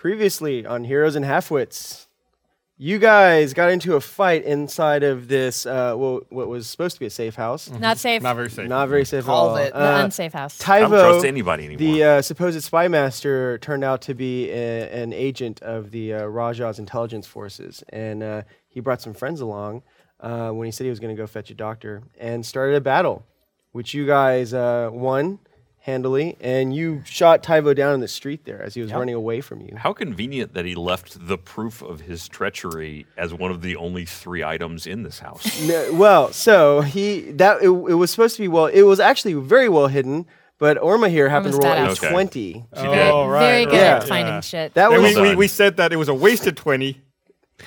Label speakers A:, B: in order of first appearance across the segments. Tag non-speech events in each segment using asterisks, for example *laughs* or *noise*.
A: Previously on Heroes and Halfwits, you guys got into a fight inside of this uh, well, what was supposed to be a safe house,
B: Not safe.
C: Not very safe.
A: not very safe at
D: Called
A: all.
D: it.
B: the
A: Uh,
B: unsafe house.
E: I don't trust
A: Tyvo,
E: anybody anymore.
A: the uh, supposed spy master, turned out to be a, an agent of the uh, Rajah's intelligence forces, and uh, he brought some friends along uh, when he said he was going to go fetch a doctor, and started a battle, which you guys uh, won handily, and you shot Tyvo down in the street there as he was running away from you.
E: How convenient that he left the proof of his treachery as one of the only three items in this house.
A: No, well, so he that it, it was supposed to be well. It was actually very well hidden, but Orma here happened to
B: Orma's
A: roll
B: bad
A: a
B: out.
E: Okay.
A: twenty.
E: She
C: Oh, right.
B: Very good
C: right,
B: at
A: Yeah.
B: finding
C: yeah.
B: shit.
A: That
C: And
A: was
C: we, we,
E: done.
C: we said that it was a wasted 20.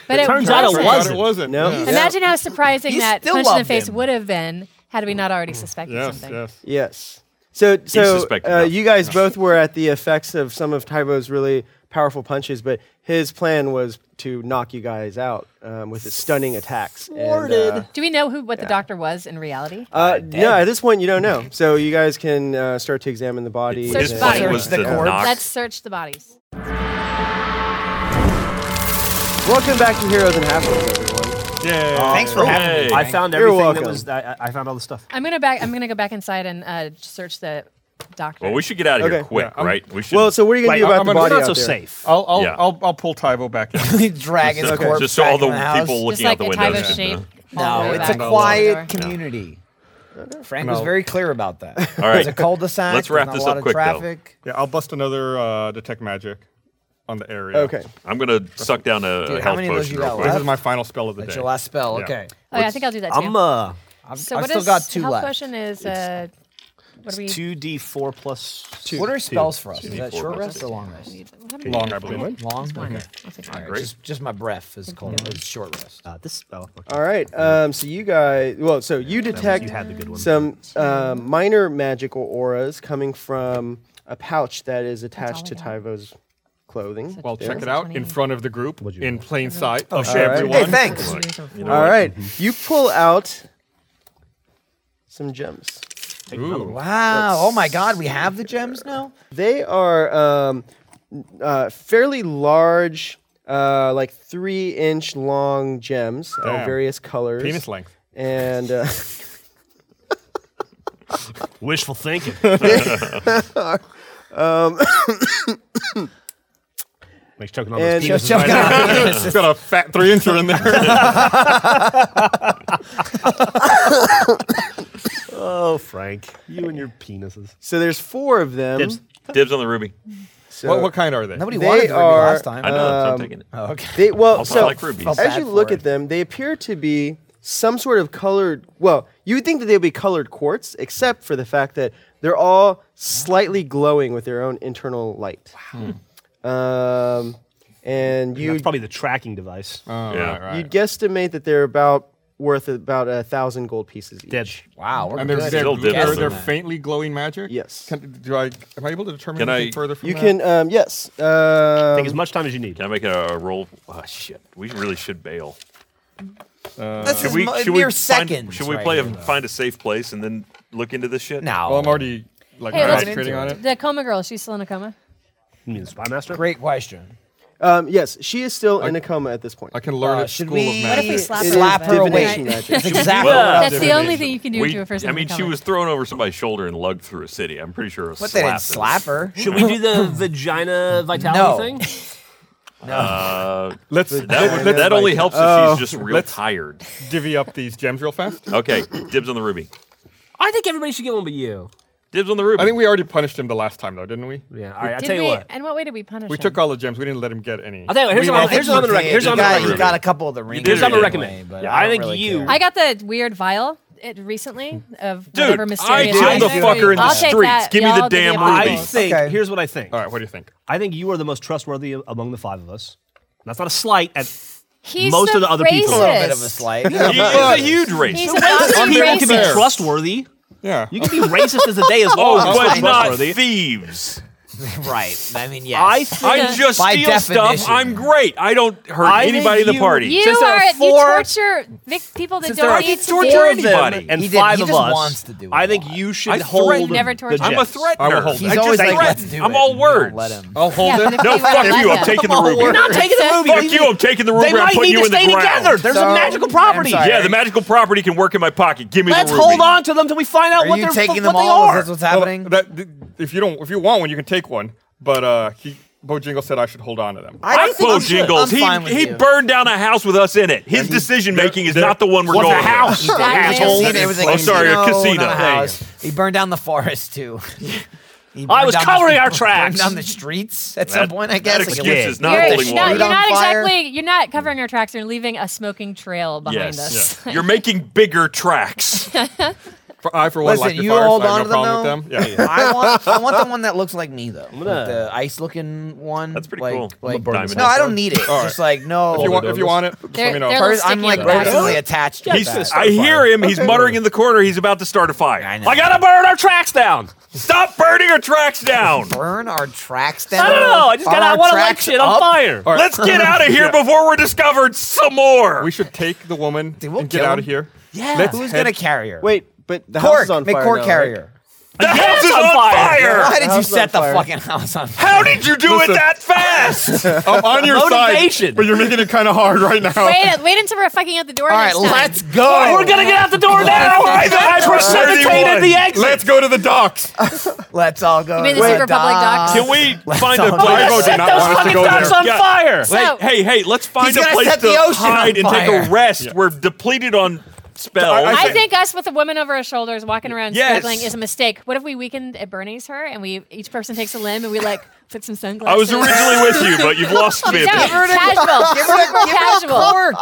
B: but it
F: turns out it
B: wasn't.
C: But
F: wasn't.
C: it wasn't.
A: No.
C: Yeah.
A: Yeah.
B: Imagine how surprising
D: You
B: that
D: still
B: punch in the
D: loved
B: face
D: him.
B: would have been had we not already suspected
C: Yes,
B: something.
C: yes.
A: Yes. So so
E: suspected
A: uh,
E: nothing.
A: you guys both were at the effects of some of Tybo's really powerful punches, but his plan was to knock you guys out um, with his stunning attacks. and, uh,
B: Do we know who what the doctor was in reality?
A: uh, no, at this point you don't know, so you guys can uh, start to examine the body.
E: His
B: Search
A: and-
B: body.
E: plan was
D: Search
E: to
D: the corpse.
E: knock.
B: Let's search the bodies.
A: Welcome back to Heroes and Halflings, everyone.
C: Yeah.
F: Thanks for having me.
E: Hey.
F: I found
A: You're
F: everything that
A: welcome.
F: was. I, I- I found all the stuff.
B: I'm gonna back. I'm gonna go back inside and uh, search the doctor.
E: well, we should get out of
A: Okay.
E: here quick,
C: Yeah, I'm-
E: right? We should.
A: Well, so what are you gonna
C: Wait,
A: do about
C: I'm
A: the
C: gonna-
F: We're
A: body
F: not
A: out
F: so
A: there?
F: safe.
C: I'll, I'll,
E: Yeah.
C: I'll, I'll pull Tybo back in.
D: Dragging
E: just,
D: the corpse
E: just so all
D: back
E: the,
D: in the house.
E: people
B: Just
E: looking
B: like
E: out
B: a
E: the windows.
B: Tyvo shape. all the
D: No,
B: way
D: it's
B: back to
D: a
B: the door.
C: No.
D: quiet community. Frank was
C: No.
D: very clear about that.
E: All right.
D: It's a cul-de-sac.
E: Let's wrap
D: there's not
E: this
D: a
E: up
D: lot of
E: quick, though.
D: traffic.
C: Yeah, I'll bust another uh, detect magic on the area.
A: Okay.
E: I'm gonna suck down a
D: Dude, how
E: health
D: many of those
E: potion
D: you
E: real
D: got
E: quick.
C: This
D: left?
C: is my final spell of the
D: That's
C: day.
D: your last spell.
C: Yeah.
D: Okay.
B: Oh, yeah, I think I'll do that too.
F: I'm uh. I've,
B: so
F: I've
B: what
F: still
B: is-
F: got two
B: health
F: left.
B: potion is uh, what do we?
F: Two D four plus two.
D: What are spells for us? Is
E: Two,
D: that
E: four,
D: short
E: plus
D: rest or long rest?
B: what do we-
C: Long, I believe.
D: Long. Okay.
B: I'll take
D: All
B: one.
D: right, Just, just my breath is called it's short rest.
F: Uh, this spell.
A: All right. Um, so you guys, well, so you detect
F: you had the good one.
A: some uh, minor magical auras coming from a pouch that is attached to
B: all I
A: Tyvo's clothing.
C: Well, check
B: That's
C: it out in
B: 28.
C: front of the group, in plain sight of
A: right.
C: everyone.
D: Hey, thanks.
E: You know
A: All
E: what?
A: right.
C: Mm-hmm.
A: You pull out some gems.
C: Ooh.
D: Wow. Oh my God. We have the gems now.
A: They are um, uh, fairly large, uh, like three inch long gems of
C: Damn.
A: various colors.
C: Penis length.
A: And uh, *laughs*
F: Wishful thinking. Like choking on
A: And-
F: those
A: Just
F: penises
D: choking
F: right now.
C: It's got a fat three incher in there.
F: Oh, Frank, you and your penises.
A: so there's four of them.
F: Dibs.
E: Dibs on the ruby.
A: So
C: what, what kind are they?
D: Nobody
A: They
D: wanted the ruby
A: are-
D: last time.
E: I know, so I'm
A: Um,
E: taking it.
D: Oh, okay.
A: They well,
E: Also,
A: so
E: I like rubies.
D: felt
A: as
D: bad
A: you look
D: for
A: at
D: it.
A: them, they appear to be some sort of colored. Well, you would think that they would be colored quartz, except for the fact that they're all slightly glowing with their own internal light. Wow. Um, and you
F: That's probably the tracking device.
D: Uh,
C: Oh,
E: Yeah.
C: right, right.
A: you guesstimate that they're about worth about a thousand gold pieces each.
F: Dead.
D: Wow. We're
C: And they're,
D: good.
C: they're,
E: Still
C: they're,
E: dibs
C: they're,
E: on that.
C: faintly glowing magic?
A: Yes.
C: Can, do I, am I able to determine
E: Can
C: anything
E: I-
C: further from
A: You
C: that?
A: can um, yes. Um,
F: Take as much time as you need.
E: Can I make a, a roll? Oh shit, we really should bail.
D: this is
E: Should we?
D: mo-
E: should we
D: mere
E: find-
D: seconds.
E: Should we
D: right
E: play
D: here,
E: a,
D: though.
E: find a safe place and then look into this shit?
D: No.
C: Well, I'm already like
B: Hey, let's-
C: concentrating on it.
B: The coma girl. She's still in a coma.
F: You mean the spy master?
D: Great question.
A: um, yes, she is still in a coma at this point.
C: I can learn
D: Uh,
C: a
D: should
C: school
D: we-
C: of
D: What if
C: magic.
B: we
A: It
B: slap
A: is
B: her slap
D: her away?
A: divination magic.
D: That's exactly
E: Well,
D: what I
B: That's
D: was
B: the
D: doing.
B: only thing you can do
E: We,
B: to a person.
E: I
B: in a
E: mean, she
B: coma.
E: was thrown over somebody's shoulder and lugged through a city. I'm pretty sure. A
D: But
E: slap
D: they didn't
E: is-
D: slap her.
F: Should we
D: *laughs*
F: do the vagina vitality
D: No. *laughs*
F: thing?
E: Uh,
C: Let's
E: *laughs* that would-
C: let's
E: that only helps if she's just real
C: Oh. Let's-
E: tired.
C: divvy up these gems real fast.
E: Okay, *coughs* dibs on the ruby.
F: I think everybody should get one, but you.
E: Dibs on the ruby.
C: I think we already punished him the last time, though, didn't we?
F: Yeah. All right. I
B: Did
F: tell you
B: we?
F: what.
B: And what way did we punish
C: We
B: him?
C: took all the gems. We didn't let him get any.
F: I tell you what. Here's what. I'm- Here's what I'm gonna
D: You
F: recommend. Here's what I'm
D: got-
F: gonna
D: you
F: recommend.
D: got a couple of the rings.
F: Here's what I'm
E: did
F: gonna
E: it
F: recommend.
D: anyway, but
F: I,
D: don't
F: think
D: really
F: you.
D: care.
B: I got the weird vial it recently of
E: Dude,
B: whatever
E: I
B: mysterious.
E: killed
D: the
B: magic.
D: fucker in the
B: I'll take
E: streets.
B: that.
E: Give me the
B: Y'all give
E: damn
B: a
E: ruby.
F: I
B: bottle.
F: think.
D: Okay.
F: Here's what I think.
C: all right, what do you think?
F: I think you are the most trustworthy among the five of us. That's not a slight
B: *laughs*
F: at
B: He's
F: most
B: so
F: of the other people.
D: a
B: racist.
D: little bit of a slight.
E: He is a huge race.
B: He's a racist
F: people can be
B: racist.
F: trustworthy.
C: Yeah.
F: You can be racist as the day as long as
E: oh,
F: you're
E: but not
F: trustworthy.
E: thieves.
D: right. I mean, yes.
E: I I just
D: By
E: steal stuff.
D: definition.
E: I'm great. I don't hurt
G: I think
E: anybody in the
G: you-
E: party.
B: You
G: Since there
B: are
G: are
B: you
G: four-
B: torture Vic, people that
G: Since
B: don't
G: there are
B: need to
E: torture
B: be-
E: torture anybody.
G: and
D: He did-
G: five
D: he
G: of
D: just
G: us,
D: wants to do it
G: I
D: a
G: think
D: lot.
G: you should
E: I
G: hold.
B: threaten- Never
G: the
B: torture.
E: I'm a
G: jets.
E: threatener.
C: I will hold
D: He's
E: I just
D: always like,
E: threaten.
D: let's do it.
E: I'm all
D: and we don't
E: words.
D: Let
C: Oh,
D: him.
H: I'll hold
B: Yeah,
H: it.
B: but if
E: No,
B: we would've
E: fuck
B: let
E: you. I'm
B: them-
E: taking the ruby.
G: You're not taking the movie.
E: Fuck you. I'm taking the ruby.
G: They
E: I'm
G: might
E: putting
G: need
E: you
G: to
E: in the
G: stay
E: ground.
G: together. There's a
D: So-
G: magical
D: I'm
G: property.
D: sorry.
E: Yeah, the magical property can work in my pocket. Give me
G: Let's
E: the ruby.
G: hold on to them till we find out
D: Are
G: what
D: you
G: they're
D: taking
G: what
D: them
G: they
D: all?
G: are.
D: Is this what's happening?
C: Well, that, th- if you don't, if you want one, you can take one. But uh, he, Bojingle said I should hold on to them.
D: I
E: Fuck
D: think
E: Bo
D: I'm good.
E: Jingles.
D: I'm fine with
E: he he
D: you.
E: burned down a house with us in it. His decision making is not the one we're
G: What's
E: going.
G: a
E: with.
G: house?
B: That is-
G: Asshole.
D: Casino, it was a
E: Oh, sorry, a casino.
D: not a
E: There you
D: house. He burned down the forest too. *laughs*
G: I
D: He burned
G: was
D: down
G: covering
D: the,
G: our
D: *laughs* burned
G: tracks.
D: down the streets at some
E: That-
D: point. I
E: that
D: guess Like,
E: excuse
D: it was-
E: is not
B: you're,
E: holding
B: you're not,
E: water.
B: you're not
D: On fire.
B: exactly. You're not covering your tracks. You're leaving a smoking trail behind us.
E: Yes. You're making bigger
D: *laughs*
E: tracks.
C: For, I for one
D: Listen,
C: like your
D: you
C: fire,
D: hold
C: so I
D: on
C: have
D: to
C: no problem
D: them
C: with
D: though.
C: them. Yeah.
D: *laughs* I want, I want the one that looks like me though, Like
G: gonna-
D: the ice-looking one.
E: That's pretty
D: like,
E: cool.
D: Like,
G: burn
D: no, I don't need it.
C: All right.
D: Just like no.
C: if you want, if you want it, just
B: They're-
C: let me know.
B: they're
D: Pers- I'm
B: Sticky
D: like
B: little bit.
D: personally attached to
E: He's,
D: that.
E: I hear him. He's muttering in the corner. He's about to start a fire.
D: I know.
G: I gotta burn our tracks down.
E: Stop burning our tracks down.
D: *laughs* burn our tracks down.
G: I don't know. I just
D: Are
G: got.
D: Oh, our
G: I want to light
D: tracks
G: shit
D: up?
G: on fire.
C: All right.
E: Let's get out
C: *laughs*
E: of here before we're discovered some more.
C: We should take the woman
D: we'll
C: and get
D: kill
C: out
D: him.
C: of here.
D: Yeah.
C: Let's
D: Who's
C: head-
D: gonna carry her?
A: Wait, but the house
D: cork.
A: is on
D: Make
A: fire.
D: cork
A: now,
D: carry
A: right?
D: her.
E: the house is
G: on
E: on
G: fire.
E: fire.
D: Why
A: The
D: did you
A: house is
D: set the
A: on fire.
D: fucking house on fire?
E: How did you do
C: Listen.
E: it that fast?
C: *laughs* I'm on your
G: Motivation.
C: side, but you're making it kind of hard right now.
B: Wait, wait until we're fucking out the door.
D: All right,
B: next time.
D: let's go.
G: We're gonna get out the door now. I, I precipitated the exit.
C: Let's go to the docks.
D: Let's all go.
B: You mean
D: to
B: the
D: the
B: Secret Republic docs?
E: Can we
D: Let's
E: find a
D: all go.
E: place?
C: Let's
G: Let's
C: Did
G: set
C: not
G: those
C: want us to
G: fucking
C: go
G: ducks
C: there.
G: on
E: Yeah.
G: fire.
B: So-
E: hey, hey, hey, let's find
D: He's
E: a
D: gonna
E: place
D: set
E: to
D: the ocean on
E: hide and take a
D: fire.
E: rest. We're depleted on spells.
C: I-
B: I think us with a woman over our shoulders walking around
E: Yes.
B: struggling is a mistake. What if we weakened at Bernie's her and we each person takes a limb and we like put some sunglasses? Oh,
E: I
B: *laughs*
E: was originally with you, but you've lost me.
B: no,
E: a bit.
B: casual.
D: Give her a-
B: Super
D: give her a
B: casual.
D: cork.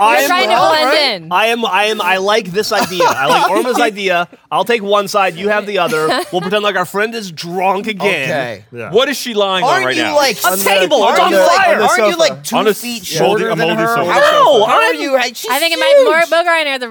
G: I
B: We're
G: am,
B: trying to
D: all
B: blend
D: right.
B: in.
G: I am. I am. I like this idea. I
B: *laughs*
G: like Orma's idea. I'll take one side. You have the other. We'll pretend like our friend is drunk again.
D: Okay.
E: What is she lying on
D: Aren't
E: right
D: you
E: now?
D: like
G: A table.
D: Aren't
G: It's on
D: you like,
G: fire.
D: Aren't you
A: sofa.
D: like two
E: On a
D: feet
E: moldy-
D: shorter
C: a
D: than
C: moldy
D: her?
C: sofa.
G: No,
D: How are
G: I'm-
D: you? She's
B: I think it might
D: huge.
B: more Bogar and I are the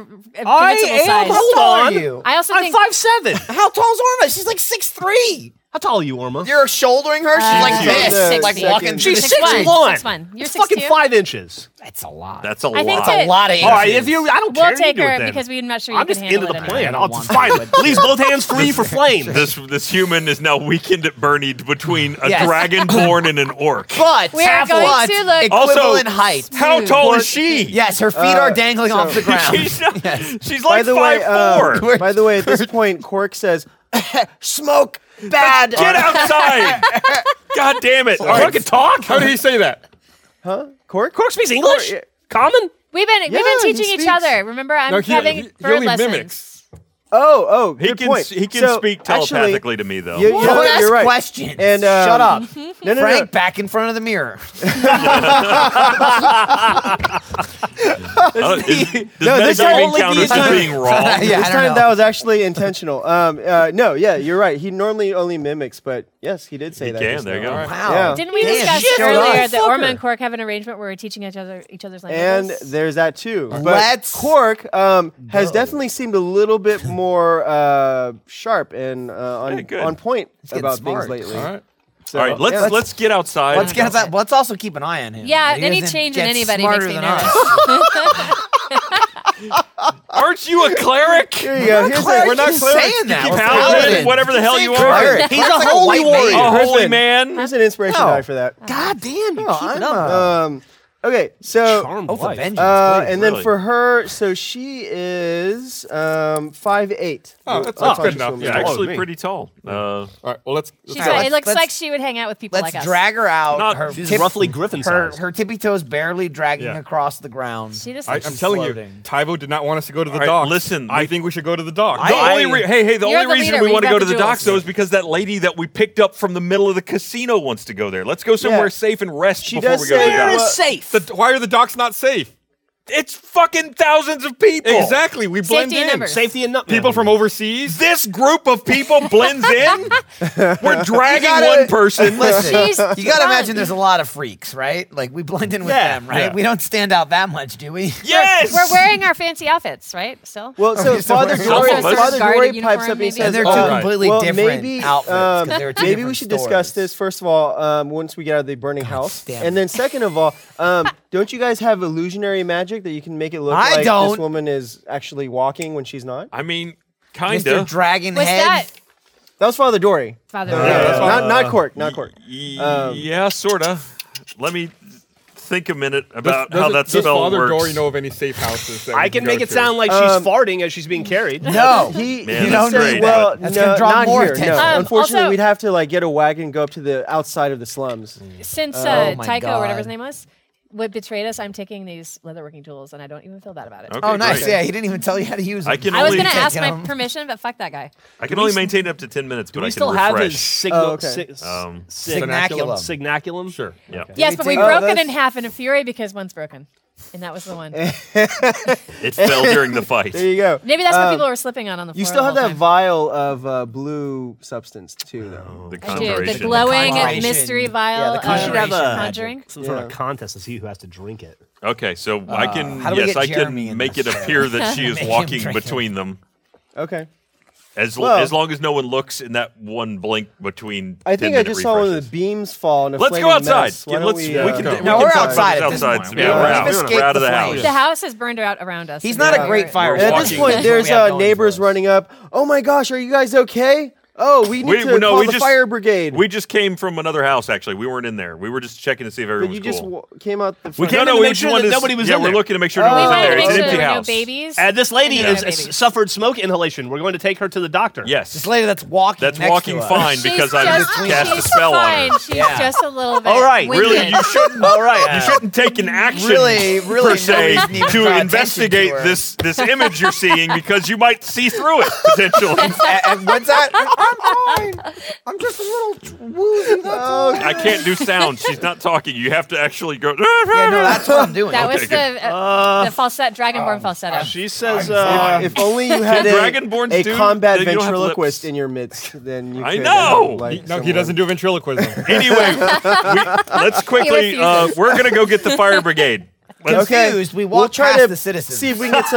G: I
B: invincible
G: am.
B: side.
G: Hold
D: tall
G: on.
D: are you?
B: I also
G: I'm
B: think
G: five seven.
D: How tall's Orma? She's like six three.
G: How tall are you, Orma?
D: You're shouldering her. She's
B: Uh,
D: like
A: She's
D: this,
A: six
D: like
A: feet.
D: walking.
A: She's
D: through the
G: six
B: one.
D: street.
G: one.
B: Six one. You're
G: It's
B: six
G: fucking
B: two.
G: five inches.
D: That's a lot.
E: That's a
B: I think
E: lot.
B: to-
D: a lot of inches.
G: All right, if you, I don't
B: we'll
G: care. you
B: take
G: do it
B: her
G: then.
B: because we did not sure you
G: I'm
B: could
G: just into
B: handle
G: the
B: it.
G: plan.
D: I
G: I'll
D: don't want
G: fine.
D: to, but-
G: Please, both hands
B: *laughs*
G: free for flame.
E: This this human is now weakened at Bernie between a
D: Yes.
E: dragonborn and an orc.
D: But
B: We are
D: half
B: going
D: what?
B: to look-
E: Also-
D: equivalent height.
E: How
B: Dude.
E: tall is she?
D: Yes, her feet are dangling off the
E: *laughs*
D: ground.
E: she's not, she's
A: By
E: like
A: the
E: five
A: way, uh,
E: four.
A: by the way, at this point, Cork says,
D: Smoke bad.
E: Get
D: *laughs*
E: outside! God damn it! All
G: Cork
E: right,
G: can talk.
C: How did he say that?
A: "Cork,
G: Cork speaks
D: Oh,
G: English.
A: Cork,
G: Common.
B: We've been
A: Yeah,
B: we've been
A: he
B: teaching each
A: speaks.
B: other. Remember, I'm
C: No, he-
B: having
C: he- he
B: bird
C: only
B: lessons.
C: mimics.
A: Oh, oh,
E: he
A: good
E: can
A: point.
E: he can
A: So,
E: speak
A: actually-
E: telepathically to me though.
A: You- you-
D: Don't ask
A: you're right.
D: questions.
A: And, um,
D: shut up,
A: *laughs* No, no,
D: Frank.
A: no.
D: Back in front of the mirror.
E: Uh, is, does
A: No, this
E: Metagame
A: time-
E: encounter
A: this
E: this as
A: time-
E: being wrong?
D: yeah,
A: this
D: I don't
A: time
D: know.
A: that was actually intentional. Um, uh, no, yeah, you're right. He normally only mimics, but yes, he did say
E: He
A: that.
E: can,
A: just
E: there you
A: now.
E: go.
D: wow.
A: Yeah.
B: Didn't we
D: Damn,
B: discuss
D: shit,
B: earlier
D: right.
B: that Orma and Cork have an arrangement where we're teaching each other each other's
A: And
B: languages?
A: there's that too. But
D: Let's
A: Cork um, has definitely seemed a little bit more uh, sharp and uh, on,
E: Hey, good.
A: on point
D: getting
A: about
D: smart.
A: things lately.
C: All right.
A: So,
E: All right, let's
A: yeah,
E: let's, get outside.
D: Let's get outside. Let's also keep an eye on him.
B: Yeah,
D: He
B: any
D: doesn't
B: change in
D: get
B: anybody
D: smarter
B: makes me
D: than us. *laughs*
E: Aren't you a
A: *laughs*
E: cleric?
A: Here you go. Here's
D: Claire,
A: a, we're not
D: keep
A: clear.
D: saying that. We're
E: Paladin,
D: paladin.
E: whatever the hell
D: Keep
E: you
D: saying
E: are.
D: Claire.
G: He's a
D: Like
G: holy
D: white
G: warrior.
E: A
D: maiden.
E: holy
A: Listen.
E: man.
A: Here's an inspiration
D: No.
A: die for that.
D: God damn, you
A: No,
D: keep
A: I'm
D: it up.
A: not. Um, okay, so
G: Charmed
D: Oath of
G: life.
D: oh, vengeance.
A: Uh,
D: please.
A: and then
E: Really?
A: for her, so she is um, five eight.
C: Oh, that's- that's good enough.
E: Yeah,
C: Yeah,
E: actually
C: me.
E: pretty tall. Uh,
C: All right. Well, let's.
B: She's
C: let's
D: So
B: right.
D: let's-
B: It looks
D: let's-
B: like she would hang out with people
D: Let's
B: like us.
D: drag her out.
E: Not-
D: her
G: She's
D: tip-
G: roughly Griffin
D: her,
G: size.
D: her tippy toes barely dragging
C: Yeah.
D: across the ground.
B: she just
C: I,
B: looks
C: I'm
B: *laughs*
C: telling
D: floating.
C: you, Tyvo did not want us to go to the
E: All right,
C: docks.
E: listen,
C: I
E: we-
C: think we should go to the docks.
E: The
D: I-
E: only re- hey, hey, the
B: You're
E: only
B: the
E: reason
B: leader.
E: we
B: We've
E: want to
B: got
E: go
B: the
E: to the docks though
B: jewels.
E: is because that lady that we picked up from the middle of the casino wants to go there. Let's go somewhere safe and rest
A: She
E: before
A: does
E: we go to
A: say
E: the
A: that-
E: docks.
A: Well,
G: safe.
C: The- why are the docks not safe?
E: It's fucking thousands of people.
C: Exactly. We blend
B: Safety in
C: in.
B: numbers.
G: Safety and not
C: People from overseas.
E: This group of people blends
A: *laughs*
E: in. We're dragging
D: gotta-
E: one person.
D: Listen,
B: She's
D: you gotta
B: fun.
D: imagine there's a lot of freaks, right? Like we blend in with
G: Yeah,
D: them, right?
G: yeah.
D: We don't stand out that much, do we?
E: Yes.
B: We're wearing our fancy outfits, right? Still.
A: Well, so
D: so
A: Father
D: we're-
A: Glory,
E: Some of us-
A: Father
B: Guard
A: Glory
B: uniform,
A: pipes up and he
B: maybe?
A: says,
D: And they're two
E: Oh,
A: uh,
E: right.
D: completely
A: well,
D: different
A: maybe,
D: outfits. 'cause
A: um,
D: they're two
A: maybe we
D: different
A: should
D: stores.
A: discuss this first of all um, once we get out of the burning house,
D: damn
A: and
D: it.
A: then second of all, um, don't you guys have illusionary magic that you can make it look
D: I
A: like this
D: don't.
A: woman is actually walking when she's not?
E: I mean,
D: Mr.
E: kinda.
D: Dragon
B: What's
D: Head.
B: that,
A: That was Father Dory.
B: Father?
C: Uh,
A: not not Cork, not Cork.
E: Y-
A: Um,
E: yeah, sorta. Let me think a minute
C: Does-
E: about
C: does
E: uh, how
C: it-
E: that
C: does
E: spell
C: Father
E: works.
C: Dory know of any safe houses? That
G: I can make it sound like
A: Um,
G: she's farting as she's being
B: *laughs*
G: carried.
D: No.
A: He,
E: Man,
A: he
E: that's
A: said-
E: great,
A: well,
E: but-
A: no,
D: That's gonna draw
A: not
D: more
A: here.
D: attention.
A: No.
B: Um,
A: Unfortunately,
B: also-
A: we'd have to like get a wagon and go up to the outside of the slums.
E: Mm.
B: Since uh,
D: Oh my
B: Tycho, or whatever
D: God.
B: his name was, what betrayed us, I'm taking these leatherworking tools, and I don't even feel bad about it.
E: Okay,
D: Oh, nice.
E: great.
D: Yeah, he didn't even tell you how to use it.
E: I can
B: I was
E: only-
B: gonna
E: Take
B: ask my
D: him.
B: permission, but fuck that guy.
E: I can only maintain it up to ten minutes,
G: Do
E: but
G: we
E: I can
G: still have his
E: refresh.
G: signal,
A: Oh, okay.
G: sig- s-
E: Um,
G: signaculum?
D: Signaculum.
G: Signaculum? Sure.
E: Yeah.
B: Yes, but we
A: take- Oh,
B: broke it
A: that's-
B: in half in a fury because one's broken, and that was the
D: *laughs*
B: one. Maybe
E: It fell during the fight.
A: There you go.
B: that's what
A: Um,
B: people were slipping on on the floor.
A: You still
B: the
A: have
B: whole
A: that
B: time.
A: vial of uh, blue substance too, though.
E: The
B: I do. The
E: conjuration.
B: glowing
D: Conjuration.
B: mystery
D: Yeah, the
B: vial of
D: conjuration
G: We should have a-
B: conjuring.
G: Some sort of
A: Yeah.
G: contest to see who has to drink it.
E: Okay, so I can
D: how do we
E: yes,
D: get
E: I
D: Jeremy
E: can
D: in
E: make it
D: this?
E: appear that she is
D: Make him
E: walking
D: drink it.
E: between them.
A: Okay.
E: As,
A: Well-
E: as long as no one looks in that one blink between.
A: I think
E: 10
A: I
E: minute
A: just saw one of the
E: refreshes.
A: beams fall. And a
E: Let's go
A: flaming
E: outside.
A: mess. Why
E: Yeah,
A: don't
E: let's.
A: we, uh,
E: can, we
D: No,
E: can
D: we're
E: talk about
D: outside
E: this
D: at this
E: outside.
D: point.
E: Yeah,
D: We've
E: we're out.
D: escaped
E: We're out of
D: the
E: the
D: flames.
B: The
E: house.
B: house has burned out around us.
D: He's
B: and
D: not a
B: we're-
D: great fire
A: And at this
E: *laughs*
D: walking.
A: point,
D: That's
A: there's
D: what we have
A: uh,
D: going
A: neighbors
D: for us.
A: running up. Oh my gosh, are you guys okay? Oh, we need
E: We,
A: to
E: no,
A: call
E: we
A: the
E: just
A: fire brigade.
E: We just came from another house. Actually, we weren't in there. We were just checking to see if
A: but
E: everyone
A: you
E: was
A: just
E: cool.
A: wa- came out the
E: We
A: front.
G: came
E: no, no,
G: in to
E: we
G: make
E: just
G: sure
E: wanted
G: that
E: to s-
G: nobody was
E: yeah,
G: in
E: we're
G: there.
E: looking to make sure no
A: Oh.
E: one
B: We
E: was in
B: wanted
E: there.
B: to
E: It's
B: make
E: an
B: sure
E: empty
B: there were no
E: house.
B: babies.
G: And this lady
E: Yeah.
G: is, is- suffered smoke inhalation. We're going to take her to the doctor.
E: Yes,
D: This lady that's walking.
E: that's
D: next
E: walking
D: to us. *laughs*
E: fine
B: She's
E: because I
B: just,
E: cast a
B: she's
E: spell
B: fine.
E: on her.
B: She's
D: Yeah.
B: just a little bit.
G: All right,
E: Really,
B: winded.
E: you *laughs* shouldn't.
G: All right.
E: You shouldn't take an action
D: Really, really
E: per se
D: nobody's needed to draw
E: to
D: attention
E: investigate
D: to her.
E: this this image you're seeing because you might see through it potentially.
D: And- and
B: *laughs*
D: what's that? I'm fine.
A: I'm just a little woozy. Oh,
E: I can't do sound. She's not talking. You have to actually go.
D: Yeah, no, that's what I'm doing.
B: That was
E: Okay, um,
B: the uh, the falsetto, dragonborn falsetto.
G: She says, uh,
A: if only
E: *laughs*
A: you had a,
E: dragonborns
A: a
E: do-
A: combat
E: they don't have
A: ventriloquist
E: lips.
A: in your midst, then you
E: I
A: could, uh,
E: know!
A: like,
C: No, he
A: someone-
C: doesn't
G: *laughs*
C: do ventriloquism.
E: *laughs* anyway, we, let's quickly.
B: refuses.
E: Uh, we're gonna go get the fire brigade. Let's-
D: Confused, we walked
A: try
D: past
A: to
D: the citizens.
A: See if we can get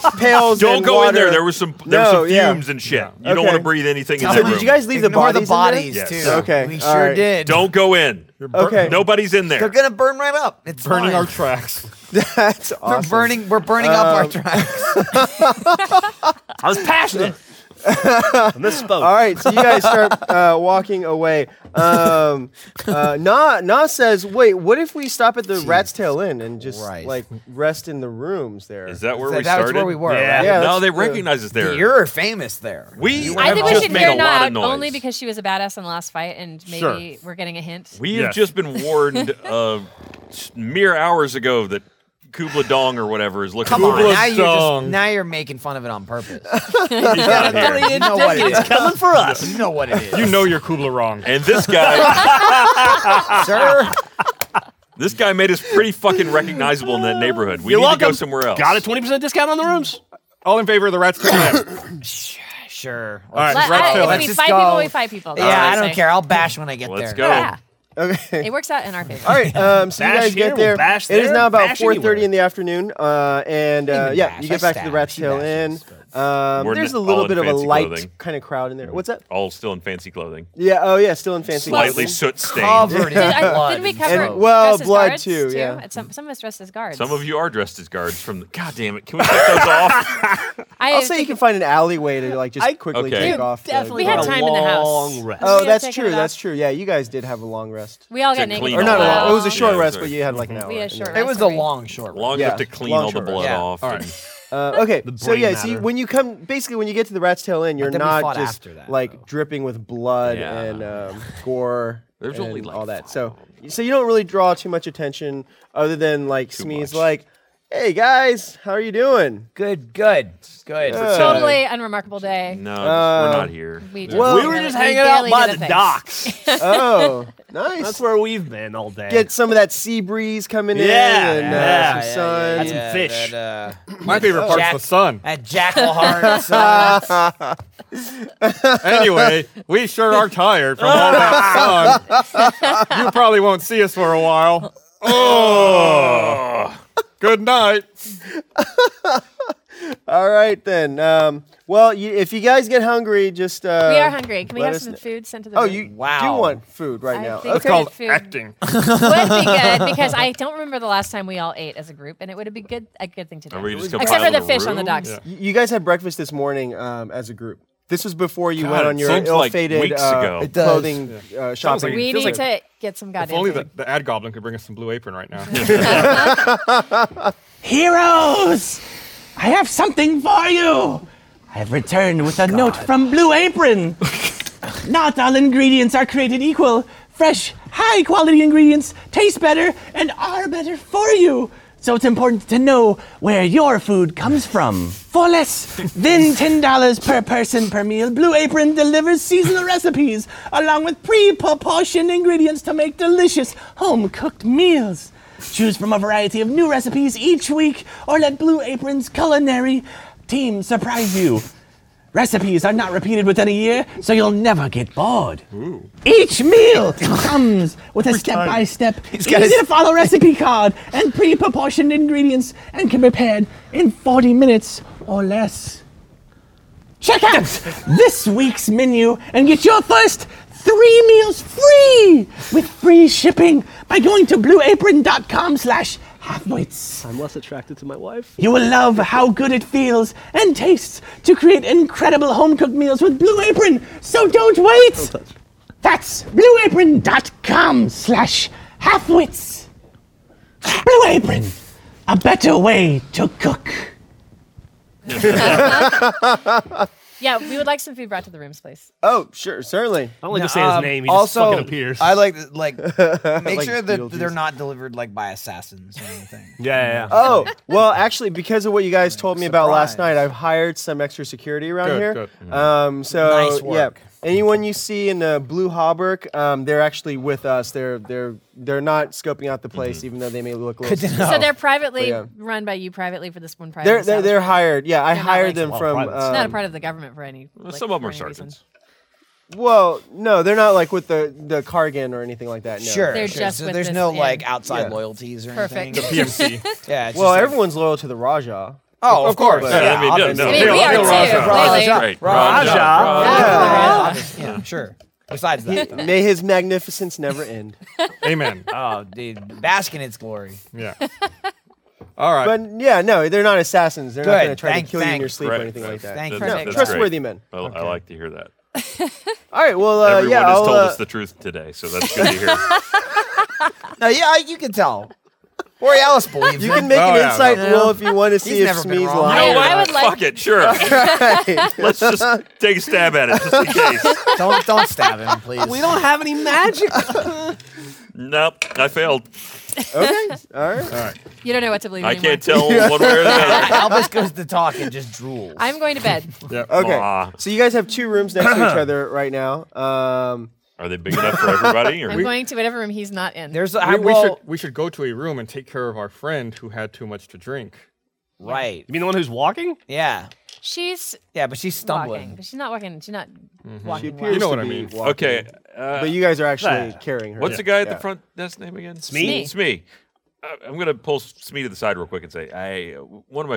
D: *laughs*
A: some pails.
E: Don't
A: and
E: go in there.
A: water.
E: There was some there
A: No,
E: were some
A: yeah.
E: fumes and shit. You don't
A: Okay.
E: want to breathe anything in
D: So
E: that
A: Did
E: room.
A: you guys leave the
D: Ignore
A: bodies?
D: the bodies,
A: In
E: Yes.
D: too.
A: Okay,
D: We
A: all
D: sure
A: right.
D: did.
E: don't go in.
A: Okay.
E: Nobody's in there.
D: They're gonna burn right up. It's
C: Burning
D: fine.
C: our tracks.
A: there? *laughs* That's
D: We're
A: awesome.
D: burning. We're burning up our tracks.
G: I was *laughs* passionate. I misspoke.
A: All right, so you guys
D: *laughs*
A: start uh, walking away. Um, uh, Na Na says, "Wait, what if we stop at the Rat's Tail Inn and just
D: Christ.
A: like rest in the rooms there?"
E: Is that where
D: That-
E: we
D: that's where
E: started?
D: we were,
E: Yeah.
D: right?
A: Yeah,
E: no,
A: that's-
E: they recognize us there.
D: You're famous there.
E: we
B: I
E: have
B: think we
E: just
B: should
E: made
B: hear
E: a lot
B: not
E: of noise.
B: only because she was a badass in the last fight, and maybe we're getting a hint.
E: we have
C: Yes.
E: just been warned uh, mere hours ago that Kubla Dong or whatever is looking.
D: Come
E: for
D: on,
E: us.
D: now you're just,
C: song.
D: now you're making fun of it on purpose.
E: He's not here.
D: you know what it
G: It's
D: is.
G: coming for us.
D: You know what it is, *laughs*
C: You know you're Kubla wrong.
E: And this guy, *laughs*
D: sir.
E: this guy made us pretty fucking recognizable in that neighborhood. We
G: You're
E: need
G: welcome.
E: to go somewhere else.
G: Got a 20% discount on the rooms.
C: All in favor of the rat's tail
G: *laughs*
C: inn.
D: Sure.
C: All right,
B: Let-
C: rat's
B: I-
C: tail
B: if
C: inn.
D: Let's
B: we
D: just
B: fight
D: go.
B: people, we fight people. That's
D: yeah,
B: what
D: I don't
B: say.
D: care. I'll bash when I get
E: Let's
D: there.
E: go.
B: Yeah,
A: Okay.
B: it works out in our favor.
G: *laughs*
A: All right. Um, so you
G: Bash
A: guys
G: here,
A: get
G: we'll
A: there.
G: bash
A: it is
G: there,
A: now about
G: bash
A: four thirty
G: anywhere.
A: in the afternoon, uh, and uh,
D: Even
A: yeah,
D: bash,
A: you get
D: I
A: back to the
D: stab,
A: Rat's
D: she
A: Tail Inn.
D: bashes.
A: Um,
E: We're
A: there's
E: n-
A: a little
E: all in
A: bit of a
E: fancy
A: light
E: clothing.
A: kind of crowd in there. What's that?
E: All still in fancy clothing,
A: Yeah. Oh yeah, still in fancy.
E: slightly
A: clothing.
E: soot stained.
D: Covered in
B: Did, I,
D: blood.
B: did we
D: and
B: cover
A: And-
D: smoke.
A: well,
B: dressed as
A: blood
B: guards,
A: too, yeah.
B: And Some, some of us dressed as guards.
E: Some of you are dressed as guards from the. God damn it! Can we take those off?
B: I
A: I'll say you can find an alleyway to like just
G: I-
A: quickly
E: Okay.
A: take
E: Dude,
A: off. the
B: We had
A: clothes.
B: time in the house.
G: Long rest.
A: Oh,
B: We had
A: that's
B: taken
A: true.
B: it
A: That's
B: off.
A: true. Yeah, you guys did have a long rest.
B: We all
E: To
B: got naked.
E: clean
A: Or
E: No,
A: not a
E: all
A: long. It was a
E: Yeah,
A: short rest,
E: sorry.
A: but you had like an hour.
B: We had a
A: in
B: short
A: there.
D: It was a
B: Sorry.
D: long short.
E: Long
A: Yeah,
E: enough to clean
A: long
E: all the
A: short
E: blood
A: rest.
D: Yeah,
E: off.
D: all
E: and-
A: Uh, *laughs* okay, so
G: brain
A: yeah, see,
G: matter.
A: when you come, basically, when you get to the Rat's Tail Inn, you're
D: then we
A: not
D: fought
A: just
D: after that,
A: like
D: though.
A: dripping with blood
E: Yeah.
G: *laughs*
A: and um, gore.
E: There's
A: and
E: only, like,
A: all that.
E: five
A: So, so you don't really draw too much attention, other than like Smee's
E: much.
A: like, Hey guys, how are
G: *laughs*
A: you doing?
D: Good, good, good.
B: Totally unremarkable day.
E: No,
A: Uh,
E: we're not here.
B: We,
A: Well-
G: we were just hanging out by the
B: *laughs*
G: docks.
A: Oh, nice.
G: That's where we've been all day.
A: Get some of that sea breeze coming
G: Yeah,
A: in and
G: yeah,
A: uh, some sun.
G: Had some fish.
D: That, uh,
C: My favorite part's
D: Jack-
C: the sun.
D: that jackal heart. son.
G: *laughs*
C: Anyway, we sure are tired from all that sun. You probably won't see us for
G: *laughs*
C: a while. Oh, good night.
A: All right then. Um, well, you, if you guys get hungry, just uh,
B: We are hungry. Can we
A: let
B: have
A: us
B: some
A: kn-
B: food sent to the
A: Oh,
B: room?
A: you
D: Wow.
A: do want food right
B: I
A: now?
B: think
A: Okay.
C: It's called
B: food.
C: acting.
A: *laughs*
B: would be good because I don't remember the last time we all ate as a group, and it would be good a good thing to do.
E: Are we just gonna
B: Except
E: pile
B: for the
E: in a
B: fish on the
E: room?
B: docks.
C: Yeah.
A: You you guys had breakfast this morning um, as a group. This was before you
E: God,
A: went
E: it
A: on your
E: seems like
A: ill-fated
E: weeks ago.
A: uh,
E: It
D: does.
A: clothing uh, shopping.
C: like-
B: We
C: Feels
B: need
C: like-
B: to get some
C: If
B: goddamn
C: only the,
B: food.
C: the ad goblin could bring us some blue apron right now.
I: Heroes! I have something for you! I've returned with a note from Blue Apron. Not all ingredients are created equal. Fresh, high quality ingredients taste better and are better for you. So it's important to know where your food comes from. For less than $10 per person per meal, Blue Apron delivers seasonal recipes along with pre proportioned ingredients to make delicious home cooked meals. Choose from a variety of new recipes each week or let Blue Apron's culinary team surprise you. Recipes are not repeated within a year, so you'll never get bored. Each meal comes with a step by step,
H: got
I: easy to follow recipe card and pre proportioned ingredients and can be prepared in 40 minutes or less. Check out this week's menu and get your first three meals free with free shipping by going to blueapron.com slash halfwits.
F: I'm less attracted to my wife.
I: You will love how good it feels and tastes to create incredible home cooked meals with Blue Apron. So don't wait. That's blueapron.com slash halfwits. Blue Apron, a better way to cook.
B: Yeah, we would like some food brought to the rooms, please.
A: Oh, sure, certainly.
G: I don't like to say his
D: Um,
G: name. He
D: also,
G: just fucking appears.
D: I like like make sure that
A: Beetlejuice.
D: they're not delivered like by assassins or *laughs* anything.
G: yeah, yeah, yeah.
A: Oh, well, actually, because of what you guys told me about last
D: Surprise.
A: night, I've hired some extra security around
C: Good,
A: here.
C: good.
A: Um, so
D: Nice work.
A: yeah, anyone you see in the blue hauberk, um, they're actually with us. They're they're they're not scoping out the place, even though they may look. A little
B: So they're privately
A: Oh. Yeah.
B: run by you privately for this one private.
A: they're, they're they're
B: establishment.
A: hired. Yeah, I
B: They're not
A: hired
B: like-
A: them
G: Well,
A: from.
G: private. It's
B: It's not a
A: Um,
B: part of the government for any. Like,
E: Some of them
B: for
E: are
B: any reason.
E: sergeants.
A: well, no, they're not like with the the Cargan or anything like that. No.
D: Sure,
B: They're
D: sure.
B: just
D: so
B: with
D: there's
B: this
D: no
B: in.
D: like outside
A: Yeah.
D: loyalties or
B: Perfect. *laughs*
D: anything.
C: PMC.
D: Yeah, it's
A: Well,
D: just like-
A: everyone's loyal to the Rajah.
D: Oh, of course.
C: course. Yeah,
E: I mean, no,
D: obviously.
E: no.
B: I mean,
C: Real-
B: we are
C: real
B: too.
C: Raja.
B: lately.
D: Raja.
E: Great.
D: Raja.
E: Raja.
D: Yeah, yeah, sure. Besides that,
A: May his magnificence never
D: *laughs*
A: end.
C: Amen.
D: oh, dude, bask in its glory.
C: Yeah. All right.
A: But yeah, no, they're not assassins. They're not
D: Good.
A: going to try
D: Thank-
A: to kill you in
D: thank-
A: your sleep
E: Right.
A: or anything like that.
E: That-
D: Thank you.
E: that's
A: No,
E: great.
A: trustworthy men.
E: Oh, I, I like to hear that.
A: All right. Well, uh,
E: Everyone
A: yeah.
E: has
A: I'll,
E: told
A: uh,
E: us the truth today, so that's good to
B: *laughs*
E: hear.
D: No, yeah, I- you can tell. Borealis believes
A: you
D: it.
A: can make
C: Oh,
A: an
C: yeah,
A: insight
D: no.
A: roll if you want to see if
D: never been
A: Smee's
D: wrong.
B: I,
A: lying.
B: I would like.
E: Fuck it,
B: *laughs*
E: sure.
A: *laughs*
E: Let's just take a stab at it, just in case.
D: don't don't stab him, please. We don't
I: have any magic.
E: Nope, I failed.
A: Okay. All
D: *laughs*
A: right.
B: You don't know what to believe.
E: I
B: anymore.
E: can't tell one way or the
B: *laughs*
E: other.
D: Albus goes to talk and just drools.
B: I'm going to
E: *laughs*
B: bed.
A: Okay.
E: Aw.
A: So you guys have two rooms next
D: *clears throat*
A: to each other right now. Um,
E: Are they big enough for everybody? Or
B: I'm going to whatever room he's not in.
D: There's a,
C: we,
D: I,
C: we
D: well,
C: should we should go to a room and take care of our friend who had too much to drink.
D: right.
G: You mean the one who's walking?
D: Yeah.
B: she's
D: Yeah, but she's
B: walking.
D: stumbling.
B: She's not walking. She's not
A: she
B: walking.
A: appears
B: well.
C: know
A: to
C: what I
A: be
C: mean.
A: walking,
E: okay. Uh,
A: But you guys are actually carrying her.
E: what's the guy at
A: Yeah.
E: the front desk name again?
B: Smee.
E: Smee. Uh, I'm going to pull Smee to the side real quick and say, I uh, one of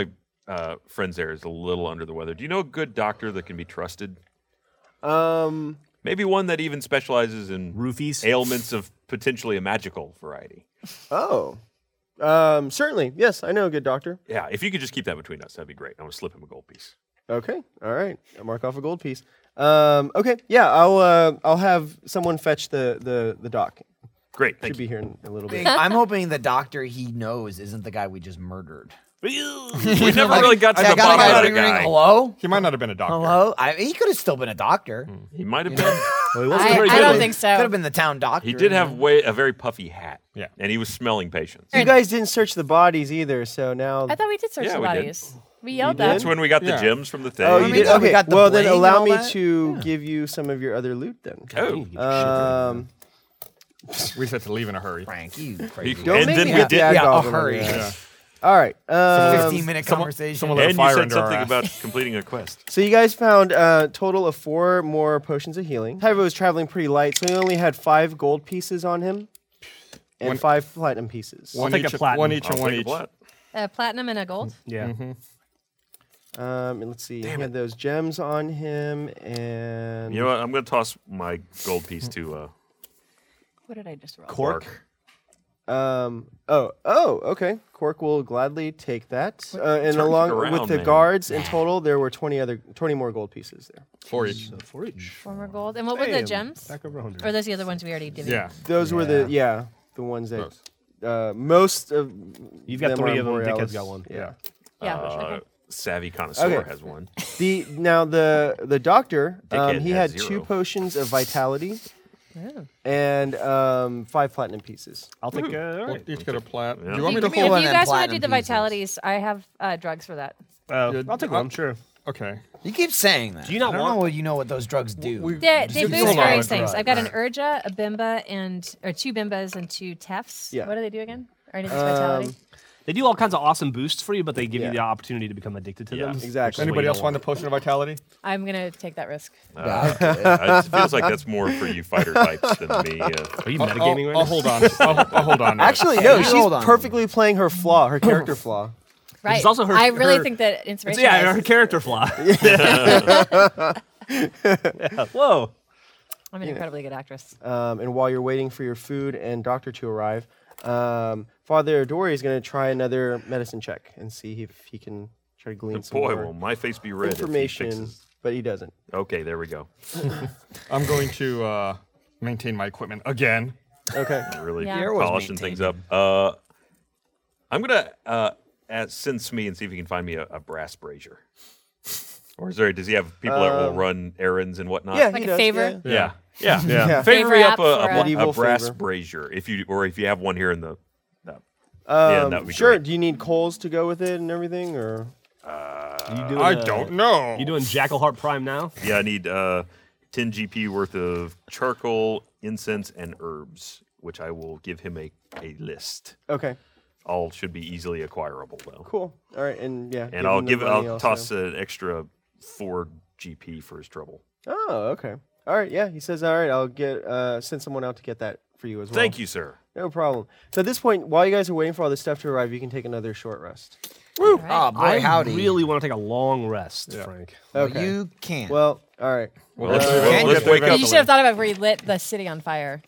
E: my uh, friends there is a little under the weather. Do you know a good doctor that can be trusted?
A: Um,
E: Maybe one that even specializes in
G: Roofies.
E: ailments of potentially a magical variety.
A: oh. Um, certainly. Yes, I know a good doctor.
E: Yeah, if you could just keep that between us, that'd be great. I want to slip him a gold piece.
A: Okay. All right. I'll mark off a gold piece. Um, okay. Yeah. I'll uh, I'll have someone fetch the the the doc.
E: Great, thank
A: Should be here in a little
D: *laughs*
A: bit.
D: I'm hoping the doctor he knows isn't the guy we just murdered.
E: *laughs* We
A: *laughs*
E: never really got to
D: Yeah,
E: the
D: I got
E: bottom
D: a guy
E: of that
D: ringing, ringing,
E: guy.
D: Hello?
C: He might not have been a doctor.
D: Hello? I, he could have still been a doctor.
E: He might have been.
B: I, I don't think so.
D: Could have been the town doctor.
E: He did have way a very puffy hat.
C: Yeah.
E: And he was smelling patients.
A: You guys didn't search the bodies either, so now.
B: I thought we did search
E: Yeah,
B: the
E: we did.
B: bodies. We yelled
A: did?
B: that.
E: That's when we got
C: Yeah.
E: the gems from the thing.
A: oh,
D: I
A: you
D: mean,
A: did.
D: yeah, we
A: Okay.
D: got the
A: well, then
D: bling and
A: allow
D: all
A: me
D: that.
A: to give you some of your other loot then.
E: Oh.
A: Um,
C: We just had to leave in a hurry.
D: Frank, you
E: You-
D: crazy.
A: don't
E: and
A: make
E: then
A: me
E: we
A: have to
E: did.
A: add
D: Yeah, I'll
A: goblin on
D: hurry.
A: that.
C: Yeah.
A: All right. Um,
D: 15 minute conversation.
C: someone let
E: And
C: a
E: you
C: fire
E: said
C: under our
E: something
C: ass.
E: about completing a quest.
A: So you guys found a total of four more potions of healing. Tyvo was traveling pretty light, so he only had five gold pieces on him and
C: One-
A: five platinum pieces.
C: One
I: take a
C: each,
I: platinum.
C: one each
E: I'll
C: and one
E: take a
C: each.
E: blat.
B: A Uh, platinum and a gold.
I: Yeah.
A: Um, and let's see, he had those gems on him, and
E: You know what? I'm going to toss my gold piece to uh,
B: What did I just roll?
E: Cork.
A: um, oh, oh, okay. Cork will gladly take that, uh, and
E: Turn it
A: along with
E: around,
A: the
E: man.
A: guards in total, there were twenty other, twenty more gold pieces there.
C: Four each.
B: Four more gold. And what were the gems? Or those the other ones we already did?
C: Yeah.
A: Those were the yeah, the ones that uh, most of
G: You've got
A: them
G: three
A: are
G: of them.
A: Borealis.
G: Dickhead's got one.
A: yeah.
B: Yeah.
E: Uh,
B: okay.
E: savvy connoisseur
A: Okay.
E: has one.
A: The now the the doctor um,
E: Dickhead
A: he had
E: has
A: two
E: zero.
A: potions of vitality and um, five platinum pieces.
G: I'll take. Uh, all right.
C: Each get a plat.
E: Yeah.
C: You want me
D: Give
C: to
D: me
C: hold?
D: one
B: If you
D: of them
B: guys want to do
D: platinum
B: the
D: pieces.
B: vitalities, I have uh, drugs for that.
G: Uh,
C: Yeah,
G: I'll take
C: I'll-
G: one. Sure.
C: Okay.
D: You keep saying that.
G: Do you not
D: I don't
G: want-
D: know, you know what those drugs do.
C: We-
B: They,
C: Just
B: they
C: give me
B: boost
C: a lot
B: various
C: of
B: things.
C: drugs.
B: I've got an Urja, a Bimba, and or two Bimbas and two Tefs.
A: Yeah.
B: What do they do again? Or anything's vitality.
G: They do all kinds of awesome boosts for you, but they give
A: Yeah.
G: you the opportunity to become addicted to
E: Yeah.
G: them.
A: Exactly.
C: Anybody else want the potion of vitality?
B: I'm gonna take that risk.
E: Uh, it feels like that's more for you fighter types than
C: *laughs*
E: me. Uh,
G: Are you
C: I'll, I'll,
A: Oh,
G: metagaming right
C: I'll hold on. I'll, I'll hold on. to it.
D: *laughs*
A: Actually,
D: you
A: no,
D: should hold on.
A: she's perfectly playing her flaw, her character flaw.
B: Right.
G: is also her-
B: I really
G: her-
B: think that
G: now? *laughs*
A: oh,
B: inspiration.
G: Yeah,
B: is-
G: her character
A: *laughs*
G: flaw. *laughs* Yeah, Whoa.
B: I'm an incredibly good actress.
A: Um, and while you're waiting for your food and doctor to arrive, um, Father Adori is going to try another medicine check and see if he can try to glean some
E: boy,
A: more
E: will my face be red. if he
A: information.
E: fixes-
A: But he doesn't.
E: *laughs* Okay, there we go.
C: I'm going to uh, maintain my equipment again.
A: Okay.
E: Really
B: Yeah. You're
D: always
E: polishing things up. Uh, I'm gonna uh, ask, sense me and see if he can find me a, a brass brazier. Or is there? Does he have people that will run errands and whatnot?
A: Um, Yeah,
B: Like
A: he
B: a
A: does,
B: favor?
A: yeah.
E: Yeah. Yeah.
A: *laughs*
C: Yeah.
A: Yeah.
E: Favor
B: Favor
E: me up
B: app
E: a,
B: for a-
E: a, a
A: Medieval
E: brass
A: favor.
E: brazier if you or if you have one here in the. no.
A: Um,
E: that would be
A: sure.
E: great.
A: Do you need coals to go with it and everything, or
G: You doing,
C: I
G: uh,
C: don't know.
G: You doing Jackal Heart Prime now?
E: Yeah, I need uh, 10 GP worth of charcoal, incense, and herbs, which I will give him a, a list.
A: okay?
E: All should be easily acquirable though.
A: Cool. All right, and yeah.
E: And I'll
A: him the
E: give
A: money
E: I'll
A: also.
E: toss an extra four GP for his trouble.
A: Oh, okay. All right, yeah. He says, "All right, I'll get uh, send someone out to get that for you as well."
E: Thank you, sir.
A: No problem. So at this point, while you guys are waiting for all this stuff to arrive, you can take another short rest.
D: Woo. *laughs* Oh, boy,
G: I
D: howdy.
G: really want to take a long rest, Frank.
D: Well,
A: Okay.
D: You can't.
A: Well, all right.
E: Well, let's,
A: Uh,
E: well,
D: Can
E: let's
C: you-
E: wake
B: You
E: up.
C: Definitely.
B: should have thought about where you lit the city on fire.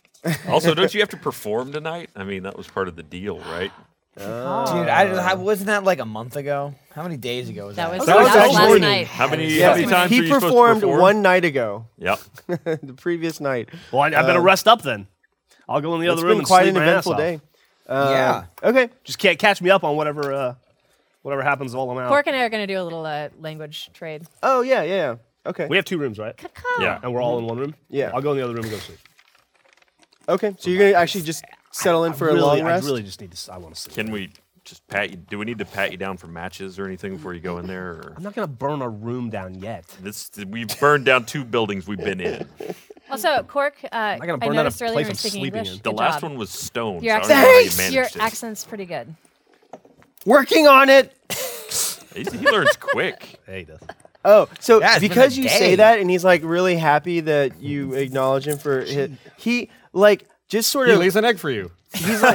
E: Also, don't you have to perform tonight? I mean, that was part of the deal, right?
D: Dude, I, I- wasn't that like a month ago? How many days ago was that?
B: That was,
A: That was
B: that was
A: actually-
B: last night.
E: How many,
A: Yeah.
E: how many times
A: he
E: are you supposed to
A: performed
E: perform?
A: one night ago, *laughs*
B: *laughs*
E: Yep.
A: the previous night.
G: Well, I, I better rest up then. I'll go in the
A: Uh, It's
G: other room
A: been
G: and
A: quite
G: sleep
A: an
G: my ass
A: eventful
G: off.
A: day.
D: yeah.
A: Okay.
G: Just can't catch me up on whatever uh, whatever happens while I'm out.
B: Cork and I are gonna do a little uh, language trade.
A: Oh yeah, yeah, yeah. Okay.
G: We have two rooms, right?
E: Yeah.
G: And we're all in one room.
A: Mm-hmm. Yeah.
G: I'll go in the other room and go sleep.
A: okay. So you're gonna actually just settle in
G: I
A: for
G: really,
A: a long rest.
G: I really just need to. s- I want to sleep.
E: Can we just pat you? Do we need to pat you down for matches or anything before you go in there? Or?
G: I'm not gonna burn a room down yet.
E: This we've burned down two buildings we've been in.
B: *laughs* Also, Cork, uh, I,
G: gotta burn out a
B: noticed
G: place
B: earlier you were
G: I'm
B: speaking
G: sleeping
B: English.
G: in.
E: The
B: Good
E: last
B: job.
E: one was stone.
B: Your,
E: so I don't know
B: *laughs* accent,
E: how you
B: your
E: managed it.
B: accent's pretty good.
A: Working on it.
E: He's- He
B: *laughs*
E: learns quick.
G: Hey, Death. *laughs*
A: Oh, so
D: Yeah, it's been
A: because
D: a
A: you
D: day.
A: say that, and he's like really happy that you acknowledge him for his, he like just sort
C: He
A: of
C: lays an egg for you.
A: *laughs* no,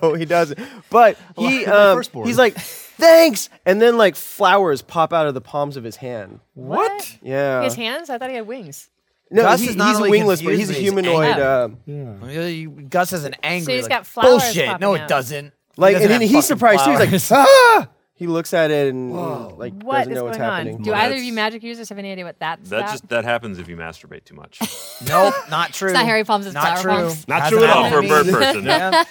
A: Oh, he doesn't.
D: *laughs*
A: But he
G: my
A: um,
G: firstborn.
A: he's like thanks, and then like flowers pop out of the palms of his hand.
B: What?
A: Yeah,
B: His hands? I thought he had wings.
A: no,
D: Gus
A: he,
D: is not
A: he's
D: only
A: wingless, but
D: confused,
A: he's a
D: but he's
A: humanoid.
B: angry.
A: Um,
D: Well, you- Gus is an angry.
B: he's
D: like,
B: got flowers
D: Bullshit. No,
B: popping
D: it
B: out.
D: doesn't. He
A: like,
D: doesn't
A: and then
D: have
A: he's
D: fucking
A: surprised too.
D: flowers.
A: He's like, ah! He looks at it and like
B: What is
A: doesn't know what's
B: going on?
A: happening.
B: Do
E: Well,
B: either of
E: that's-
B: you magic users have any idea what that's
E: That
B: about?
E: just that happens if you masturbate
B: *laughs*
E: too much.
D: nope, not true.
B: not Harry Palms, it's
D: not
B: Flower
D: true.
B: Palms.
G: Not
D: Hasn't
G: true at all.
E: oh,
D: happened
E: for a
D: to
E: bird
B: *laughs*
E: person.
D: me. Yeah,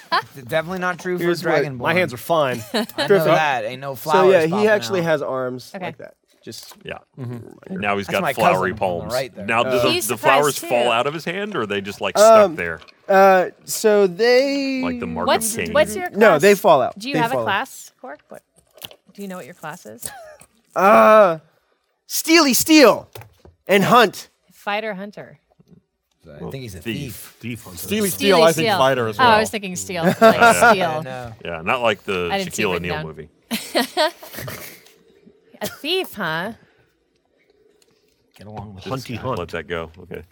D: definitely not true
A: Here's
D: for
A: what-
B: *laughs*
D: Dragonborn.
G: My hands are fine.
D: I know that. Ain't no flowers.
A: so yeah, he
D: popping
A: actually
D: out.
A: has arms
B: Okay.
A: like that. Just
E: Yeah. Now he's
D: Mm-hmm. That's my
E: got flowery
D: cousin on the
E: palms.
D: right there. Um,
E: now, do
B: He's
E: the, the flowers
B: surprised too.
E: fall out of his hand, or are they just like stuck there,
A: uh, so they
E: like the mark
B: What's
E: of Cain?
B: what's your class?
A: No, they fall out.
B: Do you
A: They
B: have a
A: fall out.
B: class, Cork? What? Do you know what your class is?
A: Uh, Steely Steel and Hunt.
B: Fighter, hunter.
D: I think he's a thief.
E: thief.
C: Steely Steel, I think fighter as well.
B: Oh, I was thinking steel.
A: *laughs*
B: Like steel.
D: No.
E: Yeah, not like the
B: I didn't see it
E: Shaquille
B: written
E: O'Neal
B: down.
E: movie.
B: A thief, huh?
H: Get along with
E: Hunty
C: hunt.
E: Let that go. Okay.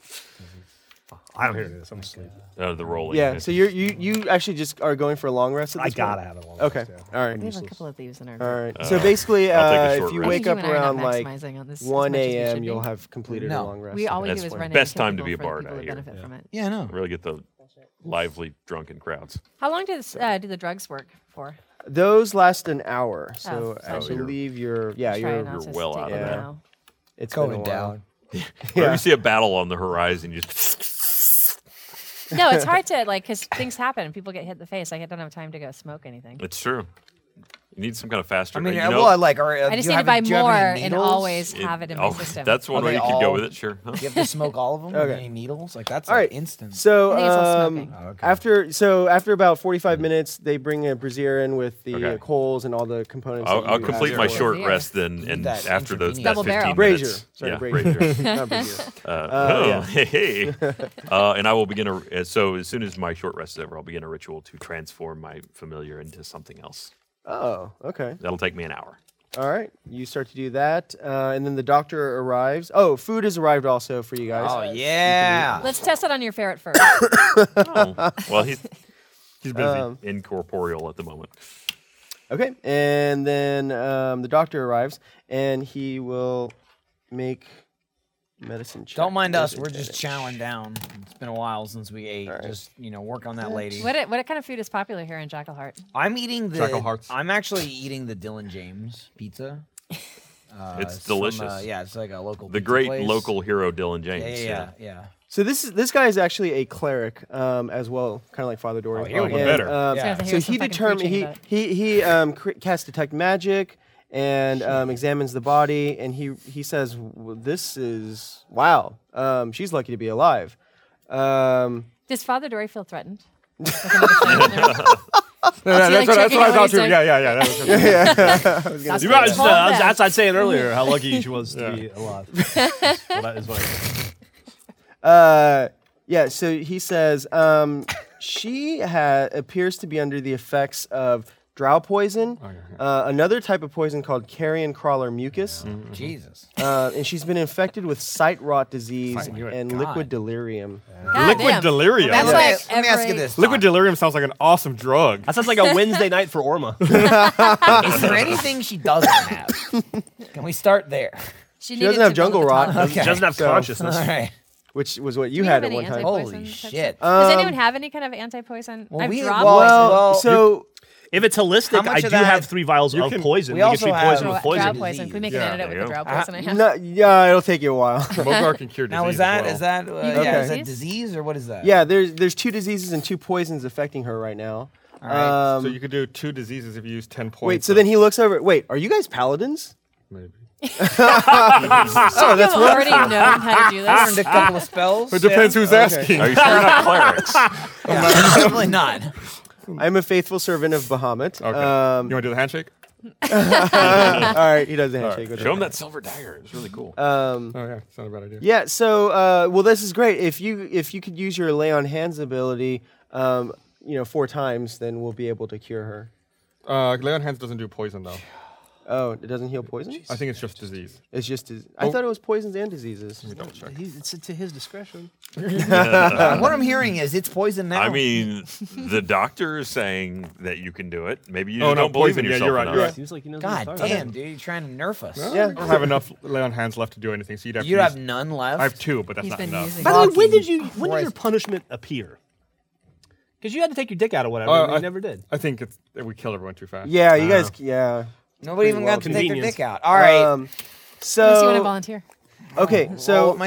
C: I don't hear this. I'm asleep.
E: Uh, the rolling.
A: Yeah. So you you you actually just are going for a long rest. At
C: I
A: this
C: gotta
A: point?
C: have a long
A: Okay.
C: rest, yeah.
A: All right.
B: We have a couple of thieves in our
A: All
B: group.
A: right. so basically,
E: Uh, I'll take a
A: uh, if
E: short
A: you
E: rest.
A: wake
B: I
A: up
B: think you and I are
A: around
B: not
A: like
B: maximizing on this as
A: one
B: much as we should
A: a.m.,
B: be.
A: you'll have completed
D: No.
A: a long rest.
B: We all we do
E: That's
B: is
E: fine.
B: run in
E: Best
B: and kill
E: time to
B: people
E: be a
B: for the
E: bard
B: people
E: out
B: that
E: here.
B: benefit from it.
H: Yeah, no.
E: Really get the lively drunken crowds.
B: How long does uh, do the drugs work for?
A: Those last an hour,
B: Oh,
A: so
B: so
A: I
E: you're-
A: believe you're yeah
B: Try
A: you're
B: not
E: you're
B: to
E: well
B: stick
E: out
A: of
B: it
A: that.
B: now.
A: it's been a
D: Going
A: while.
D: down.
E: Whenever
A: Yeah.
E: you see a battle on the horizon, you just *laughs*
B: No, it's hard to like because things happen. and People get hit in the face. Like I don't have time to go smoke anything.
E: it's true. You need some kind of faster.
D: I mean,
E: you
D: uh,
E: know,
D: well, like, are, uh,
B: I just need
D: do you
B: to
D: have
B: buy
D: any- do you have
B: more
D: any
B: and
D: needles?
B: always
E: it-
B: have it in
E: oh,
B: my system.
E: That's one
D: Are
E: way
D: they
E: you could go
D: all-
E: with it.
D: *laughs*
E: Sure. Huh?
D: You have to smoke all of them.
A: Okay.
D: Any needles? Like that's
A: All
D: like
A: right.
D: instant.
A: So
B: I think it's all
A: um,
B: smoking.
D: Oh, okay.
A: after so after about forty five minutes, they bring a brazier in with the
E: Okay.
A: uh, coals and all the components. that
E: I'll, I'll
A: you
E: complete
A: asked
E: my
A: for.
E: short
B: Brazier.
E: rest then, and
D: That
E: after those that
B: Double
E: 15
B: barrel.
A: Brazier.
E: minutes.
A: Sorry,
E: yeah,
A: brazier.
E: brazier.
A: Not brazier.
E: Uh, oh, *laughs* hey, hey.
D: *laughs*
E: Uh, and I will begin a. uh, So as soon as my short rest is over, I'll begin a ritual to transform my familiar into something else.
A: *laughs* Oh, okay.
E: That'll take me an hour.
A: All right. You start to do that, uh, and then the doctor arrives. Oh, food has arrived also for you guys.
D: Oh yeah.
B: Let's test it on your ferret first.
E: Oh, well,
D: *laughs*
E: he's he's busy,
A: Um,
E: incorporeal at the moment.
A: Okay, and then um, the doctor arrives, and he will make medicine. Check.
D: Don't mind us.
A: Medicine
D: We're just
A: check.
D: chowing down. It's been a while since we ate. Just you know, work on that lady.
B: what what kind of food is popular here in Jackalhart?
D: I'm eating the.
C: Jackal hearts.
D: I'm actually eating the Dylan James
B: *laughs*
D: pizza. Uh,
E: It's
D: from, uh,
E: delicious.
D: yeah, it's like a local.
E: The
D: pizza
E: great
D: place.
E: local hero Dylan
D: Yeah,
E: James.
D: yeah, yeah. yeah.
A: So this is this guy is actually a cleric um, as well, kind of like Father Dorian.
D: here we go.
A: And,
C: Better.
A: um,
D: Yeah.
A: So he
B: Sounds like he was
A: determined he
B: fucking
A: he he um, cr- casts detect magic and um, examines the body, and he he says, "W- "This is wow. Um, she's lucky to be alive." Um,
B: Does Father Dory feel threatened? Like another thing in there?
C: Yeah,
B: like,
C: that's, what, that's
B: checking
C: what I
B: out
C: thought
B: what
C: too.
B: he's
C: Yeah, yeah, yeah. That *laughs* was
B: That's
G: You
B: what
G: guys,
B: it's
G: uh,
B: all about.
G: that's I'd saying earlier how lucky
B: *laughs*
G: she was to be alive. well, that is what I-
A: Uh, yeah. So he says um, she ha- appears to be under the effects of drow poison,
G: Oh,
A: uh, another type of poison called carrion crawler mucus,
G: Mm-hmm.
D: Jesus.
A: uh, and she's been infected with sight rot disease
C: knew it.
A: and liquid delirium.
B: God
C: Liquid
E: *laughs*
B: damn.
C: delirium.
B: That's
D: let,
B: like
D: me, let me ask you
B: every-
D: this.
C: Liquid
D: Doc.
C: delirium sounds like an awesome
D: *laughs*
C: drug.
G: That sounds like a Wednesday night for *laughs* Orma.
D: Is there anything she doesn't
B: *laughs*
D: have? Can we start there?
B: She,
A: She doesn't have jungle rot,
B: Does
A: does-
D: Okay.
G: Doesn't have
A: So-
D: All
G: consciousness.
D: right.
A: which was what you had at one time.
D: anti- Holy shit.
B: anyone have any kind of anti-poison?
D: Well,
B: I've
D: we-
B: dropped
D: well,
B: poison.
A: Well,
D: Well,
A: so
G: If it's
D: How
G: holistic,
D: much
G: I
D: of
G: do
D: that-
G: have three vials
C: You
G: of
C: can-
G: poison.
D: we
G: We, can
D: also
G: treat
D: have-
G: poison
B: Dro-
G: with
D: Drought-
G: poison.
B: drow poison. Can we make
E: Yeah,
B: an antidote
E: there
B: with the
E: you
B: drow
E: go.
B: poison? I have.
A: no, yeah, it'll take you a while. *laughs*
C: Mogar can cure disease.
D: Now is that is that uh,
B: You
D: yeah, is
B: got
D: that disease or what is that?
A: yeah, there's there's two diseases and two poisons affecting her right now.
D: right,
A: Um,
C: so you could do two diseases if you use ten points.
A: wait, so then he looks over. Wait, are you guys paladins?
C: maybe.
B: oh, that's you already known how to do
D: Learned a
B: this.
D: couple of spells.
C: It depends who's asking.
E: Are you sure you're *laughs* not clerics?
D: *laughs* Probably not.
A: I'm a faithful servant of Bahamut.
C: Okay.
A: Um,
C: you want to do the handshake?
A: all right, he does a handshake. with
E: Show
A: her.
E: him that silver dagger. It's really cool.
C: Oh yeah, it's not a bad idea.
A: Yeah. So, uh, well, this is great. If you if you could use your lay on hands ability, um, you know, four times, then we'll be able to cure her.
C: Uh, lay on hands doesn't do poison though.
A: Oh, it doesn't heal poison.
C: I think it's just disease.
A: It's just. dis- I thought it was poisons and diseases.
C: Double check.
G: It's to his discretion.
D: What I'm hearing is it's poison now.
E: I mean, the doctor is saying that you can do it. Maybe you
C: Oh,
E: just
C: no,
E: don't believe
C: poison.
E: in
C: Yeah,
E: yourself.
C: you're right,
E: enough.
C: you're right.
G: Seems like he knows. what he's
D: God
G: talking
D: damn, dude, you're trying to nerf us.
C: I
A: Yeah.
C: don't have enough lay on hands left to do anything, so you'd have
D: You
C: to
D: have
C: use-
D: none left.
C: I have two, but that's
B: He's
C: not
B: been
C: enough.
B: using.
G: By the way, when did
D: Fucking
G: you when did your
D: Christ.
G: punishment appear? Because you had to take your dick out of whatever,
C: Oh,
G: and you
C: I-
G: never did.
C: I think it's, we killed everyone too fast.
A: Yeah, you guys. Yeah.
D: Nobody even
A: well
D: got to take their
G: convenience.
D: dick out. All right.
A: Um,
B: Unless you want to
A: so
B: volunteer.
A: okay.
D: so
A: So
D: roll up my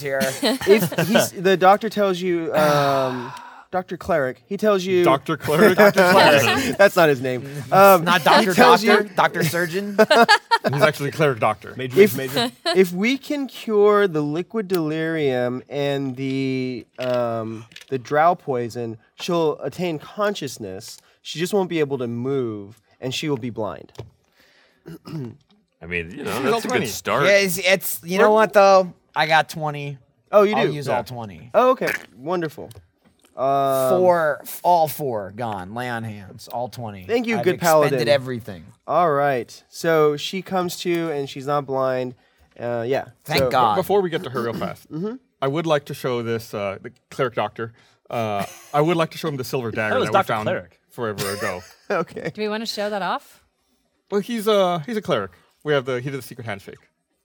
B: *laughs*
D: here.
A: if he's, the doctor tells you, um, Doctor Cleric, he tells you.
C: Doctor
A: *laughs*
C: Cleric. *laughs*
A: That's not his name. Um,
D: *laughs* Not doctor, *laughs*
A: tells you-
D: doctor, doctor surgeon.
C: He's actually a cleric doctor.
G: Major,
A: If-
G: major.
A: *laughs* if we can cure the liquid delirium and the um, the drow poison, she'll attain consciousness. She just won't be able to move, and she will be blind.
E: I mean, you know,
C: Use all
E: that's a
C: 20.
E: good start.
D: *laughs* Yeah, it's, it's you know what though? I got twenty.
A: Oh, you
D: I'll
A: do.
D: use
A: Yeah.
D: all twenty.
A: Oh, okay, wonderful. Um,
D: four, all four gone. Lay on hands. All twenty.
A: Thank you,
D: I've
A: good
D: expended
A: paladin.
D: everything.
A: All right. So she comes to, and she's not blind. Uh, yeah.
D: Thank
A: So-
D: God.
C: Before we get to her real fast, I would like to show this uh, the cleric doctor. Uh, I would like to show him the silver dagger
G: was
C: that we
G: Dr.
C: found
G: Cleric.
C: forever ago.
A: *laughs* Okay.
B: Do we want to show that off?
C: well, he's uh, he's a cleric. We have the he did the secret handshake.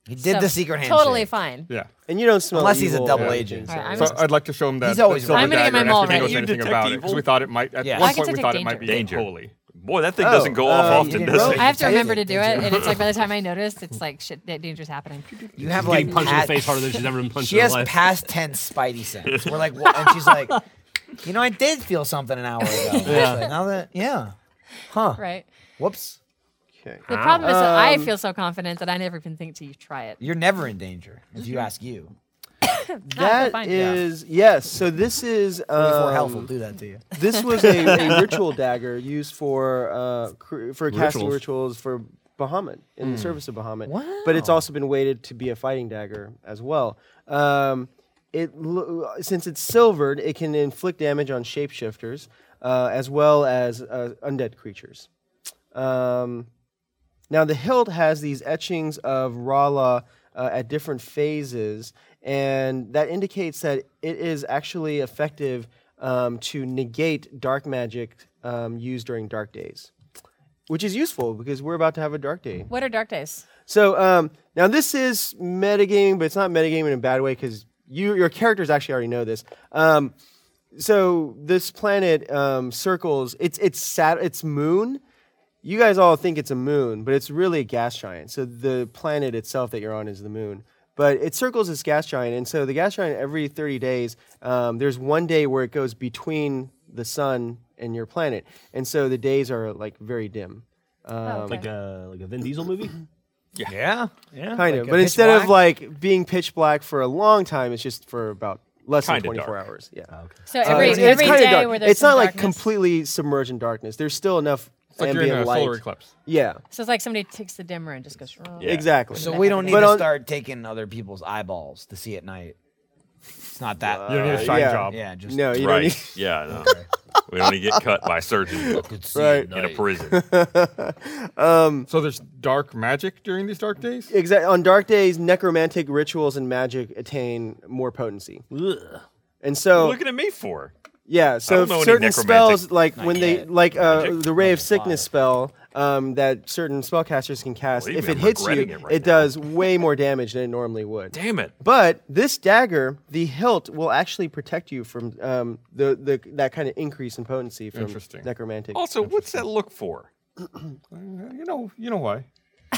D: He did
B: So,
D: the secret handshake.
B: Totally fine.
C: Yeah.
A: And you don't smell
D: Unless he's a
A: evil
D: double
A: or
D: agent.
A: anything,
B: All right, I'm
C: So
B: just-
C: I'd like to show him that,
D: He's
C: that
D: always
C: silver
D: right. I'm
B: gonna get
C: dagger
B: my
C: and ask
B: maul
C: if he
B: ready.
C: knows
E: You
C: anything
E: detect
C: about it
E: evil?
C: because we thought it might at
G: Yeah.
B: I
C: one
B: can
C: point we
B: detect
C: thought it might be
E: danger.
C: holy.
E: Boy, that thing
A: Oh,
E: doesn't go off
A: uh, you
E: often,
A: didn't
B: *laughs*
E: does
A: roll.
E: it?
B: I have to
D: I
B: remember to
D: didn't
B: do it, and it's like by the time I noticed, it's like shit, that danger's happening.
D: You have
H: Getting
D: like
H: punched in the
D: pat-
H: face harder than she's ever been punched
D: She
H: in her
D: has
H: life.
D: past tense spidey sense. We're like, what? and she's like, you know, I did feel something an hour ago. Actually, now that, yeah, huh?
B: Right.
D: Whoops,
A: Okay.
B: The problem is that I feel so confident that I never even think to try it.
D: you're never in danger if you ask you.
B: they're
A: That
B: fine.
A: is yes. So this is
D: Before health will
A: um,
D: do that to you.
A: this was a, a ritual dagger used for uh, cr- for casting
H: Rituals.
A: rituals for Bahamut in the service of Bahamut. But it's also been weighted to be a fighting dagger as well. Um, it lo- since it's silvered, it can inflict damage on shapeshifters uh, as well as uh, undead creatures. Um, now, the hilt has these etchings of Rala uh, at different phases, and that indicates that it is actually effective um, to negate dark magic um, used during dark days, which is useful because we're about to have a dark day.
B: What are dark days?
A: So um, now this is metagaming, but it's not metagaming in a bad way because you your characters actually already know this. Um, so this planet um, circles its its sat its moon. You guys all think it's a moon, but it's really a gas giant. So the planet itself that you're on is the moon. But it circles this gas giant, and so the gas giant every 30 days, um, there's one day where it goes between the sun and your planet, and so the days are like very dim.
B: Oh, okay.
G: Like a like a Vin Diesel movie.
D: *laughs* Yeah,
G: Yeah,
A: kind
G: like
A: of.
G: a
A: But
G: pitch
A: instead of
G: black.
A: like being pitch black for a long time, it's just for about less
E: Kinda
A: than 24
E: dark.
A: hours. Yeah. Uh,
B: so every,
A: it's
B: every
A: kinda
B: day
A: dark.
B: where there's
A: it's not
B: some
A: like
B: darkness-
A: completely submerged in darkness. There's still enough
C: It's like
A: ambient
C: during a
A: light.
C: solar eclipse.
A: Yeah,
B: So it's like somebody takes the dimmer and just goes. "Oh."
E: Yeah.
A: exactly.
D: So we don't need
A: But
D: to
A: on-
D: start taking other people's eyeballs to see at night. It's not that. Uh,
C: You don't need a side
A: yeah.
C: job.
D: yeah, just
A: no, you
E: right.
A: don't need.
E: Yeah, no. we don't need to get cut by a surgeon
A: *laughs* Right.
E: in a prison.
C: So there's dark magic during these dark days.
A: Exactly. On dark days, necromantic rituals and magic attain more potency. And so,
E: Looking at me for.
A: Yeah, so
E: don't know any
A: certain
E: necromantic-
A: spells, like when they,
D: yet.
A: like uh,
E: Magic?
A: the Ray of Sickness spell um, that certain spellcasters can cast,
E: Believe
A: if
E: me,
A: it
E: I'm
A: hits you,
E: regretting it
A: it,
E: right now.
A: does way more damage than it normally would.
E: Damn it.
A: But this dagger, the hilt, will actually protect you from um, the, the that kind of increase in potency from
C: Interesting.
A: necromantic.
E: Also, what's that look for?
C: You know, you know why.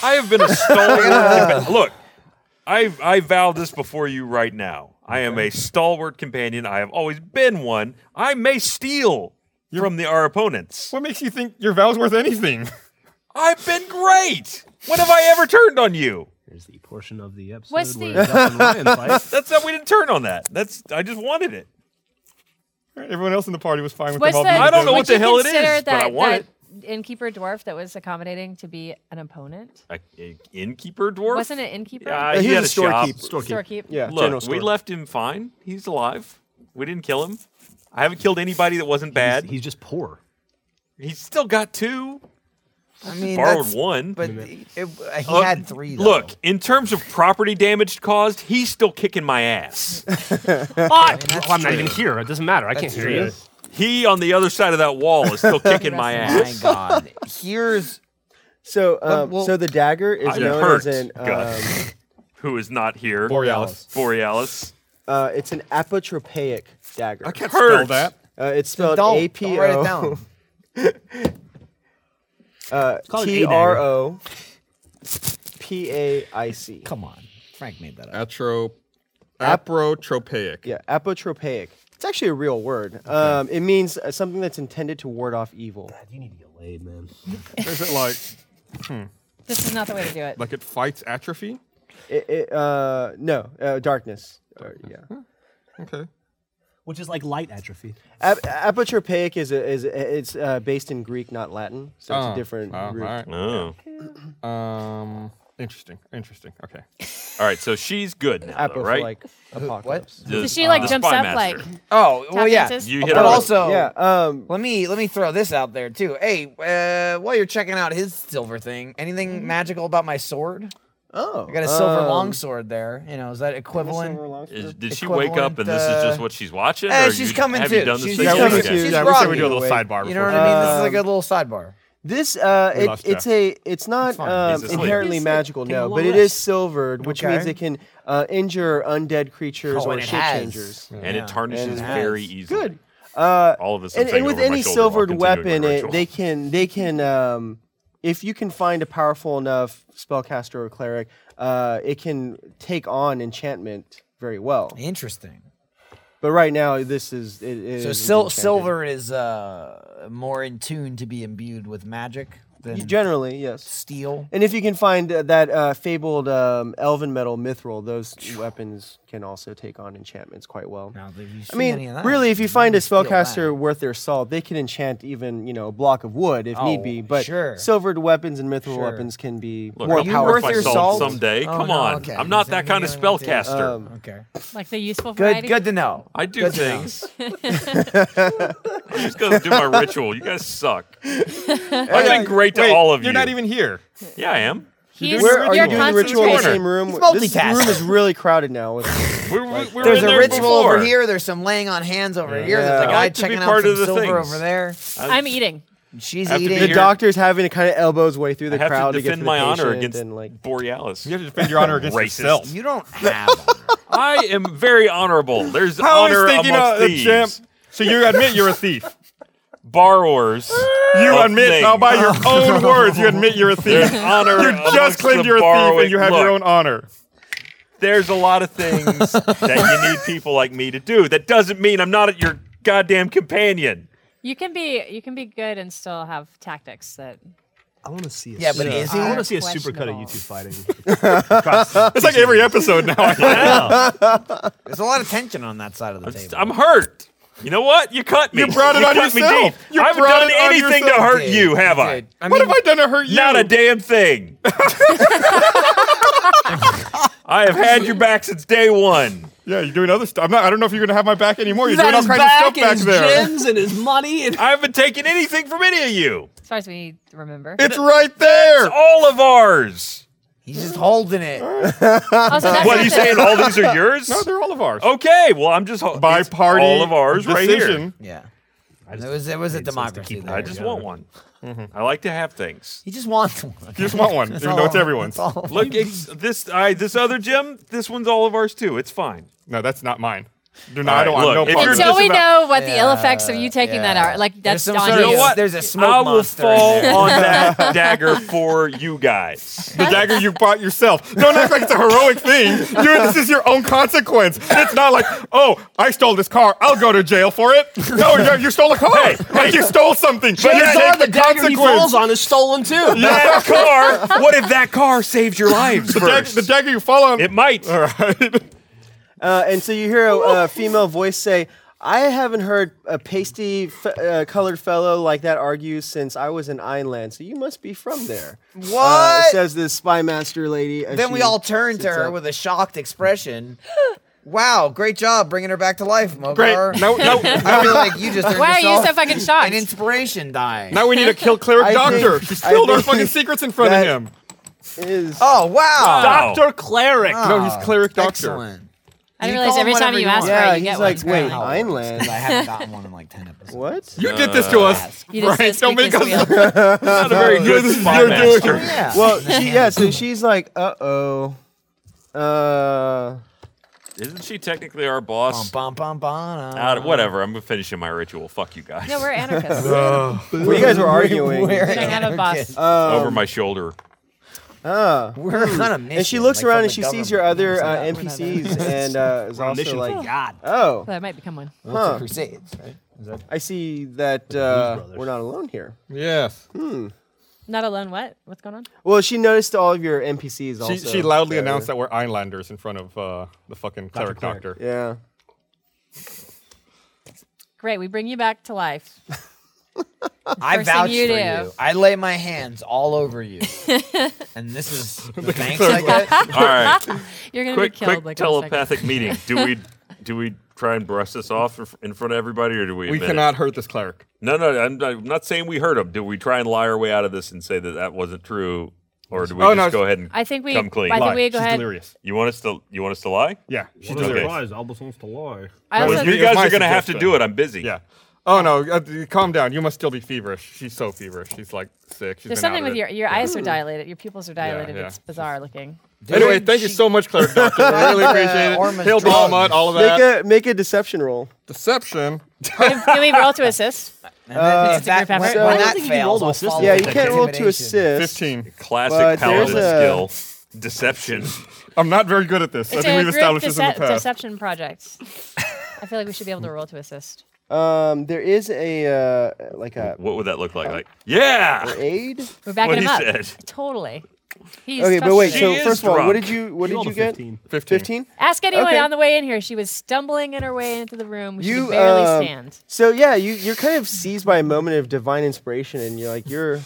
E: I have been a stalwart. compa- Look, I I vow this before you right now. I am a stalwart companion. I have always been one. I may steal from the our opponents.
C: What makes you think your vow's worth anything? *laughs*
E: I've been great. When have I ever turned on you?
G: There's the portion of the episode
B: What's
G: where
B: the-
G: the Duck and Lion fight.
E: That's not. We didn't turn on that. That's. I just wanted it.
C: Everyone else in the party was fine with
B: What's
C: them all.
B: the,
C: being
E: I don't
C: good.
E: know what
B: would
E: the
B: you
E: hell it
B: consider
E: is, but I
B: that-
E: want
B: that Innkeeper dwarf that was accommodating to be an opponent.
E: A, a innkeeper dwarf.
B: Wasn't it innkeeper?
E: Yeah,
A: Uh, he
E: he
A: was
E: had
A: a
E: a shop.
A: storekeeper.
B: Storekeep.
A: yeah, general
E: Look,
A: store.
E: we left him fine. He's alive. We didn't kill him. I haven't killed anybody that wasn't bad.
G: He's, he's just poor.
E: he's still got two.
D: I mean,
E: Borrowed
D: that's-
E: one.
D: But it, it- he
E: Uh,
D: had three. Though.
E: Look, in terms of property damage caused, he's still kicking my ass.
G: Ah,
D: that's
G: well, I'm not
D: true.
G: even here. It doesn't matter. I can't
D: That's
G: hear
D: true.
G: you.
E: he on the other side of that wall is still kicking my *laughs*
D: my
E: ass.
D: God, here's
A: So, um,
D: Uh, well-
A: so the dagger is
E: I'm
A: known
E: hurt.
A: as an
E: God.
A: um,
E: Who is not here?
C: Borealis.
E: Borealis.
A: uh, it's an apotropaic dagger.
E: can't
C: Spell that.
A: Uh, it's spelled
D: don't,
A: A
D: don't
A: P
D: write it
A: O *laughs*
D: down.
G: called an
A: T
G: A
A: R
G: dagger.
A: O P A I C.
D: Come on, Frank made that up.
C: Atro, aprotropaic.
A: Yeah, apotropaic. It's actually a real word. Um, it means uh, something that's intended to ward off evil.
G: You need to get laid, man.
C: Is it like
B: This is not the way to do it.
C: Like it fights atrophy?
A: It, it, uh, no, uh, darkness. Or, yeah.
C: Okay.
H: Which is like light atrophy.
A: Ap- apotropaic is a, is a, it's uh, based in Greek, not Latin, so it's
C: Oh,
A: a
E: Uh,
A: different
C: oh,
A: root.
C: all
E: Oh.
C: right. Um, interesting. Interesting. Okay.
E: All right, so she's good now, though,
A: Apo
E: right?
A: for like apocalypse.
E: The- uh,
B: So she like
E: the
B: jumps
E: Spy
B: up
E: Master.
B: like
D: Oh, well,
B: tap
D: yeah.
B: dances.
E: you hit
D: But
E: her. with-
D: also,
A: Yeah. Um,
D: let me let me throw this out there too. Hey, uh, while you're checking out his silver thing, anything magical about my sword?
A: Mm-hmm. oh,
D: I got a silver
A: um,
D: longsword there. You know, is that equivalent?
E: Is- did she wake up and
D: equivalent,
E: this is just
D: uh,
E: what she's watching?
D: eh,
E: or
D: she's
E: you,
D: coming
E: have
D: too.
E: You done this
D: She's
E: with
A: coming
E: you?
A: too.
E: Okay.
A: She's
C: Yeah, we
A: robbed
C: said we do a little
A: Anyway.
C: sidebar.
D: You know
C: before
D: what
C: we-
D: I mean? This is like a
A: Um,
D: little sidebar.
A: This uh,
C: We
A: it,
C: lost
A: it's a it's not
D: fine.
A: um,
E: He's asleep.
A: inherently
H: He's asleep.
A: magical,
H: Take a
A: no,
H: long
A: but it
H: rest.
A: is silvered, which means
D: Okay.
A: it can uh, injure undead creatures
D: Oh,
A: or
D: and it
A: shape
D: has.
A: changers.
E: And it tarnishes
A: it
E: very
A: has.
E: easily.
A: Good. Uh,
E: All of a sudden,
A: and, and with any silvered weapon, it, they
E: can
A: can they can um, if you can find a powerful enough spellcaster or cleric, uh, it can take on enchantment very well.
D: Interesting.
A: But right now, this is it, it
D: So
A: is
D: sil-
A: enchanted.
D: silver is uh, more in tune to be imbued with magic than
A: generally yes.
D: steel.
A: And if you can find uh, that uh, fabled um, elven metal mithril, those weapons can also take on enchantments quite well.
D: Now, have you
A: I
D: seen any
A: mean,
D: of that?
A: really, if you find a
D: steal that.
A: spellcaster worth their salt, they can enchant even you know a block of wood if
D: Oh,
A: need be. But
D: sure.
A: silvered weapons and mithril
D: Sure.
A: weapons can be
E: Look,
A: more
E: I'll
D: you
A: powerful.
D: worth your salt?
E: someday.
D: Oh,
E: Come
D: no,
E: on,
D: okay.
E: I'm not
D: He's
E: that
D: the
E: kind of
C: uh,
D: only one to-
E: spellcaster.
A: Um,
D: Okay.
B: like the useful
D: Good.
B: variety.
D: Good to know.
E: I do
D: Good to know.
C: *laughs*
E: things. I'm just gonna do my ritual. You
C: *laughs*
E: guys suck. I've been great to
C: Wait,
E: all of you.
C: You're not even here.
E: Yeah, I am.
B: He's,
A: Where are
B: you're
A: you doing the ritual in the
B: concentrating.
A: same room?
D: He's
A: This room is really crowded
D: *laughs*
A: now. With,
E: We were, we were
D: There's
E: in
D: a
E: there
D: ritual
E: before.
D: over here. There's some laying on hands over here. There's a
A: Yeah.
D: guy
E: Like to be
D: checking out
E: part
D: some
E: of the
D: silver
E: things.
D: over there.
B: I'm eating.
D: And She's
E: Have to be
A: the
D: eating.
E: here.
A: doctor's having to kind of elbow his way through
E: I
A: the crowd
E: have to
A: to, get to
E: defend
A: the
E: my honor
A: patient
E: against
A: and like
E: Borealis.
C: You have to defend your honor against
E: Racist.
C: yourself.
D: You don't have. honor.
E: I am very honorable. There's
C: How is
E: honor
C: thinking
E: amongst
C: of the
E: thieves.
C: uh, champ- So you admit you're a thief.
E: Borrowers.
C: *laughs* You
E: of
C: admit
E: things.
C: now by your own words you admit you're a
E: *laughs*
C: thief.
E: There's honor.
C: You
E: amongst
C: just claimed
E: the
C: you're a thief
E: borrowing-
C: and you have your own
E: Look,
C: honor.
E: There's a lot of things that you need people like me to do. That doesn't mean I'm not your goddamn companion.
B: You can be you can be good and still have tactics that
H: I want to see. A
D: Yeah, but is he-
H: I want to see a supercut of
B: Questionable.
H: you two fighting.
G: *laughs*
C: It's like every episode now.
D: There's a lot of tension on that side of the
E: I'm,
D: table.
E: I'm hurt. You know what? You cut me.
C: You brought it on
E: cut me
C: yourself.
E: deep.
C: You
E: I haven't
C: brought
E: done
C: it on
E: anything to
C: yourself,
E: hurt
D: Dude,
E: you, have *laughs* I?
D: dude, I
C: what
D: mean,
C: have I done to hurt you?
E: Not a damn thing. I have had your back since day one.
C: Yeah, you're doing other stuff. I'm not. I don't know if you're gonna have my back anymore. You're doing all
H: his
C: kinds of stuff
H: back and
C: back
H: his
C: there.
H: gems and his money and
E: I haven't taken anything from any of you.
B: as far as we remember.
C: It's right there.
E: It's all of ours.
D: He's just holding
E: *laughs*
D: it.
B: also, that's
E: What are
B: something-
E: you saying? All these are
C: *laughs*
E: yours?
C: No, they're all of ours.
E: Okay, well, I'm just ho-
C: by
E: Oh, it's
C: party.
E: all of ours right here.
C: decision.
D: Yeah. It was it was a
H: made sense to
D: democracy.
H: keep
D: There.
E: I just want one.
C: Mm-hmm.
E: I like to have things.
D: *laughs* He just wants
E: *laughs*
D: one.
C: You just want one, even though it's everyone's.
E: Look, it's, this I, this other gym, this one's all of ours too. It's fine.
C: No, that's not mine. Do not. I
E: right,
C: don't
E: look,
C: want
E: if
C: no part
E: you're
C: of this
B: Until we
C: about-
B: know what the ill effects of you taking that
D: yeah.
B: are, like that's
D: some
B: on
D: sort
E: You
D: of-
B: you.
E: know what?
D: There's a smoke
E: I will
D: monster in
E: fall
C: *laughs*
D: there.
E: on that dagger for you guys.
C: The dagger you bought yourself. Don't act like it's a heroic thing. you this is your own consequence. It's not like, oh, I stole this car. I'll go to jail for it. No, you, you stole a car. like you stole something. But you
H: Chances
C: take
H: are the dagger he falls on is stolen too.
E: That car. What if that car saved your lives
C: The dagger,
E: first?
C: the dagger you fall on.
E: It might.
C: all right.
A: Uh, and so you hear a, a female voice say, "I haven't heard a pasty f- uh, colored fellow like that argue since I was in Ireland. So you must be from there."
D: What?
A: Uh, says this spy master lady. as
D: then
A: she
D: we all turned to
A: sits
D: her
A: up.
D: with a shocked
E: *laughs*
D: expression. Wow, great job bringing her back to life, Mogar.
C: Great. Now, now,
D: I feel like you
E: *laughs*
D: just earned
B: Why are you
D: yourself
B: so fucking shocked?
D: an inspiration dying.
C: now we need a kill cleric
A: I think-
C: doctor. she spilled
A: I
C: our
A: think
C: fucking secrets in front
A: that-
C: of him.
A: Is
D: Oh wow.
E: Wow.
H: Doctor Cleric.
D: Wow.
C: No, he's cleric doctor.
D: Excellent.
B: I
D: You
B: didn't realize
D: call
B: every
D: him
B: time
D: whatever
B: you
D: you
B: ask
D: want.
B: for
A: yeah,
B: it,
A: he's
B: you get
A: like,
B: one.
A: wait,
B: apparently.
A: Ireland?
D: I haven't gotten one in like ten *laughs* episodes.
A: What?
C: You did this to us.
B: You just
C: Right,
B: right,
C: don't
B: don't
C: make us
E: Not
C: *laughs*
E: a very good
C: this is
E: spy
C: your
E: master.
C: doing.
D: Yeah.
A: *laughs*
D: *laughs*
A: Well, she, yeah. So she's like, "Uh oh, uh."
E: Isn't she technically our
D: Bum,
E: boss?
D: bum, bum, bum,
E: Ah, whatever. I'm finishing my ritual. Fuck you guys.
B: No, we're
C: *laughs*
B: anarchists.
C: Uh.
A: Well, you guys were arguing.
B: we don't have a boss.
A: Uh,
E: Over my shoulder.
D: Uh, We're on a mission.
A: And she looks
D: like,
A: around
D: from
A: and
D: the
A: she sees your
D: government.
A: other uh,
B: not
D: *laughs*
A: NPCs and uh, is also
H: Mission for
A: like,
H: God.
A: "Oh,
B: that might become one.
D: Well,
A: uh,
D: it's the Crusades, right? Is that-
A: I see that uh,
H: Brothers.
A: we're not alone here."
C: Yes.
B: Not alone. What? What's going on?
A: Well, she noticed all of your NPCs also.
C: She, she loudly
A: so-
C: announced that we're Einlanders in front of uh, the fucking cleric doctor.
A: Yeah.
B: Great. We bring you back to life.
D: I
B: First thing
D: vouch
B: you
D: for
B: do.
D: you. I lay my hands all over *laughs* you, and
A: *laughs*
D: this is the thanks I get.
E: All right.
B: *laughs* You're gonna
E: quick
B: be killed.
E: quick
B: like in a second.
E: telepathic meeting. Do
B: *laughs*
E: we do we try and brush this off in fr- in front of everybody, or do we?
C: We
E: admit it?
C: cannot hurt this cleric.
E: No, no. I'm, I'm not saying we heard him. Do we try and lie our way out of this and say that that wasn't true, or do we
C: Oh,
E: just
C: no,
E: go ahead and
B: I think we.
E: come clean?
B: I think
C: Lie.
B: we go
C: She's
B: ahead.
C: delirious.
E: You want us to? You want us to lie?
C: Yeah, she's
E: Okay.
C: delirious.
F: Surprise, Albus wants to lie.
B: I
C: That
B: also
C: was
E: You
C: It
E: guys
C: my
E: are gonna have to
C: suggestion.
E: do it. I'm busy.
C: Yeah. Oh no, uh, calm down. You must still be feverish. She's so feverish. She's like sick.
B: There's
C: She's been out
B: something
C: of
B: with
C: it.
B: your your eyes are dilated. Your pupils are dilated.
C: yeah.
B: It's bizarre
C: *laughs*
B: looking.
C: Anyway, thank you so much, cleric doctor. I really appreciate
D: Uh,
C: it.
D: Ormond's
C: Hail
D: drugs.
C: Bahamut, all of that.
A: Make a make a deception roll.
C: Deception.
B: Can, can we roll to assist?
D: And then if that,
B: Stick your pepper.
D: Uh, when, when
B: I don't
D: that
G: think you can roll
D: fails,
G: to
D: I'll
G: assist.
D: follow
A: Yeah,
D: it
A: you
D: with
A: can't roll to
D: Oh, intimidation.
A: assist.
C: Fifteen.
E: Classic
A: But there's
E: paladin
A: a-
E: skill, deception.
C: I'm not very good at this. I
B: It's
C: think
B: a
C: we've
B: group
C: established this in the
B: dece-
C: past.
B: deception project. I feel like we should be able to roll to assist.
A: Um, there is a uh, like a
E: What would that look like? Like, yeah.
A: aid.
B: We're
E: What
B: backing
E: he
B: him up.
E: said.
B: Totally. He's
A: Okay, but wait.
E: She
B: trusting.
A: So
E: is
A: first of all, what
E: drunk.
A: did you what
F: You
A: did
F: rolled
A: you
F: a
A: get?
F: 15.
A: Fifteen.
B: Ask anyone
A: Okay.
B: on the way in here. She was stumbling in her way into the room. She
A: You
B: could barely
A: um,
B: stand.
A: So yeah, you you're kind of seized by a moment of divine inspiration, and you're like you're.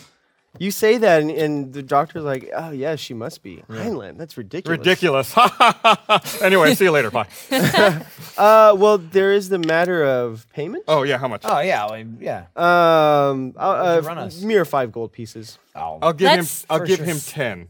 A: You say that, and, and the doctor's like, "Oh yeah, she must be Heinlein. That's ridiculous."
C: Ridiculous. *laughs* anyway, see you
B: *laughs*
C: later. Bye.
A: Uh, well, there is the matter of payment.
C: Oh yeah, how much?
D: Oh yeah, well, yeah.
A: Um, I'll-
D: What'd
A: uh,
D: you run us?
A: mere five gold pieces.
D: Oh,
C: I'll give
B: Let's-
C: him. I'll
D: for
C: give
D: sure.
C: him ten.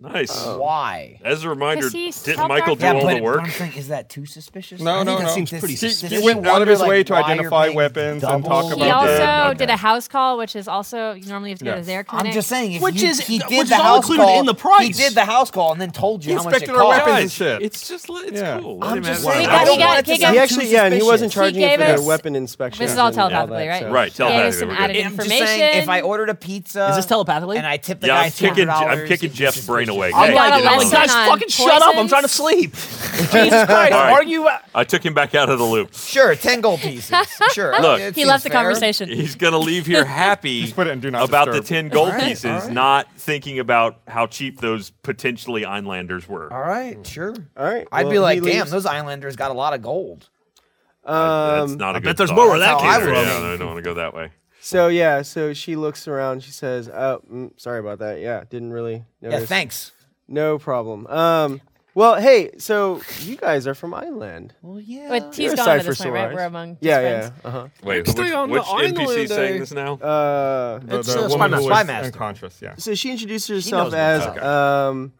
E: Nice.
D: why?
E: As a reminder,
B: 'Cause he
E: didn't
B: helped
E: Michael
B: our
E: do
B: Yeah,
E: all
D: Oh. but
E: the work?
D: I'm thinking, is that too suspicious?
C: No,
D: I
C: no,
D: think
C: no.
D: That seems pretty
F: He- he
D: suspicious.
C: He went out of his way to identify weapons and talk
B: He
C: about
B: also
C: them.
B: did a house call, which is also you normally have to go to
C: Yes.
B: their clinic.
D: I'm just saying, if
H: Which
D: he,
H: is-
D: he
H: which
D: did
H: is
D: the
H: all
D: house
H: included
D: call
H: in the
D: He
H: price.
D: did the house call and then told you
C: He
D: how much it
C: inspected our
D: cost.
C: weapons and
E: Guys,
C: shit.
E: It's just li- it's
C: Yeah.
E: cool.
D: I'm
E: Let him
D: just
E: have
D: saying,
E: it.
B: We got-
D: I
B: we
D: don't
B: got-
D: want it
B: he
D: to
B: got-
D: sound
A: he
D: too
A: actually, yeah, and he wasn't
D: suspicious.
A: charging
B: He
A: you for
B: gave
A: their
B: us-
A: weapon inspection.
B: this is all
A: and that,
B: telepathically, right?
A: so-
E: Right,
B: Yeah, he gave us
E: telepathically,
B: some
E: we're
B: added
E: good.
D: I'm just saying,
B: information.
D: if I ordered a pizza,
H: Is this telepathically?
D: and I tipped the
E: Yeah,
D: guy
E: I'm kicking. I'm
D: $200,
E: kicking
D: it's
E: Jeff's brain
D: suspicious.
B: I'm
E: away. Hey,
B: not
E: get
B: allowed
E: on
B: to
E: that.
B: touch
H: guys, fucking shut up! I'm
B: poisons?
H: trying to
I: *laughs*
H: sleep.
D: Jesus Christ,
E: All right.
D: are you?
E: I took him back out of
C: *laughs*
E: the loop.
D: Sure, ten gold pieces. Sure.
E: Look.
D: it
B: he
D: seems
B: left the
D: fair.
B: conversation.
D: *laughs*
E: He's gonna
C: *laughs*
E: leave here happy
C: put it in do not
E: about
C: disturb.
E: the ten gold
D: right,
E: pieces,
D: all right.
E: not thinking about how cheap those potentially Einlanders were.
D: All right, sure.
A: All right.
D: I'd
A: well,
D: be
A: he
D: like, damn,
A: leaves.
D: those Islanders got a lot of gold.
E: That's
A: Um,
E: not a
G: I
E: good
G: bet there's
E: thought.
G: more where that
D: That's how
G: came
D: I would
E: Yeah,
G: from.
D: roll.
E: no, I don't want to go that way.
A: So yeah, so she looks around. She says, "Oh, mm, sorry about that. Yeah, didn't really
D: Yeah,
A: notice.
D: thanks.
A: No problem. Um, well, hey, so you guys are from Ireland.
D: Well, yeah.
B: But he's
A: You're
B: gone
A: aside
B: at this
A: for
B: point, right?
A: Solaris.
B: We're among just
A: Yeah,
B: friends.
A: yeah. Uh-huh.
E: Wait, which,
F: Next
E: which
F: thing on the
E: NPC
F: island,
E: saying
F: eh?
E: this now?
A: Uh,
C: The,
H: It's,
C: the
H: uh,
C: woman who
H: Spymaster.
C: was
D: Spymaster.
C: unconscious. Yeah.
A: so she introduces herself
D: knows me.
A: as
E: Okay.
A: um,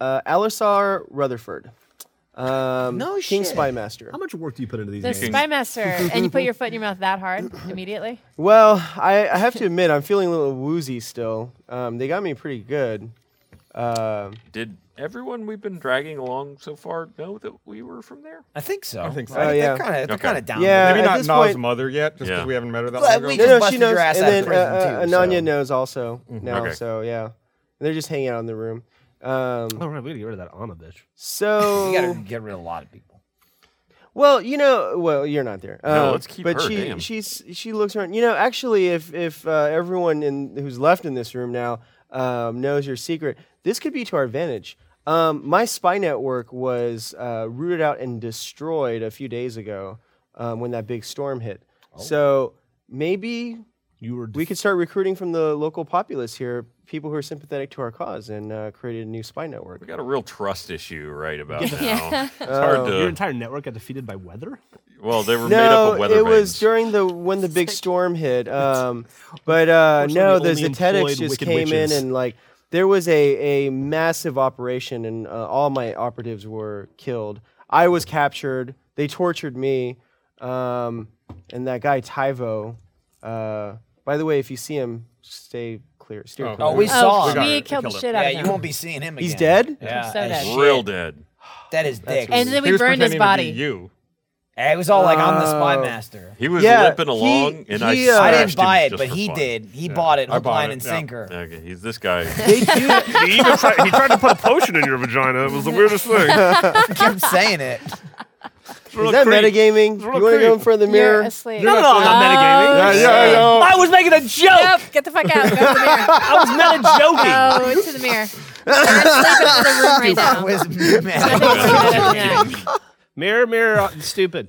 A: uh, Alisar Rutherford, um,
D: No
A: King
D: shit.
A: Spy Master.
F: How much work do you put into these
B: The
F: names?
B: spy master, and you put your foot in your mouth that hard immediately.
A: Well, I, I have to admit, I'm feeling a little woozy still. Um, they got me pretty good. Um
E: Did everyone we've been dragging along so far know that we were from there?
D: I think so. I
C: think so.
A: Oh, yeah.
D: They're kind of they're
E: Okay.
D: kind of down.
A: Yeah.
D: with
C: Maybe
A: at
C: not
A: this
C: Na's
A: point-
C: mother yet, just because
E: Yeah.
C: we haven't met her that
D: Well,
C: long
D: we
C: ago.
A: no, no,
D: busted
A: she knows.
D: your ass
A: and
D: out of
A: then
D: prison,
A: uh, uh, Ananya
D: too, so. Mm-hmm.
A: knows also now.
E: Okay.
A: So yeah, they're just hanging out in the room. Um,
F: All Oh, right, we gotta get rid of that Anna bitch.
A: so
D: it. We gotta get rid of a lot of people.
A: Well, you know, well, you're not there.
E: No,
A: Um,
E: let's keep
A: But
E: her,
A: she,
E: damn.
A: she's, she looks around. You know, actually, if if uh, everyone in who's left in this room now um, knows your secret, this could be to our advantage. Um, my spy network was uh, rooted out and destroyed a few days ago um, when that big storm hit.
E: Oh.
A: So maybe
F: You were.
A: we could start recruiting from the local populace here, people who are sympathetic to our cause, and uh, create a new spy
E: We
A: network.
E: got a real trust issue right about now. It's
D: Oh,
E: hard
F: your
E: to.
F: entire network got defeated by weather.
E: Well, they were made up
A: No,
E: of weather
A: it was
E: vanes.
A: during the when the big storm
F: *laughs*
A: hit. Um, but uh, no, the
F: Unfortunately, only
A: Zetetics
F: employed
A: just
F: wicked
A: came
F: witches.
A: in and like there was a a massive operation, and uh, all my operatives were killed. I was captured. They tortured me, um, and that guy Tyvo. Uh, by the way, if you see him, stay clear. Steer
C: Oh.
A: clear.
D: Oh, we
B: Oh,
D: saw
B: we,
D: him.
C: her. We
B: killed the
C: killed her.
B: shit out
D: Yeah,
B: of him.
D: you won't be seeing him again.
A: He's dead.
D: Yeah,
B: so
D: and
B: dead.
D: shit.
E: real dead.
D: That is dick.
B: And then
C: He
B: we
C: was
B: burned his
C: pretending to be
B: body.
C: You.
D: It was all like I'm the spy
A: Oh.
D: master.
E: He was
A: Yeah,
E: limping
A: he-
E: along, and I
A: he, uh,
D: I
E: smashed
D: didn't
E: him
D: buy it,
E: just
D: but
E: for
D: he
E: fun.
D: did. He bought it,
C: I
D: hook,
C: bought
D: line,
C: it,
D: and
C: yeah.
D: sinker.
E: Okay, he's this guy.
A: They do.
F: he, even tried, he tried to put a potion in your vagina. It was the weirdest thing.
D: I kept saying it.
A: Is that metagaming? You want to go in front of the
B: You're
A: mirror?
B: asleep.
G: No, no, no, I'm not metagaming.
C: Yeah, yeah, yeah.
G: I was making a joke.
B: Nope, get the fuck out. Go to the
F: *laughs*
B: mirror.
G: I *laughs* was meta joking.
B: Go into the mirror. I'm sleeping in the room right now.
D: Was mad.
B: Yeah.
E: *laughs*
D: *laughs*
F: Mirror, mirror, uh, stupid.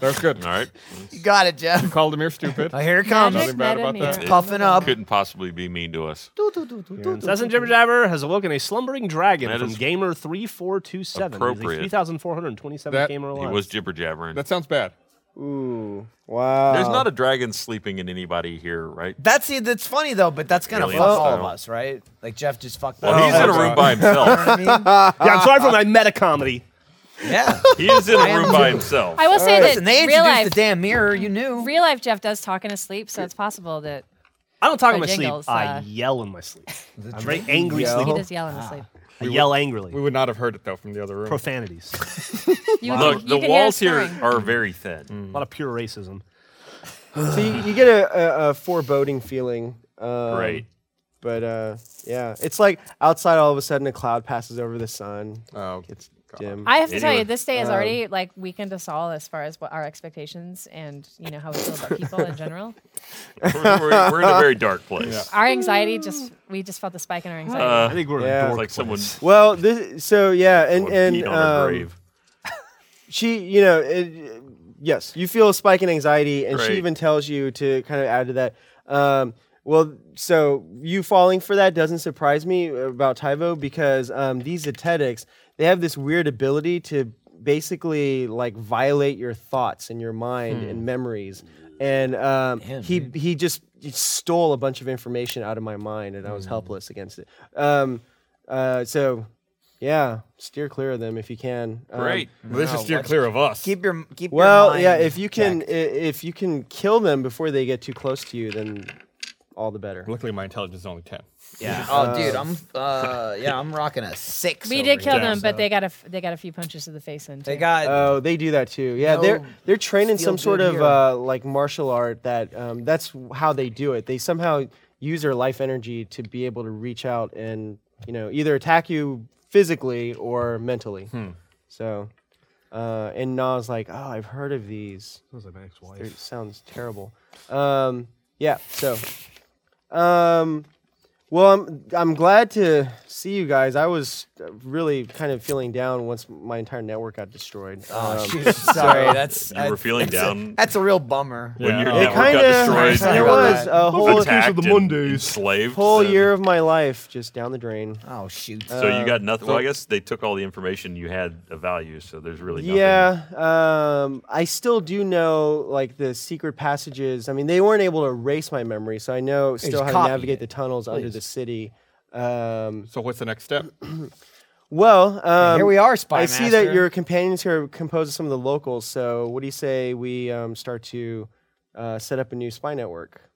C: That's good.
E: All right.
D: You got it, Jeff.
C: Call Demir stupid.
D: Oh, here it comes.
B: Magic
C: bad
B: meta
C: about that.
B: mirror.
D: Puffing up.
E: Couldn't possibly be mean to us.
F: *laughs* Assassin Jibber Jabber has awoken a slumbering dragon
E: That
F: from
E: is
F: Gamer 3427.
E: appropriate.
F: Three thousand four hundred twenty-seven
C: That-
F: gamer
E: He
F: alive.
E: was jibber jabbering.
C: That sounds bad.
A: Ooh, wow.
E: There's not a dragon sleeping in anybody here, right?
D: That's the- that's funny though, but that's gonna
E: Really
D: fuck
E: is,
D: all of
E: though.
D: us, right? Like Jeff just fucked
E: Well,
D: up.
E: he's in a
D: You
E: room by himself.
D: *laughs* know what I
G: yeah, I'm sorry for
B: *laughs*
G: my meta comedy.
D: mean? Yeah.
E: He is in a
D: am
E: room by himself.
B: I will say that
D: Listen, they
B: real
D: introduced
B: life,
D: the damn mirror. You knew.
B: real life Jeff does talk in his sleep, so it's possible that
G: I don't talk in
B: Or
G: my sleep.
B: jingles,
G: I
B: uh,
G: yell in my
B: *laughs*
G: sleep. I'm very angry
A: yell.
B: he
A: Oh.
G: sleep.
B: does yell in
E: Ah.
B: his sleep.
G: I yell
C: We
G: angrily.
C: would not have heard it though from the other
B: *laughs*
C: room.
F: Profanities.
B: You can-
E: Look,
B: you can
E: the
B: hear him
E: walls here
B: snoring.
E: are very thin.
F: a lot of pure racism.
A: So you, you get a, a, a foreboding feeling. Um,
E: Right.
A: But uh, yeah, it's like outside. All of a sudden, a cloud passes over the sun.
C: Oh,
A: It's dim.
B: I have to tell you,
E: Anyway. Um,
B: this day has already like weakened us all as far as what our expectations and you know how we feel about people in general.
E: We're, we're- we're in a very dark place.
B: Our anxiety just we just felt the spike in our anxiety.
E: Uh,
F: I think we're
A: Yeah.
F: in a
E: it's
F: dork
E: like someone
F: place.
A: well, this. So yeah, and
E: someone
A: and
E: peed on her
A: um,
E: grave.
A: she, you know, it, yes, you feel a spike in anxiety, and
E: Right.
A: she even tells you to kind of add to that. Um, well, so you falling for that doesn't surprise me about Tyvo because um, these Zetetics, they have this weird ability to basically like violate your thoughts and your mind and memories. And um, he he just stole a bunch of information out of my mind, and I was helpless against it. Um, uh, so, yeah, steer clear of them if you can. Um,
E: Great.
C: Well, they should steer clear of us.
D: Keep your keep your
A: well,
D: mind
A: yeah. If you can, i
D: checked.
A: if you can kill them before they get too close to you, then all the better.
C: Luckily, my intelligence is only ten.
G: Yeah.
D: Oh, dude, I'm uh yeah, I'm rocking a six.
B: we
D: over
B: did
D: here.
B: kill them, but they got a f- they got a few punches to the face in.
D: They
B: too.
D: got
A: Oh, they do that too. Yeah, they're
D: No
A: they're training some
D: feel-good
A: sort of
D: hero.
A: uh, like martial art that um, that's how they do it. They somehow use their life energy to be able to reach out and you know either attack you physically or mentally. So, uh, and Na's like, oh, I've heard of these.
F: Sounds like my
B: *laughs*
F: ex-wife.
A: It sounds terrible. Um, yeah. So, um, well, I'm I'm glad to see you guys. I was uh, really kind of feeling down once my entire network got destroyed.
E: Ah,
D: Oh,
A: Um,
D: shoot. *laughs* Sorry, that's
E: You were feeling
D: that's a-
E: down.
D: that's a real bummer.
E: When your
C: Yeah.
E: network
A: Kinda,
E: got
A: *laughs*
E: destroyed,
A: it
E: you were
A: was a whole
E: attacked
F: of the
E: and
F: Mondays.
E: enslaved.
A: whole
E: and-
A: year of my life just down the drain.
D: Oh shoot.
E: So you got nothing. Well, I guess they took all the information you had of value, so there's really nothing.
A: Yeah, um, I still do know like the secret passages. I mean, they weren't able to erase my memory, so I know still
D: just
A: how to
D: copy
A: navigate
D: it,
A: the tunnels under the city. Um,
C: So what's the next step?
A: Well, um,
D: here we are, Spy
A: I see that
D: Master.
A: your companions here are composed of some of the locals. So, what do you say we um, start to uh, set up a new spy network?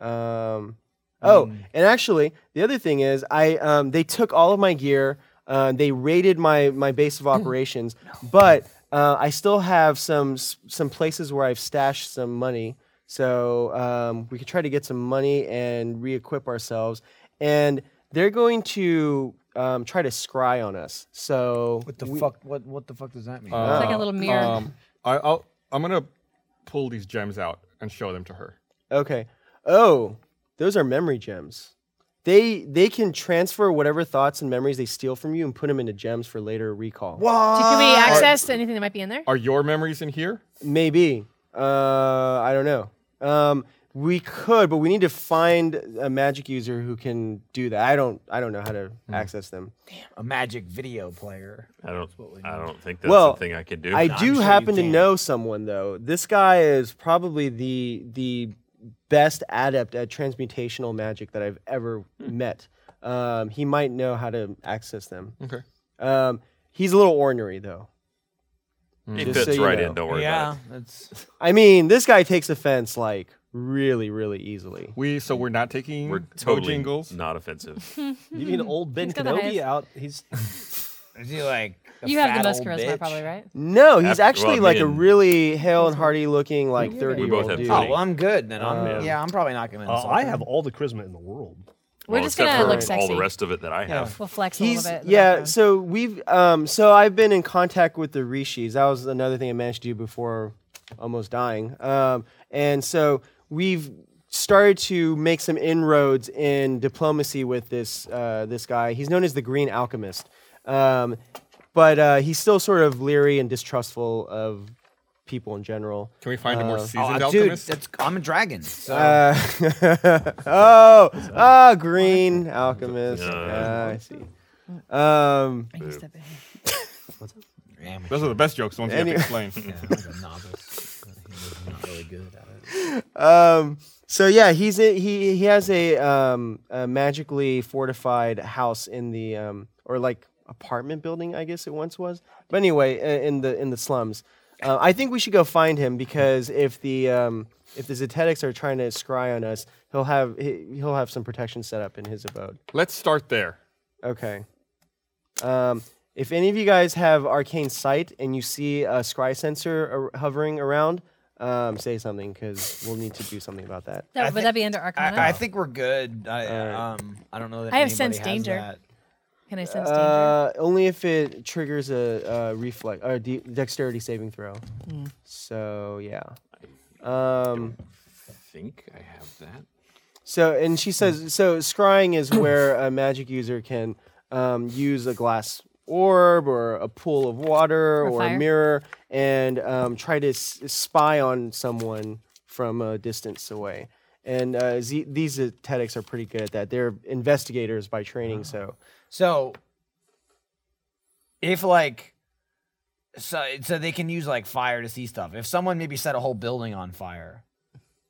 A: Um, oh,
D: Hmm.
A: and actually, the other thing is, I um, they took all of my gear. Uh, they raided my my
D: *gasps*
A: base of operations, but uh, I still have some s- some places where I've stashed some money. So um, we could try to get some money and re-equip ourselves. And they're going to um, try to scry on us. So
D: what the fuck? What what the fuck does that mean?
B: It's like a little mirror.
C: Um, I, I'll, I'm gonna pull these gems out and show them to her.
A: okay. Oh, those are memory gems. They they can transfer whatever thoughts and memories they steal from you and put them into gems for later recall.
B: Do- Can
D: uh,
B: we access anything that might be in there?
C: Are your memories in here?
A: Maybe. Uh, I don't know. Um, we could, but we need to find a magic user who can do that. I don't. I don't know how to access them.
D: a magic video player.
E: I don't. I don't think that's
A: Well,
E: something I can do.
A: I
E: Nah.
A: do happen to know someone though. This guy is probably the the best adept at transmutational magic that I've ever met. Um, he might know how to access them.
C: Okay.
A: Um, he's a little ornery though.
E: He
A: Just
E: fits
A: so you
E: right
A: know.
E: in. Don't worry about it.
D: that's
A: I mean, this guy takes offense like really, really easily.
C: We so we're not taking
E: We're totally
C: jingles.
B: *laughs*
E: not offensive.
F: You mean old Ben
B: He's got the highest.
F: Kenobi out?
B: *laughs*
F: He's *laughs*
D: is he like a
B: You have the
D: fat
B: most
D: old
B: charisma,
D: bitch?
B: probably, right?
A: No, he's
E: After- well,
A: actually
E: me
A: like a
E: and-
A: really hale and hearty looking like
E: We
A: thirty year
E: both
A: old
E: have
A: dude.
D: Oh
E: funny.
D: well, I'm good then. I'm,
E: Uh,
D: yeah, I'm probably not gonna.
F: Uh,
D: insult
F: I
D: him.
F: have all the charisma in the world.
B: We're
E: Well,
B: just
E: except
B: gonna
E: for
B: look
E: all
B: sexy.
E: the rest of it that I have.
B: We'll flex a
A: He's
B: little bit. in the
A: yeah.
B: background.
A: So we've um so I've been in contact with the rishis. That was another thing I managed to do before almost dying. Um, and so we've started to make some inroads in diplomacy with this uh, this guy. He's known as the Green Alchemist. Um, but uh, he's still sort of leery and distrustful of people in general.
C: Can we find a more seasoned
D: Oh, dude,
C: alchemist?
D: that's, I'm a dragon. So
A: oh, ah, green alchemist. Ah, I see. Um,
B: I can step in here.
D: Damn,
C: Those are the best jokes, the ones
A: Any-
C: you have to explain.
D: *laughs* I'm like a novice. I'm not really good at it.
A: um, so yeah, he's a, he he has a, um, a magically fortified house in the um, or like apartment building, I guess it once was. But anyway, i- in the in the slums, uh, I think we should go find him because if the um, if the Zetetics are trying to scry on us, he'll have he, he'll have some protection set up in his abode.
C: Let's start there.
A: Okay. Um, if any of you guys have arcane sight and you see a scry sensor ar- hovering around, um, say something because we'll need to do something about that.
B: That,
D: I
B: would that be under Arcana?
D: I, I think we're good. I, um, I don't know that
B: I have
D: anybody
B: sense
D: has
B: danger.
D: that.
B: Can I sense danger?
A: Uh, only if it triggers a, a reflex or de- dexterity saving throw. So yeah. Um,
E: think I have that.
A: so and she says so. Scrying *coughs* is where a magic user can um, use a glass orb or a pool of water or, a
B: fire.
A: mirror and um, try to s- spy on someone from a distance away. And uh, Z- these aesthetics are pretty good at that. They're investigators by training, so
D: So, if like, so so they can use like fire to see stuff. If someone maybe set a whole building on fire,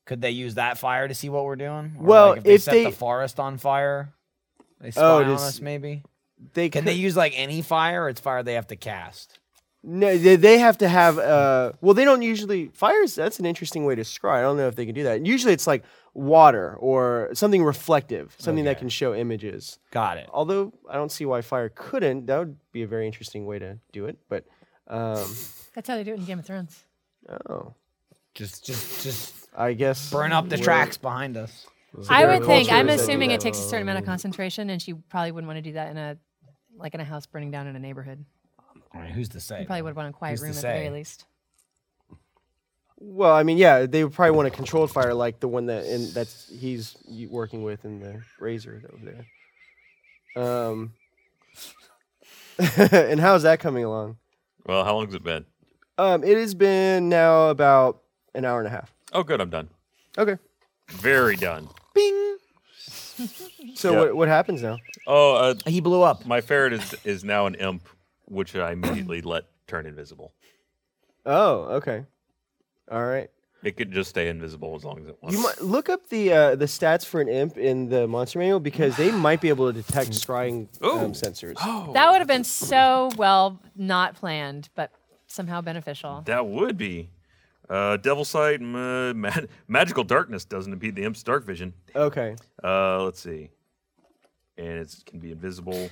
D: could they use that fire to see what we're doing? Or,
A: Well,
D: like, if they
A: if
D: set
A: they-
D: the forest on fire, they spy
A: Oh,
D: on
A: does-
D: us. Maybe
A: they
D: can
A: could-
D: they use like any fire? Or it's fire they have to cast.
A: No, they, they have to have. Uh, well, they don't usually fires. That's an interesting way to scry. I don't know if they can do that. Usually, it's like water or something reflective, something that can show images.
D: Got it.
A: Although I don't see why fire couldn't. That would be a very interesting way to do it. But um,
B: That's how they do it in Game of Thrones.
A: oh,
D: Just just just
A: I guess
D: burn up the tracks behind us.
B: I would think.
A: cultures
B: I'm
A: that do
B: assuming
A: that.
B: it takes a certain amount of concentration, and she probably wouldn't want to do that in a like in a house burning down in a neighborhood.
D: I mean, who's to say?
B: You probably would want a quiet
D: Who's to
B: room at the very
D: say?
B: least.
A: Well, I mean, yeah, they would probably want a controlled fire like the one that in that's he's y- working with in the razor over there. Um, *laughs* and how's that coming along?
E: Well, how long's it been?
A: Um, it has been now about an hour and a half.
E: Oh, good. I'm done.
A: Okay.
E: Very done.
A: So
E: Yeah.
A: what, what happens now?
E: Oh, uh,
D: He blew up.
E: my ferret *laughs* is is now an imp, which I immediately let turn invisible.
A: Oh, okay. All right.
E: It could just stay invisible as long as it wants.
A: You might look up the uh, the stats for an imp in the monster manual because they might be able to detect scrying um, sensors.
D: Oh.
B: That would have been so well not planned, but somehow beneficial.
E: That would be. Uh, Devil Sight, *laughs* ma- ma- Magical Darkness doesn't impede the imp's dark vision.
A: Okay.
E: Uh, let's see. And it can be invisible,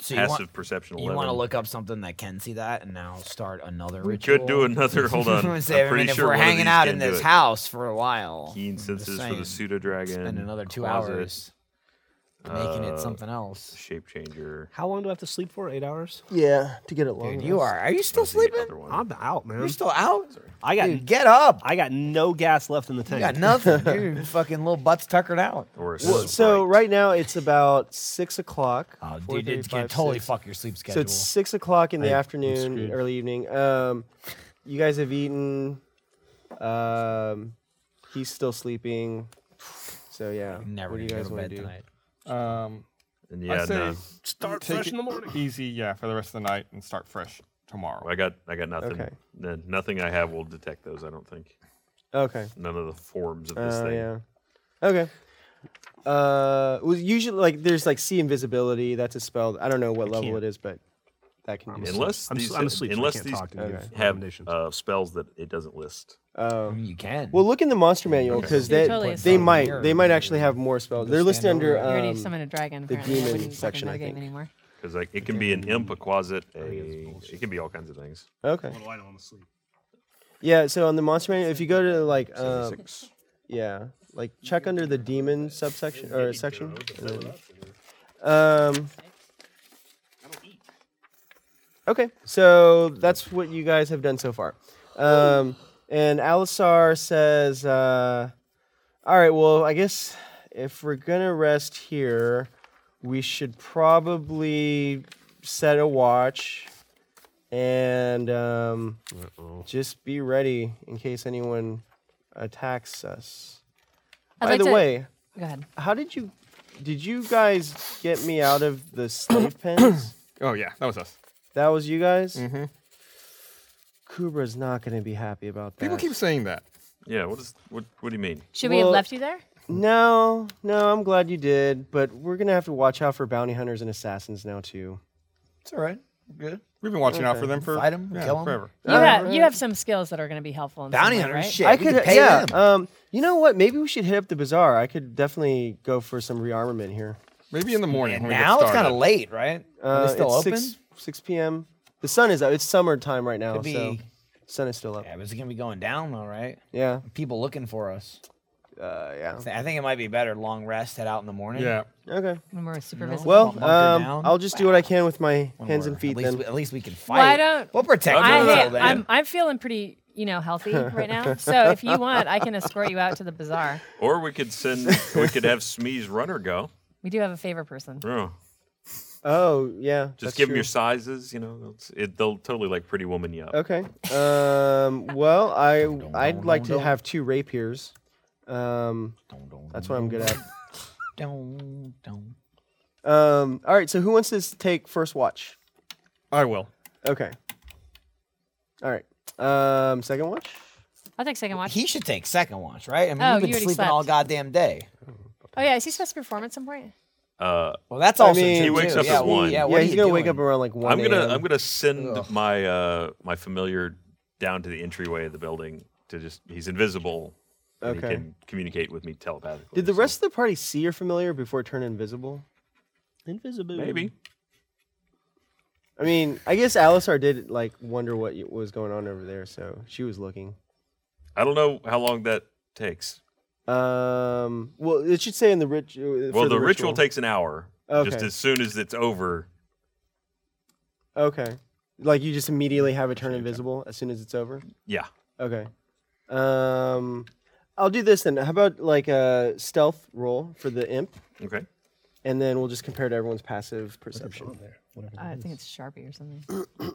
D: So you
E: passive
D: want,
E: perception.
D: you want to
E: 11.
D: look up something that can see that, and now start another
E: We
D: ritual.
E: could do another. *laughs*
D: *laughs*
E: Hold on. I'm
D: Say, I
E: pretty
D: mean, if
E: sure
D: we're
E: one of
D: hanging
E: these
D: out
E: can
D: in
E: do
D: this
E: it.
D: house for a while,
E: Keen senses for
D: saying,
E: the pseudo dragon.
D: spend another two
E: closet,
D: hours making it
E: uh,
D: something else.
E: Shape changer.
F: How long do I have to sleep for? Eight hours?
A: Yeah, to get it long.
D: Dude, you are. Are you still
E: Let's see the
D: sleeping?
E: other one.
F: I'm out, man.
D: You're still out?
F: I got
D: Dude, get up.
F: I got no gas left in the
D: You
F: tank.
D: got nothing. Your fucking little butt's tuckered out.
E: Or a
A: Well, so
E: sprite.
A: right now it's about six o'clock.
D: Oh,
A: four
D: dude, it
A: thirty-five,
D: can totally
A: six.
D: fuck your sleep
A: So
D: schedule.
A: it's six o'clock in the afternoon,
C: screwed.
A: early evening. Um, you guys have eaten. Um, he's still sleeping. So yeah.
D: Never
A: what do you
D: gonna
A: guys
D: go to
A: want
D: bed
A: to do?
D: tonight.
C: Um,
E: And
C: I
E: yeah,
C: say
E: no.
F: Start
C: take
F: fresh
C: it
F: in the morning.
C: easy, yeah, for the rest of the night and start fresh tomorrow.
E: Oh, I got I got nothing.
A: Okay.
E: N- nothing I have will detect those. I don't think.
A: Okay.
E: None of the forms of this
A: Oh
E: thing.
A: yeah. Okay. Uh, well, usually like there's like sea invisibility. That's a spell. I don't know what level it
F: can't.
A: is, but that can be.
E: Unless
F: I'm,
E: these,
F: s- I'm asleep. so
E: unless
F: I can't
E: these
F: talk to
A: Okay.
F: give
E: have
F: recommendations.
E: uh, spells that it doesn't list.
D: I mean, you can.
A: Well, look in the monster manual because
B: You're
A: they
B: totally
A: they
B: asleep.
A: might they might actually have more spells. They're listed under.
B: you already
A: Um,
B: summoned a dragon.
A: the
B: Apparently, I
A: demon
B: wouldn't fucking
A: section,
B: know
A: I
B: the game
A: think.
B: anymore.
E: Because like it can be an imp, a quasit, a it can be all kinds of things.
A: okay.
F: What do I know? I'm asleep.
A: Yeah. So on the monster manual, if you go to like um,
E: Six.
A: yeah, Like check under the demon subsection or section. and then- Um. Okay, so that's what you guys have done so far. Um, and Alisar says, uh, "All right, well, I guess if we're gonna rest here, we should probably set a watch and um, just be ready in case anyone attacks us."
B: I'd
A: By
B: like
A: the
B: to-
A: way,
B: Go ahead.
A: how did you did you guys get me out of the slave pens?
C: Oh yeah, that was us.
A: That was you guys. Mm-hmm. Kubra's not going to be happy about that.
C: People keep saying that.
E: Yeah, what is what? What do you mean?
B: Should we have
A: Well-
B: left you there?
A: No, no, I'm glad you did, but we're going to have to watch out for bounty hunters and assassins now too.
D: It's all right. Good.
C: We've been watching out for them for
D: Fight 'em,
C: yeah,
D: kill 'em.
C: forever.
B: You have you have some skills that are going to be helpful. In some
D: Bounty
B: way,
D: hunters,
B: right?
D: shit.
A: I
D: we could,
A: could,
D: pay
A: yeah.
D: them.
A: Um, you know what? Maybe we should hit up the bazaar. I could definitely go for some rearmament here.
C: Maybe in the morning.
D: and
C: when we get
D: now it's kind
C: started.
D: of late, right? Are
A: Uh,
D: they still
A: it's
D: open?
A: Six, six p.m. The sun is out. It's summertime right now,
D: Could
A: so
D: be-
A: sun is still up.
D: Yeah, but it's gonna be going down though, right?
A: Yeah,
D: People looking for us.
A: uh, yeah.
D: I think it might be better long rest, head out in the morning.
C: Yeah.
A: Okay.
B: When we're super visible.
A: Well,
D: Bunker
A: um,
D: down.
A: I'll just do what I can with my
D: when
A: hands
D: we're-
A: and feet
D: At least,
A: then.
D: we, at least we can fight.
B: Well, I don't.
D: We'll protect
B: I,
D: you
B: hey,
D: until then.
B: I'm I'm feeling pretty you
A: *laughs*
B: know healthy right now. So if you want, I can escort you out to the bazaar.
E: Or we could
D: *laughs*
E: send. we could have Smee's runner go.
B: We do have a favor person.
E: Oh,
A: Oh, yeah.
E: just
A: that's
E: give 'em give them
A: true.
E: your sizes. You know, it's- it, they'll totally like Pretty Woman you up.
A: Okay. Um, well, I I'd like to have two rapiers. Um, that's what I'm good at.
D: Dun, dun.
A: Um, all right. So who wants to s- take first watch?
C: I will.
A: Okay. All right. Um, second watch.
B: I'll take second watch.
D: He should take second watch, right? I mean,
B: Oh,
D: you've been
B: you already
D: sleeping all
B: slept.
D: goddamn day.
B: Oh yeah, is he supposed to perform at some point?
E: Uh,
D: Well, that's
A: I
D: also
A: mean-
D: true,
A: He
E: wakes
D: too.
E: up
D: yeah,
E: at
D: well,
E: one.
D: Yeah, what
A: yeah,
D: are
A: he's
D: you
A: gonna
D: doing?
A: wake up around like one.
E: I'm gonna I'm
A: a.m..
E: gonna send my uh my familiar down to the entryway of the building to just he's invisible. And
A: Okay.
E: He can communicate with me telepathically.
A: Did the
E: so
A: rest of the party see your familiar before it turned invisible? Invisible.
E: maybe?
A: I mean, I guess Alisar did like wonder what y- was going on over there, so she was looking.
E: I don't know how long that takes.
A: Um, well, it should say in the rich.
E: well, the, ritual. takes an hour. Just
A: Okay.
E: as soon as it's over.
A: Okay. Like you just immediately have it turn invisible as soon as it's over.
E: Yeah.
A: Okay. Um, I'll do this then. How about like a stealth roll for the imp,
E: Okay.
A: and then we'll just compare to everyone's passive perception.
B: Uh, I think it's Sharpie or something.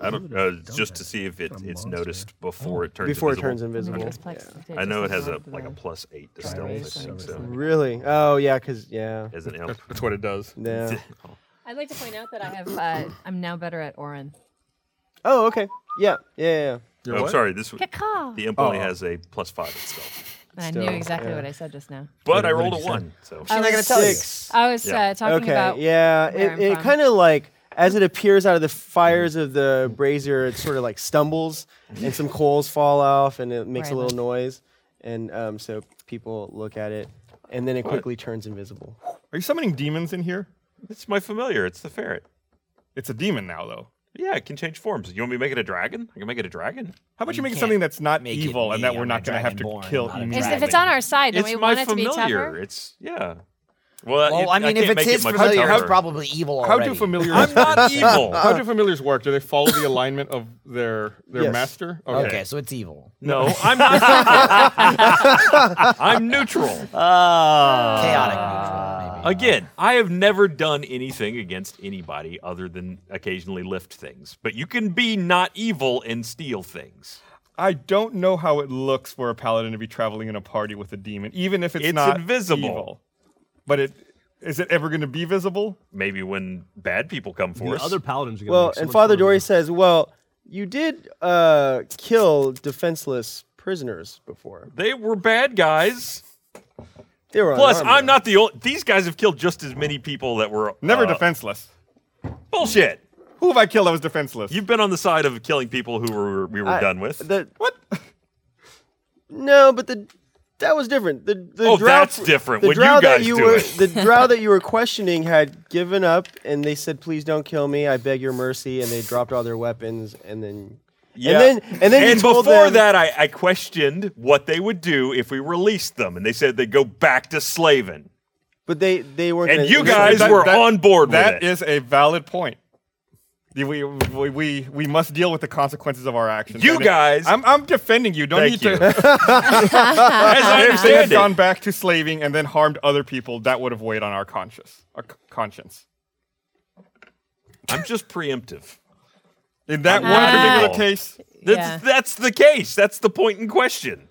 E: I don't uh, just to see if it, it's noticed before it turns
A: Before it
E: invisible.
A: turns invisible.
E: I know it has a Oh. like a plus eight to stealth, I think, so
A: Really? Oh yeah, cause yeah.
E: as an elf.
C: That's what it does.
A: *laughs*
E: *laughs*
A: Yeah.
B: I'd like to point out that I have. Uh, *clears throat* I'm now better at Orin.
A: Oh okay. Yeah. Yeah. yeah,
C: Your
E: I'm
C: what?
E: sorry, this w-
B: Caw.
E: the imp only E has a plus five at *laughs* stealth.
B: I
A: Still,
B: knew exactly
A: yeah.
B: what I said just now.
E: But I rolled a one, so
B: I
D: She's not gonna
B: was-
D: tell you.
A: Six.
B: I was
E: Yeah.
B: uh, talking
A: okay.
B: about.
A: yeah.
B: where
A: It,
B: I'm
A: it
B: from.
A: kind of like as it appears out of the fires of the brazier, it sort of like stumbles and some coals fall off and it makes a
B: Right.
A: little noise, and um, so people look at it, and then it quickly turns invisible.
C: Are you summoning demons in here?
E: it's my familiar. It's the ferret.
C: It's a demon now, though.
E: Yeah, it can change forms. You want me to make it a dragon? I can make it a dragon.
C: How about you, make it
D: can't
C: something that's not
D: make it
C: evil and
D: me.
C: that we're
D: I'm
C: not
D: a
C: going to have to
D: dragonborn,
C: kill
D: not a
C: immediately?
B: Is- if it's on our side, don't
E: it's
B: we
E: my
B: want it to be
E: familiar.
B: tougher?
E: It's yeah. Well, it-
D: Well, I mean, if
E: can't
D: it's
E: make
D: his
E: it much
D: familiar, it's
E: tougher. *laughs*
D: probably evil
C: How
D: already.
C: do familiars?
E: I'm not evil.
C: *laughs*
E: *laughs*
C: How do familiars work? Do they follow the alignment of their their
A: Yes.
C: master?
D: Okay, so it's evil.
E: No, I'm not. evil. I'm *laughs* neutral.
B: Uh,
D: Chaotic neutral,
B: Oh,
D: maybe.
E: Again, I have never done anything against anybody other than occasionally lift things. But you can be not evil and steal things.
C: I don't know how it looks for a paladin to be traveling in a party with a demon, even if it's,
E: It's
C: not
E: invisible.
C: evil. But it is it ever going to be visible?
E: Maybe when bad people come for
G: The
E: us.
G: other paladins are gonna
A: Well,
G: make so
A: and
G: much
A: Father
G: fun of
A: Dory
G: me.
A: says, "Well, you did uh, kill defenseless prisoners before.
E: they were bad guys.
A: They were
E: Plus,
A: unarmed,
E: I'm not the only. These guys have killed just as many people that were
C: Never
E: uh,
C: defenseless.
E: Bullshit.
C: Who have I killed that was defenseless?
E: You've been on the side of killing people who were we were
A: I-
E: done with.
A: The,
C: what?
A: no, but the that was different. The, the
E: Oh,
A: drow,
E: that's different.
A: The
E: When you
A: drow that
E: guys
A: you
E: do
A: were
E: it. *laughs*
A: the drow that you were questioning had given up, and they said, "Please don't kill me. I beg your mercy." And they dropped all their weapons, and then And
E: Yeah.
A: then and then he told
E: before
A: them-
E: that, I, I questioned what they would do if we released them, and they said they'd go back to slaving.
A: but they they weren't.
E: And
A: gonna-
E: you *laughs* guys were on board with
C: That
E: it.
C: is a valid point. The- We, we, we, we must deal with the consequences of our actions.
E: You
C: And
E: guys-
C: I'm, I'm defending you. Don't
E: Thank
C: need *laughs*
E: you.
C: to.
E: As I
C: if they had
E: understand
C: gone
E: it,
C: back to slaving and then harmed other people, that would have weighed on our conscience. Our c- conscience.
E: I'm just preemptive.
C: In that one
E: Ah.
C: particular case,
E: That's,
B: Yeah.
E: that's the case. That's the point in question.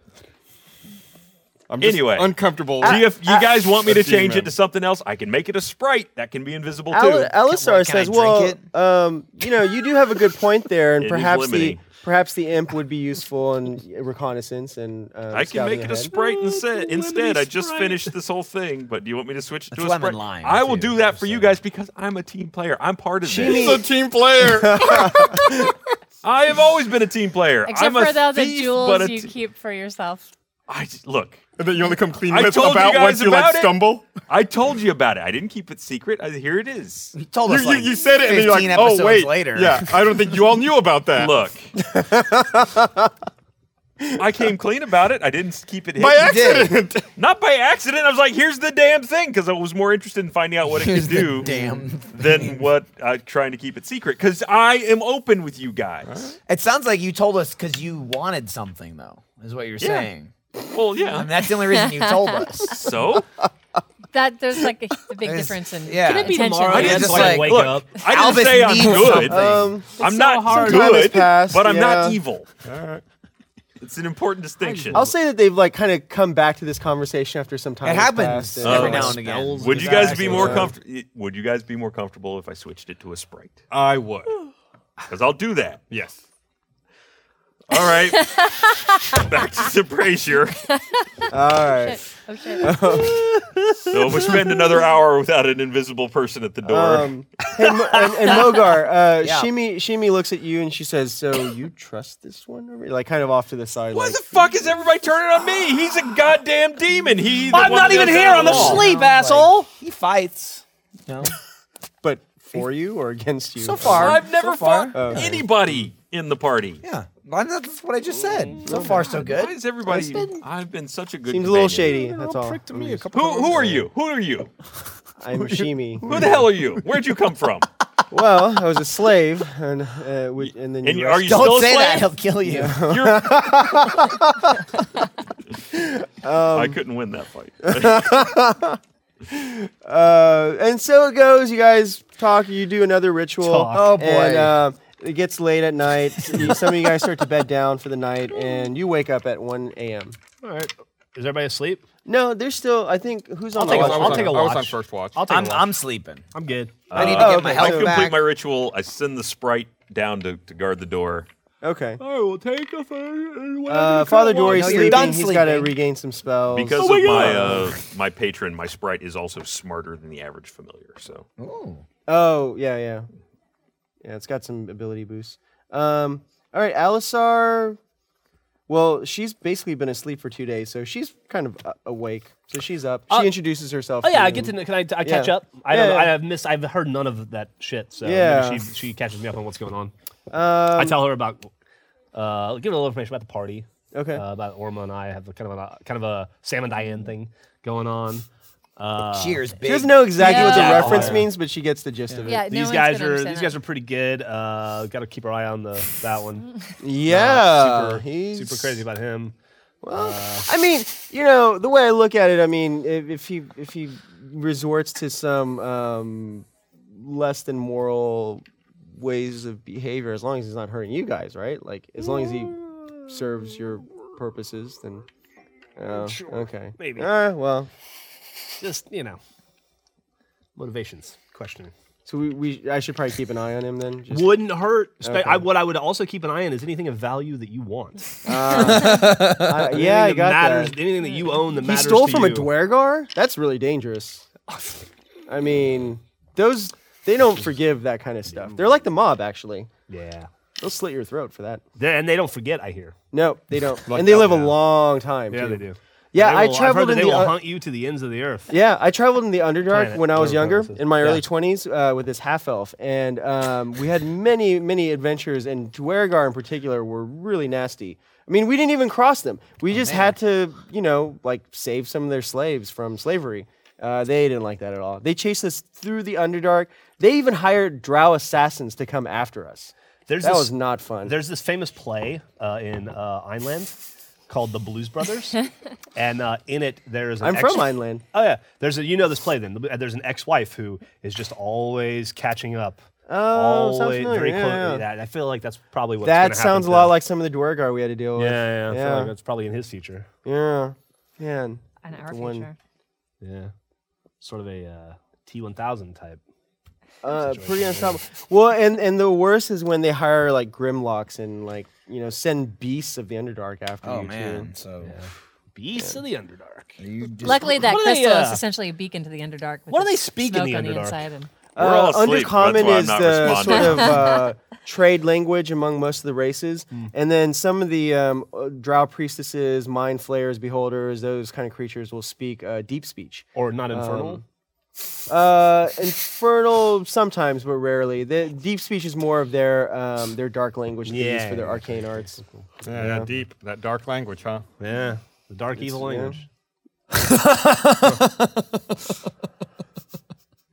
C: I'm just
E: Anyway.
C: uncomfortable.
E: Do you, if you guys want me to
C: Let's see,
E: change
C: man.
E: it to something else, I can make it a sprite. That can be invisible too.
A: Al- Alisar
D: Can- can I
A: says,
D: drink
A: "Well,
D: it?"
A: um, you know, you do have a good point there, and
E: It is
A: perhaps the
E: limiting.
A: perhaps the imp would be useful in reconnaissance and uh,
E: I can make it a sprite instead. Instead, I just finished this whole thing. But do you want me to switch it to
D: That's
E: a
D: why I'm in
E: sprite?
D: line,
E: I will
D: too,
E: do that
D: just
E: for
D: so
E: you
D: you
E: guys because I'm a team player. I'm part of
A: Jimmy-
E: this.
C: He's a team player.
E: *laughs* I have always been a team player.
B: Except
E: I'm a
B: for the, the
E: thief, but
B: jewels
E: a
B: you
E: te-
B: keep for yourself.
E: I just- look.
C: and then you only come clean
E: I
C: with
E: told you
C: about
E: guys
C: once you
E: about
C: like
E: it.
C: stumble.
E: I told you about it. I didn't keep it secret. I, here it is.
D: You told
C: You,
D: us
C: you,
D: like
C: you said it, and then
D: 15
C: you're like,
D: episodes
C: "Oh wait,
D: later.
C: yeah, I don't think you all knew about that."
E: Look. I came clean about it. I didn't keep it hidden.
C: by
D: did.
C: accident.
E: Not by accident. I was like, here's the damn thing because I was more interested in finding out what it
D: Here's
E: could do
D: the damn.
E: than what uh, trying to keep it secret because I am open with you guys.
D: It sounds like you told us because you wanted something, though, is what you're saying.
E: Well,
D: I mean,
E: yeah.
D: that's the only reason you
A: *laughs*
D: told us.
E: So
B: That there's like a, a big
D: It's-
B: difference in
D: yeah. Can it be
B: attention.
H: tomorrow?
B: I
H: Yeah,
B: didn't
D: just
B: like-
D: like-
H: wake
E: look,
H: up.
E: I didn't
D: Alvis
E: say I'm
D: needs
E: good,
D: something.
A: Um,
E: I'm not
A: hard. Time has
E: good,
A: passed,
E: but I'm not
A: yeah.
E: evil. It's an important distinction.
A: I'll say that they've like kind of come back to this conversation after some time.
D: It
A: has
D: happens
A: passed, and-
D: every
E: Oh.
D: now and again.
E: would you guys be
A: Exactly.
E: more
A: Yeah.
E: comfortable? Would you guys be more comfortable if I switched it to a sprite?
C: I would.
E: Because I'll do that.
C: Yes.
E: All right. *laughs* Back to the brazier.
A: All right.
B: Oh shit.
E: So if we spend another hour without an invisible person at the door,
A: Um, hey, Mo- and, and Mogar, uh,
D: *laughs* Yeah.
A: Shimi, Shimi looks at you and she says, "So you trust this one?" Over here?" Like kind of off to the side.
E: why
A: like,
E: the fuck is everybody turning on me? He's a goddamn demon. He. the
G: I'm
E: one
G: not
E: that
G: even
E: goes
G: here.
E: down
G: I'm
E: the wall.
G: asleep,
D: Like-
G: asshole.
D: He fights. No.
A: but for you or against you?
D: So far.
E: I've never
D: so far.
E: fought anybody in the party.
D: Yeah. Well, That's what I just said. So far, so good.
E: Why is everybody? I've been such a good.
A: Seems a little
E: companion.
A: shady. That's all. I'm just-
E: Who, who are you? Who are you?
A: I'm Shimi.
E: Who the hell are you? Where'd you come from?
A: well, I was a slave, and uh, we, and then
E: And
A: you
E: you- are
A: rescued-
E: you
D: *laughs* Don't
E: still a
D: say that.
E: slave?
D: He'll kill you. *laughs*
E: You're... I couldn't win that fight.
A: Uh, and so it goes. You guys talk. You do another ritual.
D: Oh, boy.
A: And, uh, it gets late at
F: *laughs*
A: night. You- Some of you guys start to bed down for the night, and you wake up at 1 a.m.
F: All right. Is everybody asleep?
A: No, there's still. I think who's on
F: I'll take
A: the
C: I
F: a-
C: was
A: watch?
F: I'll
C: on-
F: take a
C: I was on
F: watch.
C: first watch.
F: I'll take
D: I'm,
F: a walk.
D: I'm sleeping. oh,
F: I'm good.
D: I need to
A: Uh,
D: get my
A: okay.
D: health
E: I complete
D: back.
E: my ritual. I send the sprite down to, to guard the door.
A: Okay.
F: I will take a thing.
A: Uh, Father Dory's
D: No, you're
A: sleeping.
D: done
A: He's got to
D: sleeping.
A: regain some spells.
E: Because of my uh, my patron, my sprite is also smarter than the average familiar. So
A: oh yeah, yeah, yeah. It's got some ability boosts. Um, all right, Alisar. Well, she's basically been asleep for two days, so she's kind of uh, awake. So she's up. She
F: Uh,
A: introduces herself.
F: Oh yeah,
A: you
F: I get to.
A: and-
F: kn- Can I, I catch
A: Yeah.
F: up? I
A: Yeah,
F: don't.
A: yeah.
F: I have missed. I've heard none of that shit. So maybe
A: Yeah.
F: she she catches me up on what's going on. I
A: Um,
F: tell her about. Uh, give her a little information about the party.
A: okay.
F: Uh, about Orma and I have a kind of a kind of a Sam and Diane thing going on. Uh,
D: Cheers, big.
A: she doesn't know exactly what the
F: Yeah.
A: reference
F: Yeah.
A: means, but she gets the gist of it.
B: Yeah, no
F: these
B: one's
F: guys
B: gonna
F: are
B: understand
F: these
B: that.
F: guys are pretty good. Uh, Got to keep our eye on the
B: *laughs*
F: that one.
A: Yeah,
F: super,
A: Uh, he's
F: super crazy about him.
A: I mean, you know, the way I look at it, I mean, if, if he if he resorts to some um, less than moral ways of behavior, as long as he's not hurting you guys, right? Like, as long as he serves your purposes, then. Oh, okay.
F: maybe.
A: Uh, well,
F: Just you know, motivations questioning.
A: so we, we I should probably keep an eye on him then. Just,
F: Wouldn't hurt. Spe- I, what I would also keep an eye on is anything of value that you want.
A: I- yeah, I
F: anything that
A: got
F: matters,
A: that.
F: Anything that you own that
A: He
F: matters.
A: stole
F: to
A: from a
F: you.
A: Dwergar? That's really dangerous. I mean, those they don't forgive that kind of stuff. They're like the mob, actually.
F: Yeah.
A: They'll slit your throat for that.
F: They- and they don't forget. I hear.
A: *laughs* No, they don't. and they live a long time.
F: Yeah,
A: too.
F: they do.
A: Yeah,
F: They
A: I
F: will- I've heard
A: traveled
F: that
A: in
F: they
A: the uh,
F: will
A: un-
F: hunt you to the ends of the earth.
A: Yeah, I traveled in the Underdark
F: Planet,
A: when I was
F: whatever
A: younger,
F: planet it is.
A: in my
F: Yeah.
A: early 20s, uh, with this half elf. And um, we had many, many adventures, and Dwergar in particular were really nasty. I mean, we didn't even cross them.
F: Oh,
A: We just had to, you know, like save some of their slaves from slavery. Uh, they didn't like that at all. They chased us through the Underdark. They even hired drow assassins to come after us.
F: There's
A: that
F: this-
A: was not fun.
F: There's this famous play uh, in uh, Einland called The
A: *laughs*
F: Blues Brothers, and uh, in it there is. An
A: I'm
F: ex-
A: from Einland.
F: Oh yeah, there's a you know this play then. The- uh, There's an ex-wife who is just always catching up.
A: Oh, sounds familiar.
F: very
A: Yeah,
F: close.
A: yeah.
F: That I feel like that's probably what's gonna
A: that
F: happen
A: sounds a
F: to-
A: lot like some of the Dwergar we had to deal with.
F: Yeah, yeah, yeah. I feel
A: Yeah.
F: like that's probably in his future.
A: Yeah. Man.
B: in our
A: the one-
B: future.
F: Yeah, sort of a uh, T1000 type.
A: Uh, pretty unstoppable. Well, and and the worst is when they hire like Grimlocks and like you know send beasts of the Underdark after
D: Oh
A: you
D: man, so
F: Beasts of the Underdark.
D: you just
B: Luckily, that
F: What are they,
B: crystal is
F: uh,
B: essentially a beacon to the Underdark. With
F: what do they
B: its
F: speak in
B: smoke
F: the
B: on the
F: Underdark?
B: inside and
A: too.
E: We're all
A: Uh,
E: asleep. That's why
A: Undercommon
E: I'm
A: is
E: not
A: the
E: responding.
A: sort of
E: *laughs*
A: uh, trade language among most of the races,
E: Hmm.
A: and then some of the um, uh, Drow priestesses, mind flayers, beholders, those kind of creatures will speak uh, deep speech.
F: Or not infernal.
A: Uh, infernal sometimes, but rarely. The deep speech is more of their um, their dark language that they use
F: Yeah,
A: for their
F: yeah,
A: arcane arts.
C: Yeah, that deep, that dark language, huh?
F: yeah, the dark evil
A: yeah.
F: *laughs* language.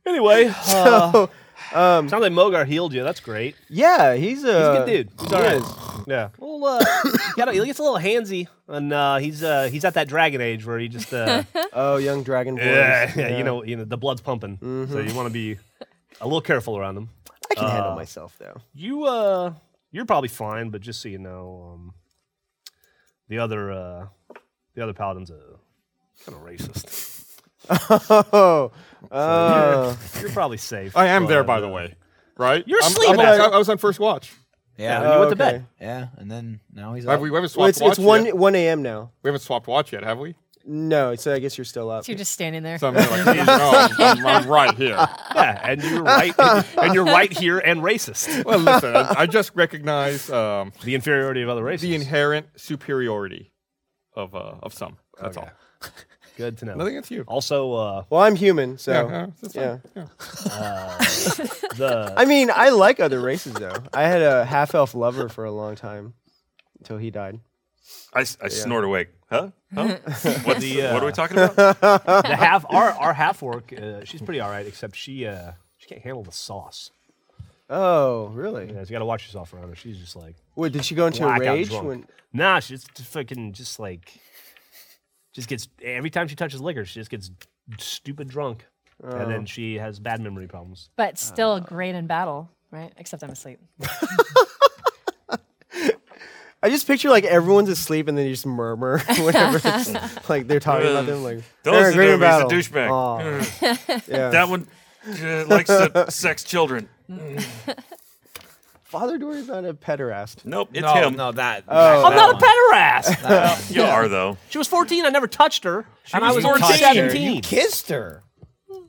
F: anyway, *laughs* uh, sounds like Mogar healed you. That's great.
A: Yeah, he's a,
F: He's a good dude. He's all
A: yes.
F: right. Yeah. Well, uh, he got a- he gets a little handsy, and uh, he's uh, he's at that dragon age where he just *laughs* uh,
A: Oh, young dragon boys. *laughs*
F: yeah, Mm-hmm. yeah, you know, you know, the blood's pumping, so you want to be a little careful around him.
A: I can handle myself though.
F: You uh, you're probably fine, but just so you know, um, the other uh, the other paladin's a kind of racist.
A: Oh, uh,
F: You're probably safe.
C: I am there,
F: but,
C: by the
F: uh,
C: way. Right?
F: You're
C: I'm,
F: sleeping.
C: I'm- i I was on first watch.
D: yeah,
F: You went to
A: okay.
F: bed.
D: yeah, and then now he's
C: Have
D: up.
C: we, we haven't swapped
A: well, it's
C: watch
A: it's one
C: yet.
A: one a.m. now.
C: We haven't swapped watch yet, have we?
A: No, so I guess you're still up.
B: So you're just standing there.
C: So I'm like, no, I'm, I'm- I'm right here.
F: Yeah, and
C: *laughs*
F: you're right, and you're right here and racist.
C: Well, listen, I, I just recognize um,
F: The inferiority of other races.
C: the inherent superiority of uh, of some. That's all.
F: Good to know.
C: Nothing against you.
F: Also, uh,
A: well, I'm human, so
C: Yeah,
A: yeah.
C: yeah, that's fine.
F: the
A: I mean, I like other races though. I had a half elf lover for a long time until he died.
E: I, s- I snort awake. Huh? *laughs* Huh? What's, what are we talking about?
F: the half our our half orc, uh, she's pretty all right, except she uh, she can't handle the sauce.
A: Oh, really?
F: Yeah, so you got to watch yourself around her. She's just like
A: Wait, did she go into a
F: blackout
A: rage
F: drunk.
A: when?
F: Nah, she's just fucking just like just gets every time she touches liquor, she just gets stupid drunk, and then she has bad memory problems.
B: but still
F: uh,
B: great in battle, right? Except I'm asleep.
A: I just picture like everyone's asleep and then you just murmur *laughs* whenever
C: *laughs*
A: it's, like they're talking about them. Like
E: Don't
A: "They're
E: listen
A: great
E: to
A: in
E: him. He's a
A: battle."
E: douchebag.
A: Aw, yeah.
E: That one uh, likes to sex children.
A: Father Dory's not a pederast.
E: Nope, it's
D: no,
E: him.
D: no, that.
F: I'm not a pederast.
E: You are though.
F: she was 14. I never touched her, and I
E: was
F: was
E: 14.
D: You
F: 17.
D: kissed her.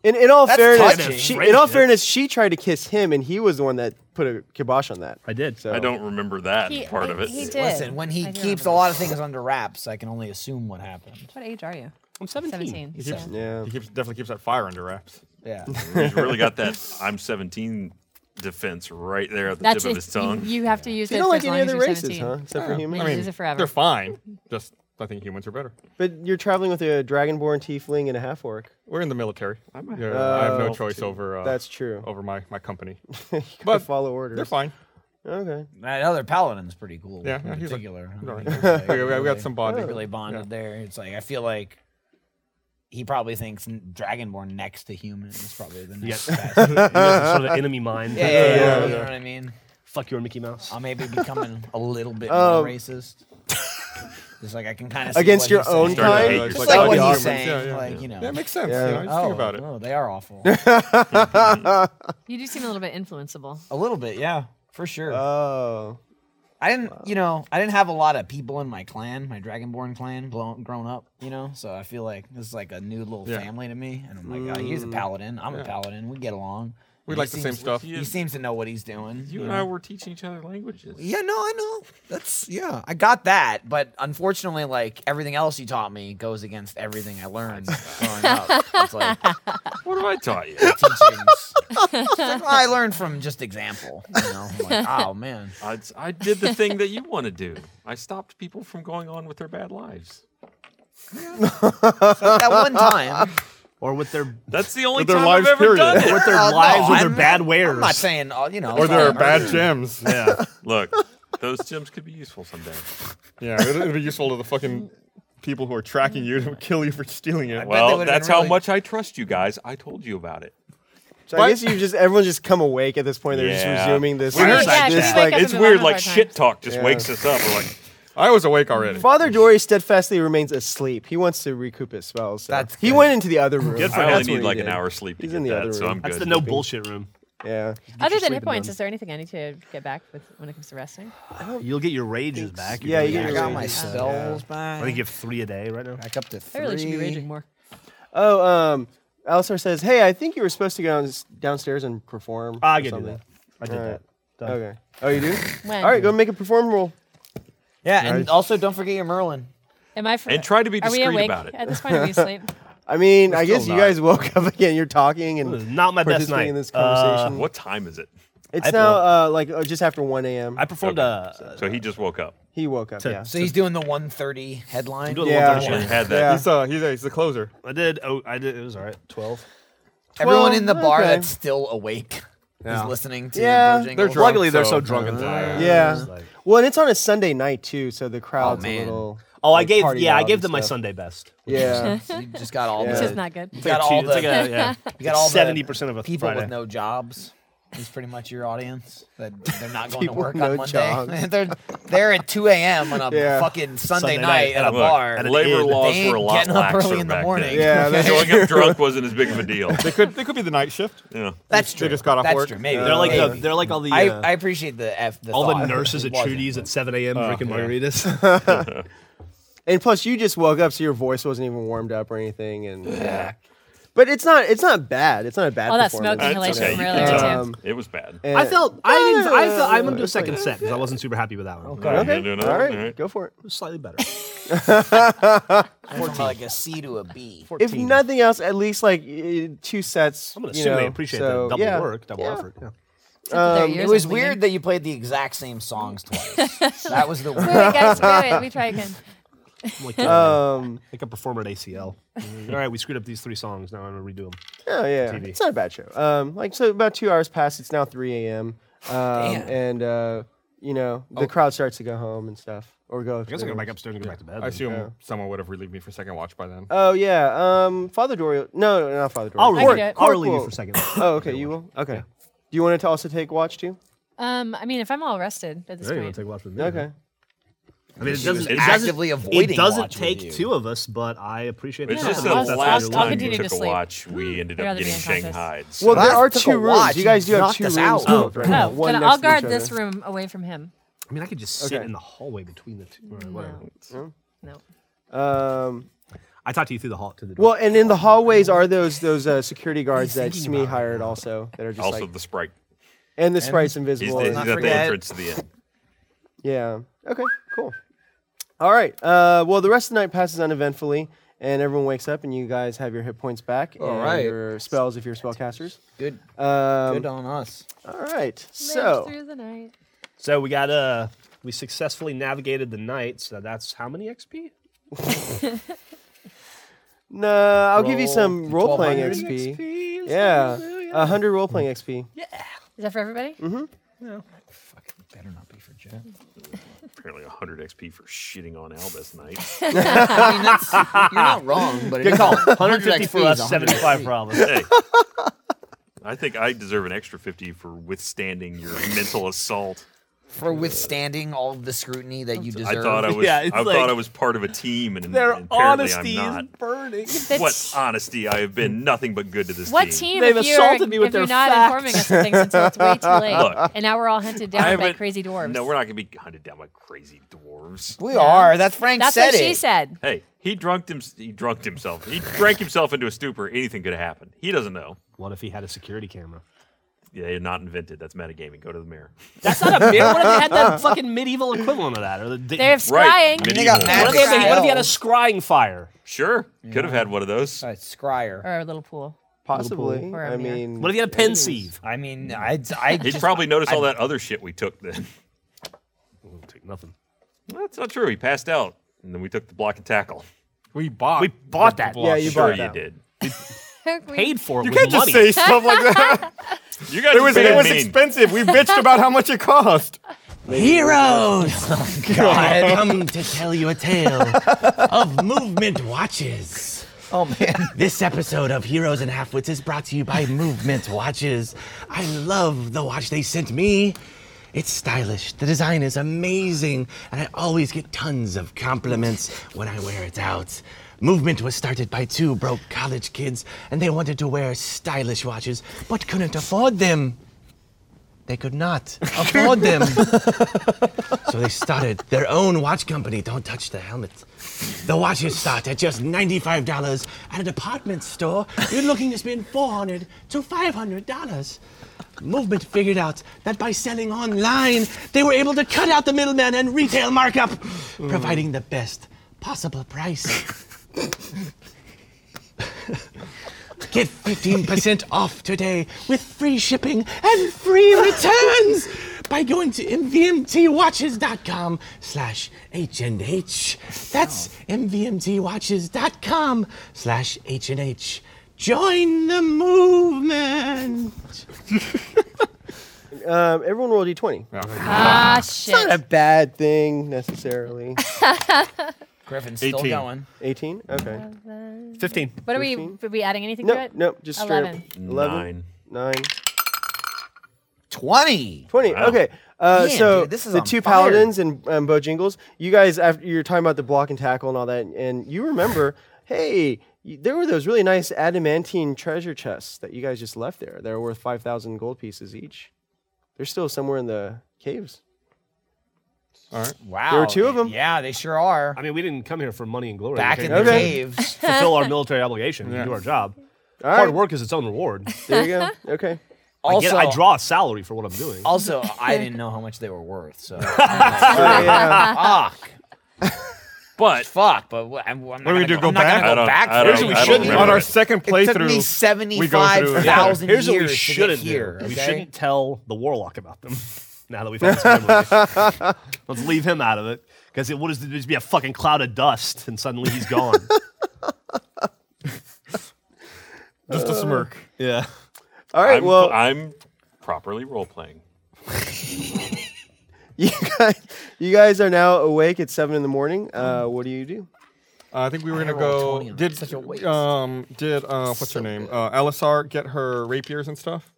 A: In, in all fairness,
D: touching.
A: she, in all fairness, she tried to kiss him, and he was the one that put a kibosh on that.
F: I did.
A: So
E: I don't remember that
B: He-
E: part of it.
B: He did.
D: Listen, when he
B: I do
D: keeps a
B: remember.
D: lot of things under wraps, I can only assume what happened.
B: What age are you?
F: I'm 17.
B: 17.
C: He keeps,
B: so-
A: Yeah.
C: he keeps, definitely keeps that fire under wraps.
D: Yeah.
E: He's really got that I'm 17 defense right there at the
B: That's
E: tip of
B: it.
E: his
B: You,
E: tongue.
B: you have to use
A: You
B: it
A: don't
B: for
A: like
B: as long
A: any
B: as
A: other
B: you're
A: races,
B: 17.
A: huh? Except for humans.
B: I mean, use it forever.
C: They're fine. Just I think humans are better.
A: But you're traveling with a dragonborn tiefling and a half orc.
C: We're in the military. Yeah, I have no choice over.
E: Oh.
C: Uh,
A: That's true.
C: Over my my company.
A: But
C: But
A: follow orders.
C: They're fine.
A: Okay.
D: *laughs* That other paladin's pretty cool.
C: Yeah, yeah,
D: in
C: he's like-
D: particular.
C: all
D: *laughs*
C: right.
D: He's like
C: We, we- we
D: really-
C: got some bonding.
D: really bonded there. It's like I feel like he probably thinks n- Dragonborn next to human is probably the next best. Yeah,
F: You know, sort of enemy mind.
D: yeah, yeah, You know what I mean?
F: Fuck your Mickey Mouse.
D: I'm maybe becoming a little bit
C: Um,
D: more racist.
C: *laughs*
D: Just like I can kind of
A: Against your own
E: Starting to
A: kind.
E: hate
A: That's
D: Just
A: like
E: yourself.
D: like
A: what the
D: what he's
A: argument-
D: saying,
C: Yeah, yeah.
D: like you know.
C: Yeah, it makes sense.
A: Yeah.
C: You know, just
D: oh,
C: think about it.
D: no, they
C: *laughs*
D: are awful.
B: You do seem a little bit influenceable.
D: a little bit, yeah, for sure.
C: Uh,
A: Oh.
D: I didn't, you know, I didn't have a lot of people in my clan, my Dragonborn clan, blown, grown up, you know. So I feel like this is like a new little
C: Yeah.
D: family to me, and I'm like, oh, he's a paladin, I'm a paladin, we get along.
C: We like the same stuff.
D: He seems to know what he's doing.
E: You and I were teaching each other languages.
D: Yeah, no, I know. That's yeah, I got that, but unfortunately, like everything else you taught me goes against everything I learned growing up. It's like
E: What have I *laughs* taught you?
D: teachings. It's like, well, I learned from just example. You know, I'm like, oh man,
E: I, I did the thing that you want to do. I stopped people from going on with their bad lives.
D: So that one time.
F: or with their
E: That's the only
C: With their
E: time
C: lives,
E: I've ever
C: period.
E: done it.
D: *laughs*
F: with their
D: Uh, no,
F: lives with their
D: I'm-
F: bad wares.
D: I'm not saying uh, you know,
C: Or
D: it's
C: there are
D: not
C: bad
D: murder.
C: gems.
F: yeah.
E: Look, those gems could be useful someday.
C: *laughs* Yeah, it'd, it'd be useful to the fucking people who are tracking you to kill you for stealing it.
D: they
E: Well,
D: would've
E: that's
D: been
E: how
D: really-
E: much I trust you guys. I told you about it.
A: So I guess you just everyone's just come awake at this point. They're
E: Yeah.
A: just resuming this.
E: We heard
A: this,
E: that.
A: this,
B: Yeah,
A: like,
B: I've
E: It's
B: been
E: weird,
B: laughing
E: like
B: hard
E: shit talk just
A: Yeah.
E: wakes us up. We're like,
C: I was awake already.
A: Father Dory steadfastly remains asleep. He wants to recoup his spells. So.
D: That's
A: he
D: good.
A: went into the other room.
E: I only
A: That's what
E: need
A: he
E: like an
A: did.
E: hour's sleep to
A: He's
E: get
A: in the
E: that,
A: other
E: so
A: room.
E: I'm
F: That's
E: good.
F: the no bullshit room.
A: Yeah.
B: Other than
F: sleep
B: hit
F: in
B: points,
F: them?
B: is there anything I need to get back with when it comes to resting?
F: You'll get your rages back.
A: Yeah, you get
D: I
F: You're gonna-
A: your
D: got my
A: rages.
D: spells
F: I think
D: back.
F: you have three a day right now.
D: Back up to
B: I
D: three.
B: really should be raging more.
A: Oh, um, Alistar says, "Hey, I think you were supposed to go down, downstairs and perform."
F: Ah, I
A: or
F: can do
A: something.
F: that. I did
A: Alright.
F: that. Done.
A: Okay. Oh, you do?
B: When?
A: All right, go make a perform roll.
D: Yeah, and also don't forget your Merlin.
B: Am I? For,
E: And try to be
B: Are we
E: discreet
B: awake
E: about it.
B: at this point? Are we
E: *laughs*
B: asleep?
A: I mean, I
C: still
A: guess you
C: not.
A: guys woke up again. You're talking
F: It was
A: and
F: not my best
A: participating
F: night.
A: in this
F: Uh,
A: conversation.
E: What time is it?
A: It's
F: I
A: now uh, like uh, just after 1 a.m.
F: I performed uh, a.
E: So he just woke up.
A: He woke up.
F: So-
A: yeah.
D: So he's doing the 130 headline.
F: doing the
A: Yeah.
E: I
F: 130
E: only
F: shit.
E: had
A: Yeah.
E: that.
C: He's, uh, he's, a, he's the closer.
F: I did. Oh, I did. It was all right. Twelve.
D: Everyone
A: Well,
D: in the bar
A: okay.
D: that's still awake is listening to
A: Yeah,
D: Bojangles.
C: they're drunk.
G: Luckily, they're so
C: so-
G: drunk and tired.
A: Yeah.
F: like-
A: Well, and it's on a Sunday night too, so the crowd's a
D: man.
A: little.
F: Oh, I
A: like,
F: gave.
A: partied
F: Yeah, I
A: out
F: gave
A: and
F: them my
A: stuff.
F: Sunday best. *laughs*
A: Yeah.
D: You just got all
A: Yeah.
D: the
B: This is not good.
D: You
F: It's like
D: got all
F: two- it's like
D: the
F: a- yeah.
D: you got all the
F: 70% of a
D: people with
F: Friday.
D: no jobs. Is pretty much your audience that they're not going to
A: People
D: work
A: with
D: on
A: no
D: Monday.
A: jobs.
D: *laughs* they're they're at 2 a.m. on a
A: *laughs* Yeah.
D: fucking Sunday,
F: Sunday
D: night
F: night
D: at a
E: Look,
D: bar.
F: at an
E: labor
F: inn.
E: laws
D: They
E: were a
D: ain't
E: lot
D: getting up
E: laxer
D: early in the
E: back
D: morning.
E: Then.
A: Yeah. that's-
E: Showing up drunk wasn't as big of a deal.
C: They could they could be the night shift.
E: Yeah.
D: That's true.
C: They just got off
D: That's
C: work.
D: True. Maybe
F: They're like. The,
D: Maybe.
F: they're like all the.
D: I,
F: uh,
D: I appreciate the f the
F: all the
D: thought. *laughs*
F: nudie's
D: It
F: at
D: wasn't.
F: Trudy's at 7 a.m. drinking margaritas.
A: *laughs* And plus, you just woke up, so your voice wasn't even warmed up or anything, and yeah. But it's not. It's not bad. It's not a bad.
B: All that
A: performance.
B: smoke inhalation
E: okay,
B: from
E: you
B: earlier
E: can
B: too.
E: tell.
A: Um,
E: It was bad.
A: and-
F: I felt I didn't. I felt I went to a
A: It's like-
F: second set because I wasn't super happy with that one. It
E: You're
A: Okay.
E: gonna do another
A: All
E: one?
A: right.
E: All right.
A: Go for it.
F: was slightly better.
D: Went from like a C to a B.
A: If
F: 14.
A: nothing else, at least like uh, two sets.
F: I'm gonna
A: you
F: assume they
A: know,
F: appreciate
A: so,
F: that double
A: yeah.
F: work, double effort. Yeah.
A: Um,
D: It
B: *laughs*
D: was weird that you played the exact same songs twice. that was the
B: Wait,
D: weird.
B: wait, guys, wait, wait,
A: *laughs*
B: let me try again.
F: I'm like, uh,
A: Um,
F: like a performer at ACL. *laughs* All right, we screwed up these three songs. Now I'm gonna redo them.
A: oh yeah,
F: TV.
A: it's not a bad show. Um, like so, about two hours past. It's now 3 a.m. Um, and uh, you know the crowd starts to go home and stuff, or go.
F: Oh. I guess I gotta back upstairs and go back to bed.
C: I
F: then.
C: assume
A: Yeah.
C: someone would have relieved me for second watch by then.
A: Oh yeah, um, Father Dory. No, no, not Father Dory.
F: I'll
B: I can
F: relieve,
B: do
F: you-
B: it.
F: I'll relieve you
A: will.
F: for a second.
A: Oh, okay, you will. Okay. Do you want to also take watch too?
B: Um, I mean, if I'm all rested at this
F: There you go,
B: point,
F: take a watch with me.
A: Okay.
F: I mean, it doesn't.
E: it
F: it doesn't-
D: actively avoiding
F: It doesn't
D: watch with
F: take
D: you.
F: two of us, but I appreciate.
E: It's
F: the
E: just
F: compliment.
E: that
B: I'll-
F: That's
E: last
B: I'll
F: what
E: time you
B: continue to
E: took a
B: sleep.
E: watch, we ended
B: I'd
E: up
B: rather be
E: getting
B: unconscious.
E: Shanghai's.
A: Well, there
D: I
A: are
D: took a
A: two rooms.
D: watch,
A: you guys
D: you
A: do have
D: knocked
A: two
D: us
A: rooms
D: out.
A: to look right now.
B: oh,
A: One
B: then
A: next
B: I'll
A: to each
B: guard
A: other.
B: this room away from him.
F: I mean, I could just sit
A: Okay.
F: in the hallway between the two. or whatever.
B: No,
A: Um,
F: I talked to you through the hall to the door.
A: well, and in the hallways are those those uh, security guards that
F: thinking
A: Smee
F: about it
A: hired also that are just
E: also
A: like
E: the sprite.
A: and the sprite's
E: He's,
A: invisible.
E: the,
A: and-
E: he's at the
D: forget-
E: entrance to the end.
A: yeah. Okay. Cool. All right. Uh, well, the rest of the night passes uneventfully, and everyone wakes up, and you guys have your hit points back
D: All
A: and
D: right.
A: your spells if you're spellcasters.
D: Good,
A: Um,
D: good on us.
A: all right.
B: so
A: So
B: through the night.
F: So we got uh we successfully navigated the night. So that's how many XP?
A: no, I'll give you
D: Roll
A: some role playing
D: 1200
A: XP. Yeah, a hundred role playing XP.
B: Is that for everybody?
D: Better not be for Jeff.
E: Apparently 100 XP for shitting on Albus night.
D: You're not wrong, but
F: Good
D: it-
F: call.
D: 100
F: 150
D: XP
F: for
D: is
F: us,
D: 100
F: 75 for all of us.
E: Hey, I think I deserve an extra 50 for withstanding your mental assault.
D: for withstanding all of the scrutiny that you
E: I
D: deserve.
E: thought I was
F: Yeah,
E: I
F: it's
E: thought
F: like-
E: I was part of a team and,
F: Their
E: and apparently
F: honesty
E: I'm not.
F: is burning.
B: The
E: What honesty, I have been nothing but good to this
B: What team?
E: team.
F: They've
B: if
F: assaulted
B: you're,
F: me with
B: if
F: their
B: you're not
F: facts.
B: informing us of things until it's way too late,
E: Look,
B: and now we're all hunted down by
E: haven't-
B: crazy dwarves.
E: No, we're not going to be hunted down by crazy dwarves.
D: we are. That's Frank
B: That's
D: said
B: what
D: it.
B: she said.
E: Hey, he drunked him. He drunked himself. He drank himself into a stupor. Anything could have happened. He doesn't know.
F: What if he had a security camera?
E: they're not invented. That's metagaming. Go to the mirror.
F: That's not a mirror. What if they had that fucking medieval equivalent of that? Or the,
B: They have
E: Right.
B: scrying.
E: Medieval.
J: They got
F: what, if
J: magic
F: they had, the- what if they had a
J: spells.
F: scrying fire?
E: Sure. Could have had one of those.
D: Uh, scryer.
B: Or a little pool.
A: Possibly.
B: Or a
A: I
B: mirror.
A: mean,
F: What if they had a pensieve?
D: I mean, I,
E: *laughs*
D: I
E: He'd
D: just-
E: probably noticed all that other shit we took then. *laughs*
F: Take nothing.
E: Well, That's not true. He passed out, and then we took the block and tackle.
C: We bought.
F: We bought that.
A: yeah, you
E: sure,
A: bought
E: you
A: that.
E: did.
F: Paid for it
C: You
F: with
C: can't
F: money.
C: just say stuff like that.
E: You
C: *laughs*
E: guys
C: it was it
E: being
C: was
E: mean.
C: expensive. We bitched about how much it cost.
I: Heroes! *laughs* God. Come to tell you a tale of movement watches.
J: Oh man,
I: This episode of Heroes and Halfwits is brought to you by Movement Watches. I love the watch they sent me. It's stylish, the design is amazing, and I always get tons of compliments when I wear it out. Movement was started by two broke college kids, and they wanted to wear stylish watches but couldn't afford them. They could not afford them. so they started their own watch company. Don't touch the helmet. The watches start at just $95 at a department store. You're looking to spend $400 to $500. Movement figured out that by selling online, they were able to cut out the middleman and retail markup, providing the best possible price. Get 15% off today with free shipping and free returns by going to mvmtwatches.com slash h&h. That's mvmtwatches.com slash h&h. Join the movement.
A: um, everyone roll d20.
B: Ah, shit.
A: Not a bad thing necessarily.
D: *laughs* Griffin's still
C: 18.
D: going.
A: 18?
D: Mm-hmm.
A: Okay.
F: 15.
B: What are we?
A: Fifteen?
B: Are we adding anything to
A: Nope,
B: it?
A: nope, just straight up. 11. 9.
E: Nine.
J: twenty.
A: 20.
E: Wow.
A: Okay. Uh,
D: Man,
A: so
D: dude, this is
A: the
D: on
A: two
D: fire.
A: paladins and um, Bo Jingles, you guys, after you're talking about the block and tackle and all that, and you
D: *laughs*
A: remember, hey, y- there were those really nice adamantine treasure chests that you guys just left there. They're worth 5,000 gold pieces each. They're still somewhere in the caves.
D: Wow.
A: There were two of 'em.
D: Yeah, they sure are.
F: I mean, we didn't come here for money and glory.
D: Back
F: We
D: in
F: came
D: the
F: here to
A: Okay.
D: caves. *laughs*
F: fulfill our military obligation and do our job.
A: All
F: Hard
A: right,
F: work is its
D: *laughs*
F: own reward.
A: There you go. Okay.
F: I, get-
D: Also,
F: I draw a salary for what I'm doing.
D: *laughs* Also, I didn't know how much they were worth. So
A: So, yeah.
D: fuck,
E: But
D: fuck. But wh- I'm, I'm not
C: do we
D: gonna
C: do,
D: go,
C: go
D: I'm not
C: back?
E: I
D: Gonna go
E: don't-
D: back.
E: I don't-
D: for it.
E: I
C: we
E: don't
C: shouldn't
E: remember.
C: on our second
D: It took me
C: playthrough.
D: seventy-five thousand
F: Here's what we
D: years to get
F: shouldn't
D: here.
F: do. We
D: okay?
F: shouldn't tell the warlock about them. *laughs* Now that we've had this memory. *laughs* Let's leave him out of it. Because it would just be a fucking cloud of dust and suddenly he's
D: *laughs*
F: gone.
C: Just a smirk.
F: yeah.
A: All right,
E: I'm,
A: well,
E: I'm properly role playing.
A: *laughs* you guys, you guys are now awake at 7 in the morning. Uh,
D: Mm-hmm.
A: what do you do?
C: Uh, I think we were gonna
D: rolled
C: go.
D: 20 on it.
C: Did
D: Such a waste.
C: um did uh what's her name? Uh, Elisar get her rapiers and stuff.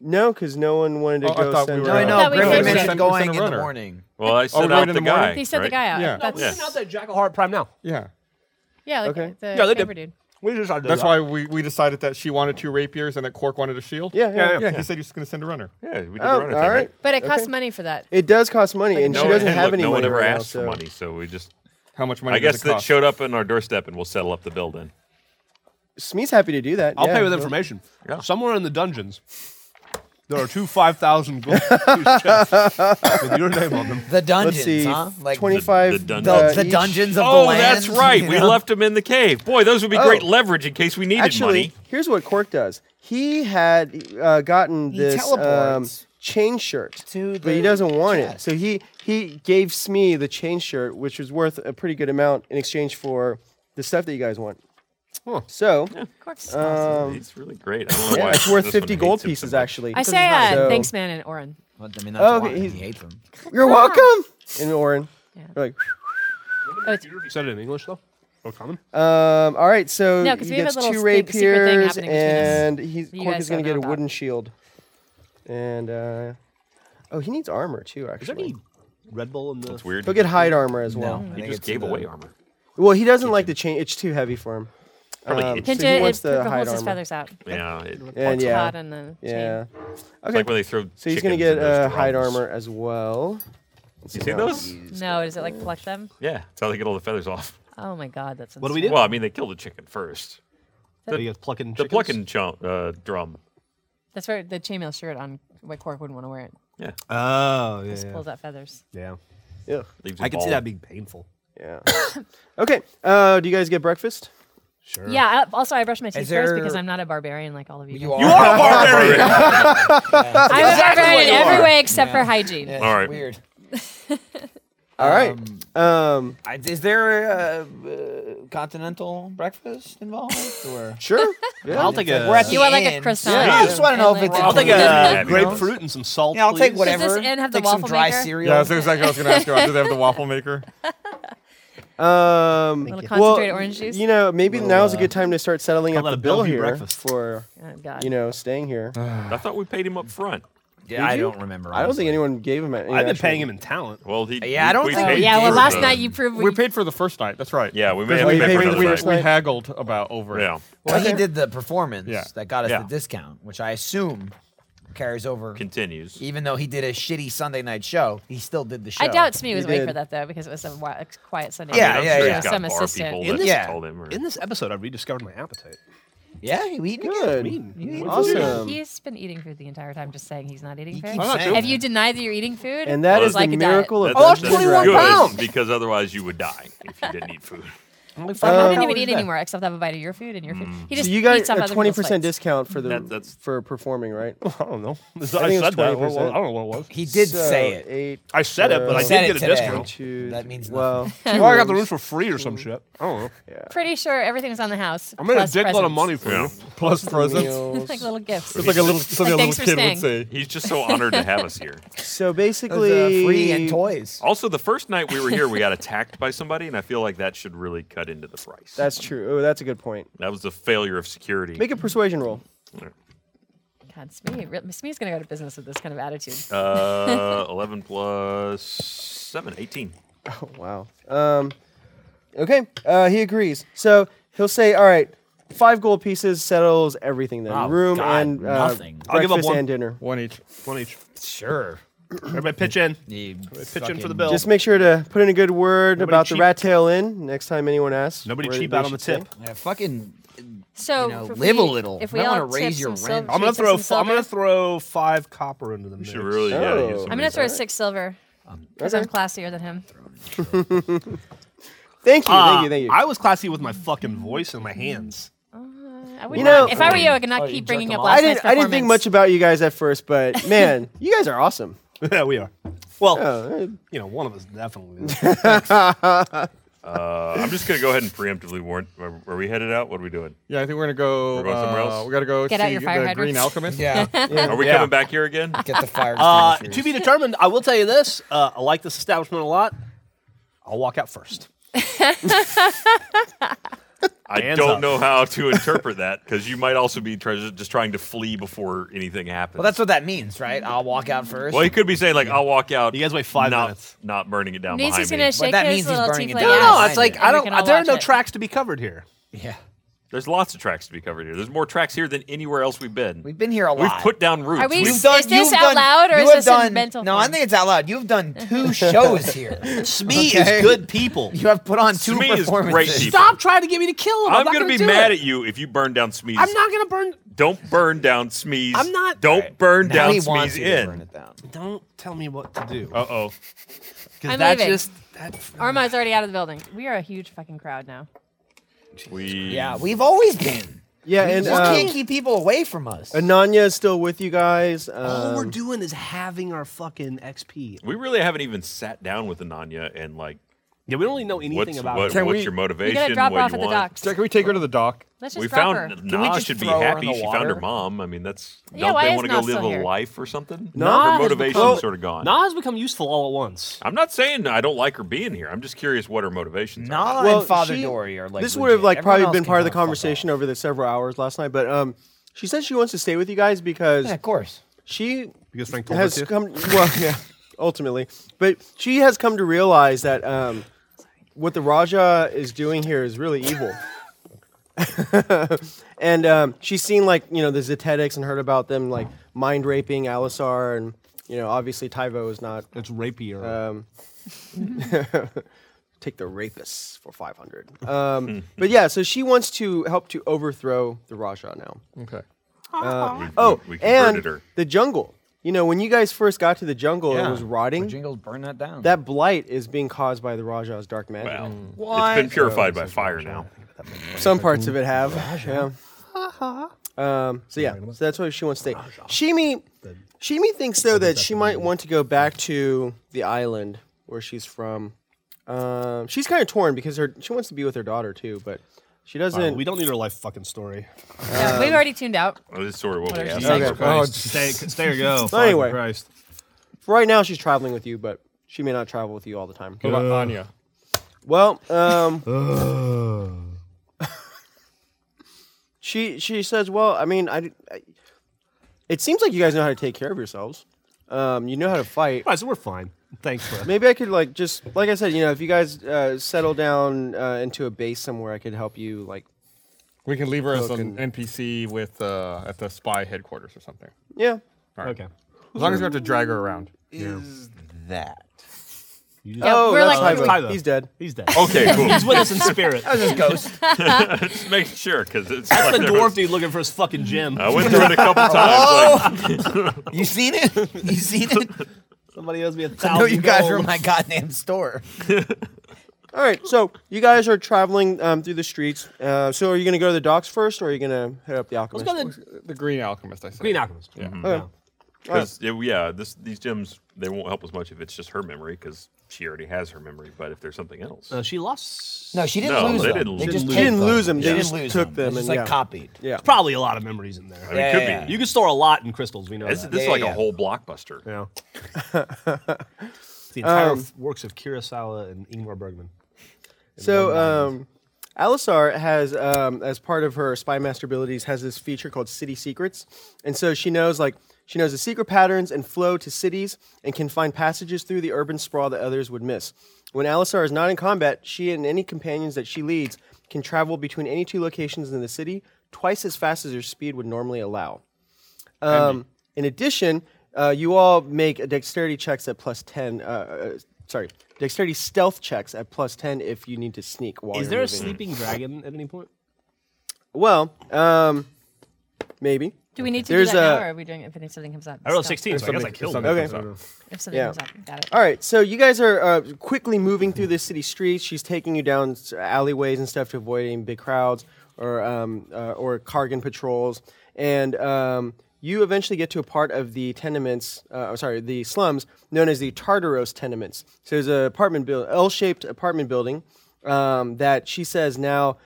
A: No, because no one wanted to
C: Oh, I
A: go
C: thought we
A: send
C: were,
D: No, I
A: out-
B: That
D: know.
B: we
D: Griffin
B: sent- we
C: sent
D: mentioned
C: a
D: going in the
C: runner.
D: morning.
E: Well,
A: Oh,
E: I
C: we're
E: set
C: going
E: out
C: in
E: the
C: the morning?
E: guy.
B: He sent the
E: right?
B: guy out.
C: Yeah.
B: That's,
E: Yes.
F: Not that Jack Hard Prime now.
C: Yeah,
B: yeah, like
A: Okay.
B: the
F: Yeah, they
B: paper dude.
F: We just are
C: that's why we, we decided that she wanted two rapiers and that Cork wanted a shield.
A: Yeah, yeah,
C: yeah.
A: yeah.
C: He said he was gonna send a runner.
E: Yeah, we did
A: Oh,
E: the runner thing,
A: all right.
B: But it costs money for that.
A: It does cost money, and
E: No,
A: she doesn't
E: and
A: have
E: look,
A: any
E: no
A: money.
E: one ever
A: right now,
E: asked
A: so-
E: for money, so we just.
C: How much money?
E: I
C: does
E: guess
C: it
E: that
C: cost?
E: showed up on our doorstep, and we'll settle up the bill then.
A: Smee's happy to do that.
F: I'll
A: yeah.
F: pay with information. Somewhere in the dungeons, there are two 5,000 gold *laughs* chests with your name on them.
D: The dungeons,
A: Let's see,
D: huh? Like
A: twenty-five.
E: the
D: the,
E: dungeons.
A: uh,
D: the
A: each-
D: dungeons of the
E: Oh,
D: land.
E: that's right.
D: you
E: We
D: know?
E: left him in the cave. Boy, those would be great
A: Oh.
E: leverage in case we needed
A: Actually,
E: money.
A: here's what Cork does. He had uh, gotten
D: He
A: this um,
D: teleports
A: chain shirt,
D: to
A: but he
D: the
A: doesn't want it.
D: chest.
A: So he he gave Smee the chain shirt, which was worth a pretty good amount in exchange for the stuff that you guys want. So
B: Of course.
E: it's really great. I don't know
A: um, yeah,
E: why
A: it's worth
E: this one
A: fifty
E: hates
A: gold
E: him so
A: pieces,
E: much.
A: actually.
B: I say uh,
A: So-
B: thanks, man, and Orin.
D: But, I mean, that's
A: Oh,
D: why
A: he's-
D: he hates them.
A: You're welcome. And Orin, You're like,
B: Oh, it's,
F: You said it in English, though? Or common?
A: Um, all right, so
B: No,
A: he
B: 'cause we have
A: gets
B: a little
A: two
B: sneak- secret thing
A: rapiers,
B: happening between
A: and he's
B: you
A: Cork
B: guys
A: is going to
B: don't
A: get
B: know
A: a
B: about.
A: wooden shield, and uh, oh, he needs armor too. Actually,
F: Red Bull in the.
E: It's weird.
A: he'll get hide armor as well.
D: I
E: He
D: think
E: just
D: it's
E: gave
D: the-
E: away armor.
A: Well, he doesn't like the chain; it's too heavy for him.
E: Probably
A: Um,
E: itched.
A: so
B: Pinch
A: he
B: it,
A: wants
B: it
A: the
B: pulls
A: hide
B: his
A: armor.
B: feathers out.
E: Yeah, it,
A: And
E: it's
A: yeah.
B: Hot on the
A: Yeah.
B: chain.
A: Okay.
E: like when they throw.
A: so he's
E: going to
A: get uh, hide armor as well.
E: You see those?
B: No, does it like pluck them?
E: Yeah, that's how they get all the feathers off.
B: Oh my god, that's
F: What do we do?
E: Well, I mean, they kill the chicken first.
F: Are you guys plucking
E: The
F: chickens?
E: plucking chum, uh, drum.
B: That's where the chainmail shirt on White Cork wouldn't want to wear it.
F: Oh, yeah.
B: Just pulls out feathers.
F: yeah.
A: Ugh.
E: Leaves
F: I
E: it
F: can see
E: bald.
F: that being painful.
A: Yeah. *coughs* okay. Uh, do you guys get breakfast?
F: Sure.
B: Yeah. I, also, I brush my teeth first because
D: there-
B: I'm not a barbarian like all of you.
D: *laughs* You
B: guys.
D: are. You *laughs* are
E: Oh,
D: a
B: I'm a barbarian in
D: what you
B: every
D: are.
B: way except for hygiene.
E: All right.
D: Weird.
A: All right. Um,
D: I, is there a uh, continental breakfast involved? Or
A: sure. Yeah.
G: I'll take a.
D: we're at the
B: You want like a
D: end.
B: croissant?
D: I just want to know if it's.
G: I'll take
F: uh, *laughs*
E: Yeah,
G: a
E: because-
G: grapefruit and some salt.
D: Yeah, I'll take
G: please.
D: whatever.
B: inn have the
D: take some
B: waffle
D: dry
B: maker?
D: cereal.
C: Yeah, that's exactly what I was going to ask you. about. Do they have the waffle maker?
A: Um,
B: Little
A: well,
B: concentrated orange juice?
A: You know, maybe now is a good time to start settling up
G: that
A: the
G: a
A: bill
G: Bellevue
A: here
G: breakfast.
A: for
B: Oh, God.
A: you know staying here.
E: I thought we paid him up front.
D: Yeah, I don't remember.
A: I don't think anyone gave him. Any
G: I've been
A: actual-
G: paying him in talent.
E: Well, he.
D: Yeah, I
E: we-
D: don't
E: we
D: think-
E: paid
B: yeah. Well,
E: for
B: last
E: the-
B: night you proved
C: We paid for the first night. That's right.
E: Yeah, we may
C: There's
E: have
A: we
E: to pay
A: paid
E: for
A: for
E: another
A: the
E: night.
A: first
C: We
A: night.
C: haggled about over it.
E: Yeah,
D: Well, he did the performance
C: Yeah.
D: that got us
E: Yeah.
D: the discount, which I assume carries over.
E: continues.
D: Even though he did a shitty Sunday night show, he still did the show.
B: I doubt Smee was
A: You
B: awake
A: did.
B: for that though, because it was a wi- a quiet Sunday.
D: Yeah,
E: I mean, I'm
D: yeah,
E: sure
D: yeah.
E: He's got
B: Some
E: bar
B: assistant.
E: people
G: In
E: that
D: this-
E: told him. Or,
G: In this episode, I rediscovered my appetite.
D: Yeah, he eating
A: Good.
D: again. He eating
A: Awesome.
B: He's been eating food the entire time, just saying he's not eating
D: He
B: food.
D: keeps saying
B: Have you denied that you're eating food?
A: And that
E: Well,
A: is
E: it's like
A: the
B: a diet.
A: miracle of
E: That-
D: Oh, it's
E: that's
D: 21
E: good,
D: pounds.
E: Because otherwise you would die if you didn't eat food.
B: I didn't
D: Um,
B: even eat anymore, except have a bite of your food and your food. He
A: So
B: just
A: you got
B: eats off
A: a
B: other
A: twenty
B: people's
A: percent
B: plates.
A: discount for the
E: That- that's-
A: for performing, right?
F: I don't *laughs* know.
A: think it
F: I,
A: was
F: said that. Well,
A: 20%.
F: I don't know what it was.
D: He did
A: So,
D: say it.
A: Eight,
F: I said it, but I
A: uh,
F: did
D: said it
F: get a
D: today.
F: discount.
A: two-
D: That means
A: well.
I: *laughs*
F: Well, "Oh, I got the
G: *laughs*
F: room for free or some shit. I don't know.
B: Pretty sure everything's on the house.
F: I made
B: plus
F: a dick lot
B: presents.
F: of money for
E: Yeah.
F: you. Plus
B: *laughs*
F: presents.
A: meals.
B: like little gifts.
F: It's like a little something
B: Like,
F: a
B: thanks
F: little kid
B: for
F: would say.
E: He's just so honored to have us here.
G: *laughs*
A: so
D: Those, uh,
A: basically,
D: free and toys.
E: Also, the first night we were here, we got attacked by somebody, and I feel like that should really cut into the price.
A: That's true. Oh, that's a good point.
E: that was the failure of security.
A: Make a persuasion roll.
B: God, Smee, re- Smee's gonna go to business with this kind of attitude.
E: Uh,
G: *laughs*
E: 11 plus 7, 18.
A: Oh, wow. Um, okay. Uh, he agrees. So he'll say, "All right, five gold pieces settles everything. Then room
D: God,
A: and uh,
D: nothing.
A: breakfast
F: I'll give up one.
A: and dinner.
C: One each.
F: One each.
D: Sure.
F: Everybody pitch in.
D: *laughs* You
F: Pitch in for the
D: fucking-
F: bill.
A: Just make sure to put in a good word
F: Nobody
A: about the
F: cheap.
A: Rat Tail Inn next time anyone asks.
F: Nobody
A: where
F: cheap
A: they
F: out on the
A: should stay.
F: tip.
D: Yeah, fucking.
B: So
D: know,
B: if
D: live
B: we-
D: a little.
B: If
D: You
B: we
D: might
B: all
D: wanna raise
B: tip
D: your
B: some
D: rent.
B: sil-
F: I'm gonna
B: should we tip
F: throw.
B: some
F: I'm gonna
B: silver?
F: throw five copper into the mix.
E: You should really, yeah.
A: Oh.
B: I'm
E: Use some of
B: gonna
E: these.
B: throw six silver because I'm classier than him.
A: Thank you. thank you.
F: Ah,
A: Thank you.
F: I was classy with my fucking voice and my hands.
B: I wouldn't.
A: know-
B: if I were you, I could not keep bringing up last
A: I
B: night's
A: didn't. I didn't think much
B: performance.
A: about you guys at first, but
F: *laughs*
A: man, you guys are awesome.
F: Yeah, we are. Well,
A: Uh,
F: you know, one of us definitely. Is.
E: Uh, I'm just going to go ahead and preemptively warn. Are, are we headed out? What are we doing?
C: Yeah, I think we're gonna go.
E: We're going somewhere
C: uh,
E: else?
C: We gotta go
B: Get
C: see
B: out your fire
C: the
B: hydrants.
C: Green Alchemist.
D: *laughs* Yeah.
E: Are we
F: Yeah.
E: coming back
G: *laughs*
E: here again?
D: Get the fire.
G: Uh, to
D: extinguishers.
G: be determined. I will tell you this. Uh, I like this establishment a lot. I'll walk out first.
E: I
G: Hands
E: don't
G: up.
E: know how to interpret that because you might also be try- just trying to flee before anything happens.
D: well, that's what that means, right? I'll walk out first.
E: Well, he could be saying like, "I'll walk out."
G: You guys wait five
E: not,
G: minutes.
E: Not burning it down
B: Niecy's
E: behind
B: gonna
E: me.
B: shake
D: that
B: his
D: means he's
B: little
D: burning it
B: tiefling
D: down.
B: ass.
D: No, no, it's like,
B: and
G: I
B: we
G: don't.
B: can all
G: There are
B: watch
G: no
B: it.
G: tracks to be covered here.
D: yeah.
E: There's lots of tracks to be covered here. There's more tracks here than anywhere else we've been.
D: We've been here a lot.
E: We've put down roots.
B: Are we
E: We've
B: Is this
D: you've
B: out loud or
D: you
B: is
D: have
B: this in
D: done,
B: mental
D: No, I
B: form?
D: think it's out loud. You've done
B: *laughs*
D: two shows here.
G: Smee
D: Okay.
G: is good
F: *laughs*
G: people.
D: You have put on two
E: Smee is
D: performances.
E: great people.
G: Stop trying to get me to kill him.
E: I'm,
G: I'm, not
E: gonna, be
G: do
E: mad
G: it.
E: at you if you burn down Smee's.
G: I'm not gonna burn.
E: Don't burn down Smee's.
G: I'm not-
E: Don't burn
D: Now
E: down
D: he
E: Smee's
D: wants you to burn
E: in.
D: it down.
G: Don't tell me what to do.
E: Uh oh.
G: Because
B: I'm
G: that
B: leaving.
G: just that.
B: Arma's already out of the building. We are a huge fucking crowd now.
E: We.
D: Yeah, we've always been.
A: yeah,
D: We
A: and
D: just can't
A: um,
D: keep people away from us.
A: Ananya is still with you guys.
F: Oh,
G: All we're
A: Um,
G: doing is having our fucking XP.
E: We really haven't even sat down with Ananya and like,
F: Yeah, we don't really know anything
E: what's
F: about
E: what,
F: it.
E: what's
C: we-
E: your
B: We
E: motivation?
B: gotta drop her
E: what
B: off
E: do
B: at
E: you
B: the
E: want?
B: docks.
C: Jack, can we take her to the dock?
B: Let's just
E: We
B: drop
E: found
B: her.
E: Nah
D: just
E: should be
D: throw her in
E: happy
D: the
E: she found her
D: water?
E: mom. I mean, that's
B: Yeah,
E: don't
B: why
E: they
B: is
E: want to
B: Nah
E: go
B: still
E: live
B: here?
E: a life or something?
F: Nah
E: her
F: has
E: motivation's
F: become-
E: sort of gone.
F: Nah has become useful all at once.
E: I'm not saying I don't like her being here. I'm just curious what her motivations are.
D: Nala
A: well,
D: and Father
A: she-
D: Dory are like.
A: this would have
D: legit.
A: like
D: Everyone
A: probably
D: else
A: been
D: can
A: part of the
D: kinda fuck
A: conversation
D: off.
A: over the several hours last night, but um, she says she wants to stay with you guys because
D: Yeah,
A: *laughs*
D: of course.
A: she
F: Because Frank told
A: has
F: her to.
A: come. Well, *laughs* yeah, ultimately, but she has come to realize that um, what the Raja is doing here is really evil. *laughs* and um, she's seen like you know the Zetetics and heard about them like mind raping Alisar and you know obviously Tyvo is not
F: It's rapier.
D: Uh,
A: take the rapists for
E: *laughs*
A: 500. Um, but yeah, so she wants to help to overthrow the Raja now.
C: Okay.
E: We, we-
A: Oh,
E: we converted
A: and
E: her.
A: the jungle. You know, when you guys first got to the jungle, it
D: Yeah.
A: was rotting.
D: Jingles, burn that down.
A: That blight is being caused by the Rajah's dark magic.
E: Well, it's been purified by fire now.
A: Some parts of it have. Yeah. Um, so yeah, so that's why she wants to stay. Shimi, Shimi thinks though that she might want to go back to the island where she's from. Um, she's kind of torn because her she wants to be with her daughter too, but she doesn't.
F: Uh,
J: we don't need her life fucking story.
G: *laughs*
B: Yeah, we've already tuned out.
E: Oh, this is sort of what we
B: Whatever
E: asked.
B: she
E: for.
A: Okay.
J: Oh, stay, stay or go.
A: So anyway.
J: Fucking Christ.
A: right now she's traveling with you, but she may not travel with you all the time.
J: What
C: Uh,
J: about Anya?
A: Well, um, she she says, "Well, I mean, I, I- it seems like you guys know how to take care of yourselves. Um, you know how to fight.
F: All right, so we're fine. Thanks, bro.
A: Maybe I could like just like I said, you know, if you guys uh, settle down uh, into a base somewhere, I could help you. Like,
C: We can leave her as an
A: Broken.
C: NPC with uh, at the spy headquarters or something.
A: yeah,
F: Okay.
C: As long as we have to drag her around.
D: is that.
B: Yeah, we're
A: Oh, that's
B: like,
A: Tybo.
F: Tybo.
A: he's dead.
F: He's dead.
G: Oh.
E: Okay, cool.
F: *laughs* He's with us in
G: *laughs*
F: spirit.
D: Just ghost.
E: Just making sure because it's
G: That's
E: like
G: the dwarf dude looking for his fucking gem.
E: *laughs* I went through it a
D: *laughs*
E: couple times.
D: Oh!
E: like,
A: Oh!
D: You seen it? You seen
A: *laughs*
D: it?
G: Somebody owes me a
D: I know
G: thousand.
D: you guys are
G: gold.
D: in my goddamn store.
A: All right, so you guys are traveling um, through the streets. Uh, so are you gonna go to the docks first, or are you gonna head up the alchemist?
C: *laughs* The Green Alchemist, I said.
F: Green alchemist.
A: Okay.
E: 'cause, yeah, yeah, this these gems they won't help us much if it's just her memory because she already has her memory. But if there's something else,
F: Uh, she lost
D: No, she didn't
E: No,
D: lose
E: they
D: them.
E: didn't lose
D: just
A: She
D: took
A: didn't lose them, they
D: She
A: just
D: didn't lose
A: took
D: them.
A: them
D: It's just
A: and yeah.
D: like copied.
A: Yeah.
F: probably a lot of memories in there.
E: I mean,
D: yeah,
E: it could
D: yeah,
E: be.
D: yeah.
E: You,
F: You can store a lot in crystals. We know
E: this,
F: that.
E: this is
D: Yeah,
E: like
D: yeah,
E: a
D: yeah.
E: whole blockbuster.
F: yeah. It's the entire f- works of Kurosawa and Ingmar Bergman.
A: So, um, Alisar has, um, as part of her spy master abilities, has this feature called City Secrets, and so she knows like she knows the secret patterns and flow to cities, and can find passages through the urban sprawl that others would miss. When Alisar is not in combat, she and any companions that she leads can travel between any two locations in the city twice as fast as her speed would normally allow. Um, in addition, uh, you all make dexterity checks at plus 10. Uh, uh, sorry, dexterity stealth checks at plus 10 if you need to sneak while you're
F: Is there a
A: moving.
F: *laughs* sleeping dragon at any point?
A: Well, um, maybe.
B: Do we need to
A: There's
B: do that now,
A: a-
B: or are we doing it if anything comes up?
F: I rolled
B: Stuff.
F: 16, so I guess I killed him.
A: Okay.
B: If something
A: Yeah.
B: comes up, got it.
A: All right, so you guys are uh, quickly moving through the city streets. She's taking you down s- alleyways and stuff to avoid any big crowds or um, uh, or Kargan patrols. And um, you eventually get to a part of the tenements, uh, oh, sorry, the slums known as the Tartaros tenements. So there's an apartment building, L-shaped apartment building um, that she says now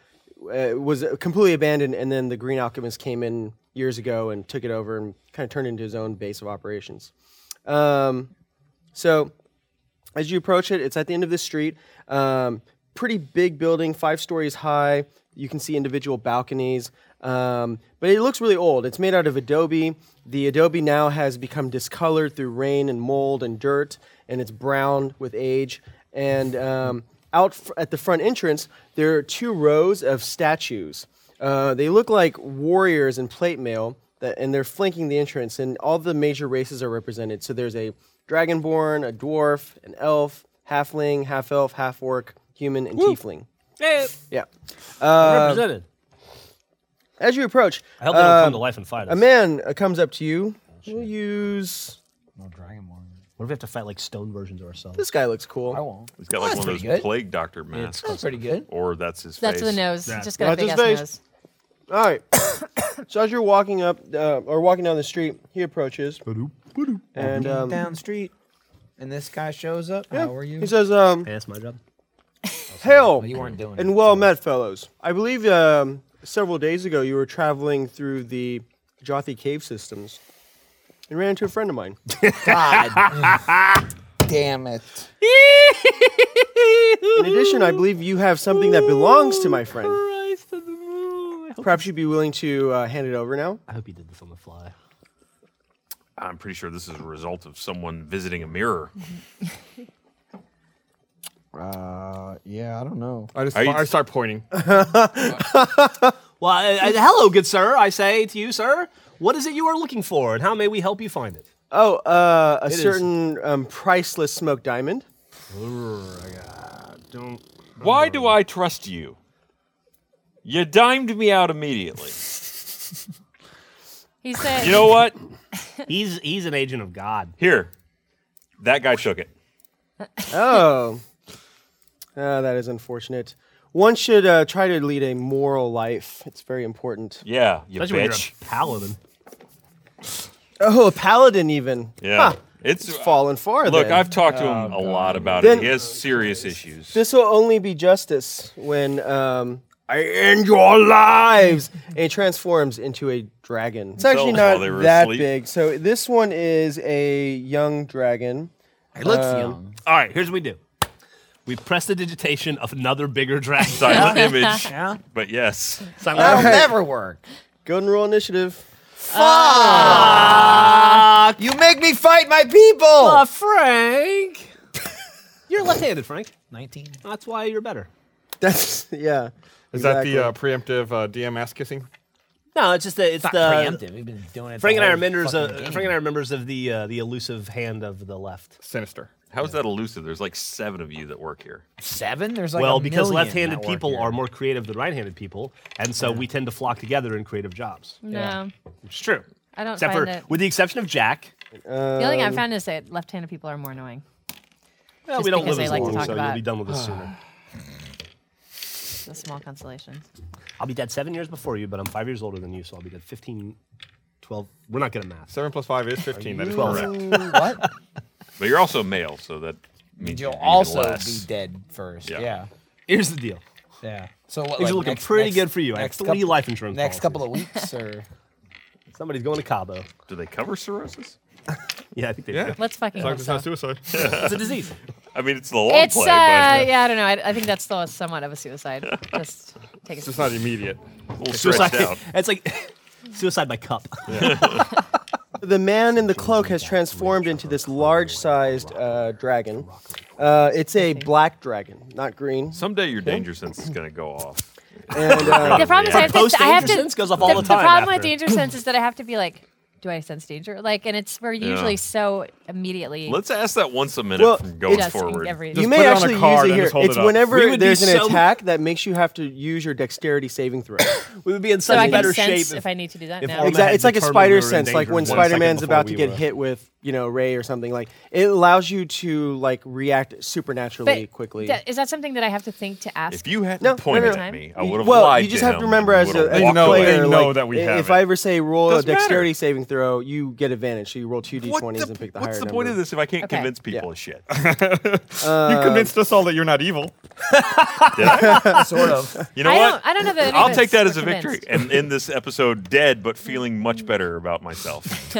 A: uh, was completely abandoned, and then the Green Alchemist came in years ago and took it over and kind of turned it into his own base of operations. Um, so, as you approach it, it's at the end of the street. Um, pretty big building, five stories high. You can see individual balconies, um, but it looks really old. It's made out of adobe. The adobe now has become discolored through rain and mold and dirt, and it's brown with age. And um, out fr- at the front entrance, there are two rows of statues. Uh, they look like warriors in plate mail, that, and they're flanking the entrance. And all the major races are represented. So there's a dragonborn, a dwarf, an elf, halfling, half elf, half orc, human, and tiefling. Yeah.
F: represented.
A: As you approach,
F: I hope they don't come to life and fight us.
A: a man uh, comes up to you. We'll use
F: what if we have to fight like stone versions of ourselves?
A: this guy. Looks cool.
D: I won't.
E: He's got
D: Well,
E: like
D: that's
E: one of those
D: pretty good.
E: plague doctor masks,
D: That's pretty good.
E: or that's his
B: That's
E: face.
B: the nose. Just got a
A: That's
B: big
A: his
B: ass
A: face.
B: nose.
A: All right. *coughs* so as you're walking up uh, or walking down the street, he approaches. And um,
D: Down street, and this guy shows up. How are you?
A: he says, um,
F: Hey, that's my job.
A: "Hail,
D: Well, you weren't doing
A: and
D: it.
A: well met, fellows. I believe um, several days ago you were traveling through the Jothi cave systems and ran into a friend of mine.
D: God damn it.
A: In addition, I believe you have something that belongs to my friend. Perhaps you'd be willing to uh, hand it over now.
F: I hope you did this on the fly.
E: I'm pretty sure this is a result of someone visiting a mirror.
D: Uh, yeah, I don't know.
C: I just
E: Are you-
C: I start pointing.
F: Well, I, I- hello, good sir. I say to you, sir, what is it you are looking for, and how may we help you find it?
A: Oh, uh, a certain um, priceless smoked diamond.
F: Don't.
E: Why do I trust you? You dimed me out immediately.
B: He said,
E: You know what?
F: he's he's an agent of God.
E: Here, that guy shook it.
A: oh. Ah, that is unfortunate. One should uh, try to lead a moral life. It's very important.
E: Yeah, you
F: Especially when you're a
E: bitch.
F: paladin.
A: Oh, a paladin even.
E: Yeah,
A: Huh.
E: it's,
A: fallen far.
E: Look,
A: then.
E: I've talked to
B: Oh,
E: him a lot about
A: Then-
E: it. He has serious issues.
A: This will only be justice when um, I end your lives. And it transforms into a dragon. It's actually
E: Themselves
A: not
E: while they were
A: that
E: asleep.
A: big. So this one is a young dragon.
D: It looks
A: Um,
D: young.
F: All right, here's what we do. We press the digitation of another bigger dragon. *laughs*
E: Silent image.
D: Yeah.
E: But yes.
D: That'll
A: Alright.
D: never work.
A: Golden Rule Initiative.
D: You make me fight my people.
F: Uh, Frank. *laughs* You're left-handed, Frank.
D: 19.
F: That's why you're better.
A: That's, *laughs* yeah.
C: Is that the
A: exactly.
C: uh, preemptive uh, DMS kissing?
F: No, it's just that it's,
D: It's not
F: the
D: preemptive. We've been doing it.
F: Frank
D: the
F: and I are
D: whole
F: members.
D: fucking
F: Of,
D: game.
F: Frank and I are members of the uh, the elusive hand of the left.
C: Sinister.
E: How is that elusive? There's like seven of you that work here.
D: seven. There's like
F: well,
D: a
F: because
D: million
F: left-handed
D: that work
F: people
D: here.
F: are more creative than right-handed people, and so we tend to flock together in creative jobs.
B: no,
F: Which is true.
B: I don't
F: Except
B: find
F: for,
B: it.
F: with the exception of Jack,
B: The only
A: Uh,
B: thing I found is that left-handed people are more annoying.
F: well,
B: Just
F: we don't
B: because
F: live
B: they
F: as
B: like to
F: long,
B: talk
F: so you'll
B: about-
F: be done
B: *sighs*
F: with this sooner.
B: It's a small consolation.
F: I'll be dead seven years before you, but I'm five years older than you, so I'll be dead 15, 12. We're not good at math.
C: Seven plus five is fifteen. That is
D: Ooh, *laughs*
C: correct.
D: what?
E: But you're also male, so that means
D: You'll
E: you're even
D: also be
E: less.
D: dead first.
E: Yeah.
D: Yeah. Yeah.
F: Here's the deal.
D: So what,
F: Things
D: like,
F: are looking
D: next-
F: pretty
D: next-
F: good for you. I have
D: next
F: three
D: couple-
F: life
D: *laughs*
F: insurance
D: Next couple
F: policies.
D: of weeks, or
F: Somebody's going to Cabo.
E: Do they cover cirrhosis?
F: Yeah, I think they
C: Yeah.
F: do.
B: Let's fucking.
C: As long
B: hope
C: as it's
B: so.
C: not suicide.
F: It's
E: *laughs*
F: a disease.
E: I mean, it's the long
B: It's uh,
E: play,
B: yeah, I don't know. I, I think that's still somewhat of a suicide. Just take a
C: It's just not
D: *laughs*
C: immediate.
E: but a little
F: Suicide.
E: stretched out.
F: *laughs* It's like suicide by cup.
A: The man in the cloak has transformed into this large-sized uh, dragon. Uh, it's a black dragon, not green.
E: Someday your danger sense is going to go off.
C: *laughs*
A: And uh,
B: The problem is I have
F: Post
B: to. I have
F: danger
B: to
F: sense goes off all the time.
B: problem with
F: after.
B: danger sense is that I have to be like, do I sense danger? Like, and it's we're usually so immediately.
E: Let's ask that once a minute
A: Well,
E: from going
B: just
E: forward.
B: every-
A: you
C: Just
A: may
C: put it on a
A: actually use
C: card
A: it
C: and
A: here.
C: just hold
A: it's
C: it up.
F: We
A: whenever
F: would
A: there's
F: be
A: an
F: so-
A: attack that makes you have to use your dexterity saving throw.
F: *coughs* we would be in
B: so
F: such
B: I
F: a
B: can
F: better
B: sense
F: shape
B: if I need to do that
F: if
B: now.
F: Orma
A: Exactly,
F: had
A: it's like a
F: determined
A: spider
F: we were in
A: sense, like
F: danger
A: when
F: one second
A: Spider-Man's
F: before
A: about to
F: we
A: get
F: were.
A: hit with, you know, Ray or something. Like it allows you to like react supernaturally quickly.
B: that- is that something that I have to think to ask?
E: If you hadn't
A: No, no,
E: pointed
A: no.
E: at me, I would have
A: well,
E: lied
A: you just
E: to
A: have
E: him
A: to remember
E: and
A: as
E: he
A: a,
E: would've
A: as a
C: They
E: walked
C: know-
E: away.
A: player,
C: they know
A: like,
C: that we
A: i-
C: have
A: if
C: it.
A: I ever say roll
E: Doesn't
A: a
E: matter.
A: dexterity saving throw, you get advantage. So you roll two
E: What
A: d20s
E: the-
A: and pick the higher
E: what's the
A: number.
E: point of this if I can't
B: Okay.
E: convince people
A: Yeah. *laughs*
E: of shit?
D: Uh,
C: you convinced us all that you're not evil.
E: Did I?
D: sort of.
E: You know
B: I
E: what?
B: don't. I don't know that.
E: I'll take that as a victory and end this episode dead, but feeling much better
A: *laughs*
E: about myself.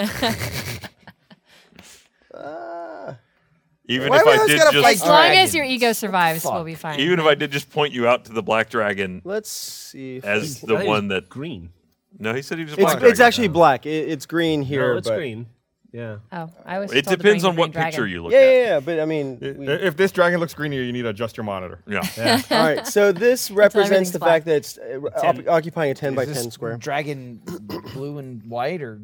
E: even
D: Why
E: if
D: we
E: I
D: always
E: did
D: gotta
E: just,
B: As
D: fight
B: long as
D: dragons.
B: your ego survives, we'll
D: fuck?
B: be fine.
E: even if I did just point you out to the black dragon
A: Let's see. if-
F: *laughs*
E: as the
F: I think
E: one
F: it's
E: that.
F: green.
E: No, he said he was a
A: It's,
E: black
A: it's
E: dragon.
A: actually black. It, it's green here,
F: no, it's
A: but
F: green. Yeah.
B: Oh, I was.
E: It
B: told to
E: depends
B: bring
E: on
B: the
E: what
B: green
E: picture
B: dragon.
E: you look
A: yeah,
E: at.
A: yeah, yeah. But I mean, we-
F: *laughs*
C: If this dragon looks green here, you need to adjust your monitor.
E: Yeah.
A: all right. So this represents
B: everything's
A: the
B: black.
A: fact that it's uh, op- occupying a *laughs* ten by
D: Is
A: ten
D: this
A: square. *clears throat*
D: Dragon blue and white or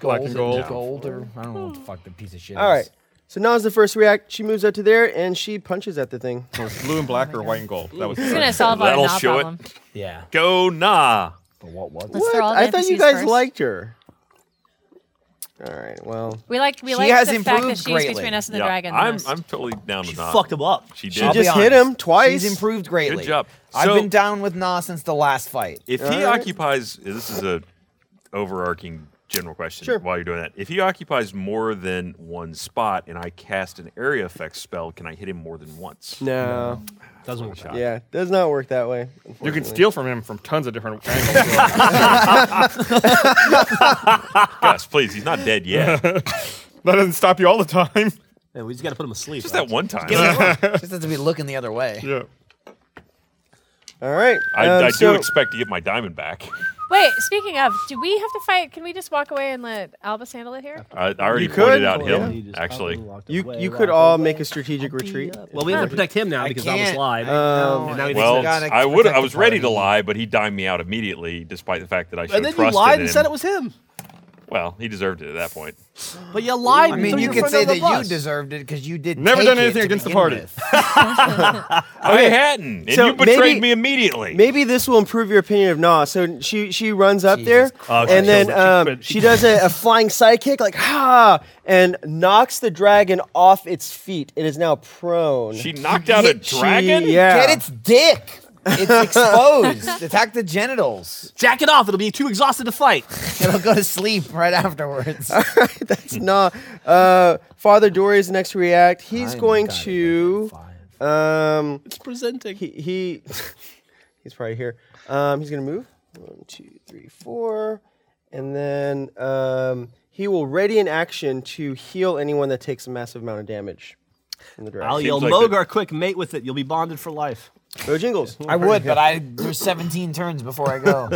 D: gold
C: Black and gold.
D: gold or I don't know what the fuck the piece of shit
A: All
D: is.
A: right. So Nana's the first to react. She moves up to there and she punches at the thing.
C: *laughs* So it's blue and black or white and gold. That was
B: It's
E: *laughs*
B: gonna solve our
E: That'll
B: nah
E: show it.
B: problem.
D: Yeah.
E: Go nah.
D: But what was it?
B: Let's throw all the
A: I thought you
B: NPCs
A: guys
B: first.
A: liked her. All right. Well,
B: We like. We
D: She
B: like
D: has
B: the fact that
D: improved
B: she's
D: greatly.
B: between us and the
E: yeah.
B: dragon. the
E: I'm,
B: most.
E: I'm totally down to
F: She
E: nah.
F: fucked him up.
E: She
A: she
E: did.
D: be
A: just hit him
D: honest.
A: twice.
D: She's improved greatly.
E: job.
D: I've
E: So-
D: been down with Nah since the last fight.
E: If he occupies, this is a overarching general question.
A: Sure.
E: While you're doing that, if he occupies more than one spot, and I cast an area effect spell, can I hit him more than once?
A: No.
F: Doesn't work out.
A: Yeah, does not work that way.
C: You can
A: unfortunately.
C: steal from him from tons of *laughs* different angles.
E: Gus, please. He's not dead yet.
C: that doesn't stop you all the time. *laughs*
F: Yeah, we just got to put him asleep.
E: Just
F: right?
E: that one time.
D: Just has to be looking the other way.
C: Yeah.
A: All right.
E: I,
A: um,
E: I
A: so-
E: do expect to get my diamond back.
B: Wait, speaking of, do we have to fight? Can we just walk away and let Albus handle it here?
E: I, I already
A: You
E: pointed
A: could.
E: out
A: Yeah.
F: You
E: him
F: just
E: actually.
F: fucking locked
A: You
F: away,
A: you could
F: locked
A: all
F: away.
A: make a strategic retreat.
F: Well, we have to protect him now because I was
D: can't. uh,
F: live.
D: Oh,
A: Um,
F: and now he thinks
E: Well,
F: that-
D: gotta
E: I would.
D: protect
E: I
D: the
E: was ready to
D: party.
E: lie, but he dimed me out immediately, despite the fact that I should
F: and
E: have
F: then you
E: trusted
F: lied
E: him.
F: and said it was him.
E: Well, he deserved it at that point.
H: But you lied.
D: I mean,
H: through
D: you
H: your
D: could
H: friend
D: say
H: on the
D: that
H: bus.
D: you deserved it because you did.
C: Never
D: take
C: done
D: it
C: anything
D: to
C: against the
D: begin
C: party.
D: with.
E: I hadn't, and
A: So
E: you betrayed
A: maybe-
E: me immediately.
A: Maybe this will improve your opinion of Nah. So she she runs up there,
E: Christ.
A: and then
E: She-
A: um, she does a, a flying sidekick like ha, and knocks the dragon off its feet. It is now prone.
E: She knocked out a
A: She-
E: dragon.
A: yeah.
D: Get its dick. It's exposed. *laughs* Attack the genitals.
H: Jack it off. It'll be too exhausted to fight.
D: *laughs* It'll go to sleep right afterwards.
A: That's not. Uh, Father Dory is next to react. He's going to. Um,
H: It's presenting.
A: he, he *laughs* he's probably here. Um, he's gonna move one, two, three, four, and then um, he will ready in action to heal anyone that takes a massive amount of damage. In the
F: I'll
A: direction.
F: yell,
E: like
F: Mogar, quick, mate with it. You'll be bonded for life.
A: Go
F: *laughs*
A: jingles.
D: I would, but *laughs* I there's 17 turns before I go.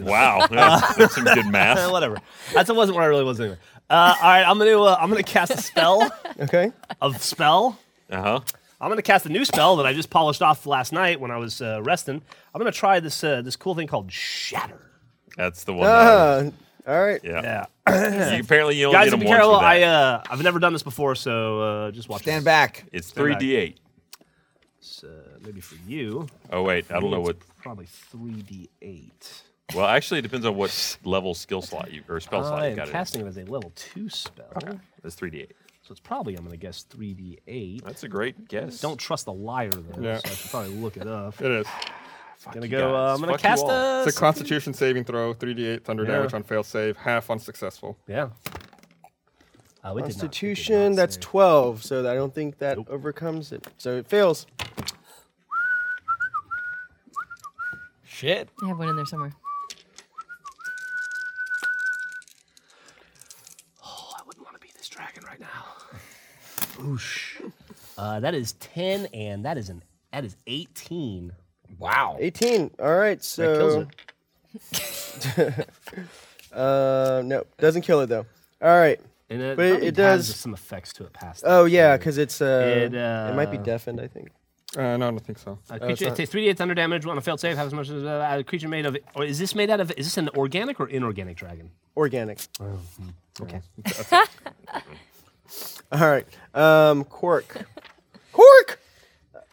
E: Wow, that's, that's some
A: *laughs*
E: good
F: Eh,
E: math.
F: *laughs* whatever. That's it. Wasn't what I really was anyway. Uh, all right, I'm gonna uh, I'm gonna cast a
E: *laughs*
F: spell
A: *laughs*
F: *laughs*
A: Okay.
F: of spell.
E: Uh huh.
F: I'm gonna cast a new spell that I just polished off last night when I was uh, resting. I'm gonna try this uh, this cool thing called Shatter.
E: That's the one. that
A: Uh, all right.
E: I- yeah.
F: Yeah,
E: You- apparently, you only
F: guys,
E: did
F: be
E: them once.
F: careful.
E: With that.
F: I uh, I've never done this before, so uh, just watch.
D: Stand
F: this.
D: back.
E: it's three d eight.
F: It's, uh, maybe for you.
E: Oh wait, I don't know
F: *laughs*
E: what.
F: Probably three d eight.
E: Well, actually, it depends on what s- level skill slot you or spell slot
F: I
E: you
F: am
E: got it.
F: casting it as a level two spell,
E: in. It's three d eight.
F: so it's probably I'm gonna guess three d eight.
E: That's a great guess.
F: Don't trust a liar though, so I should probably look
E: *laughs*
F: it up.
C: It is.
F: gonna
E: you
F: go. Uh,
E: guys.
F: I'm gonna
E: Fuck you
F: cast
E: all.
F: a.
C: It's a *laughs* Constitution saving throw, 3d8 thunder
F: Yeah.
C: damage on fail save, half on successful.
F: yeah. Uh, Oh, it did not- it did
A: Constitution.
F: not
A: That's
F: save.
A: twelve. So I don't think that overcomes it. So it fails.
D: Shit.
B: I have one in there somewhere.
F: Oh, I wouldn't want to be this dragon right now. *laughs* Oosh. Uh, that is ten, and that is an that is eighteen.
D: Wow.
A: Eighteen. All right. So
F: That kills it.
A: Uh, no, doesn't kill it though. All right.
F: And it,
A: But it-
F: probably
A: it
F: has
A: does-
F: some effects to it past.
A: Oh
F: that,
A: yeah,
F: too.
A: because it's uh,
F: It,
A: it, might be
F: uh,
A: deafened. I think.
C: Uh, no, I don't think so.
F: A creature it takes three d eight thunder damage on a failed save. Have as much as uh, a creature made of. Or is this made out of? Is this an organic or inorganic dragon?
A: Organic. hmm.
F: Okay.
A: *laughs* All right. Um, Quark. Quark.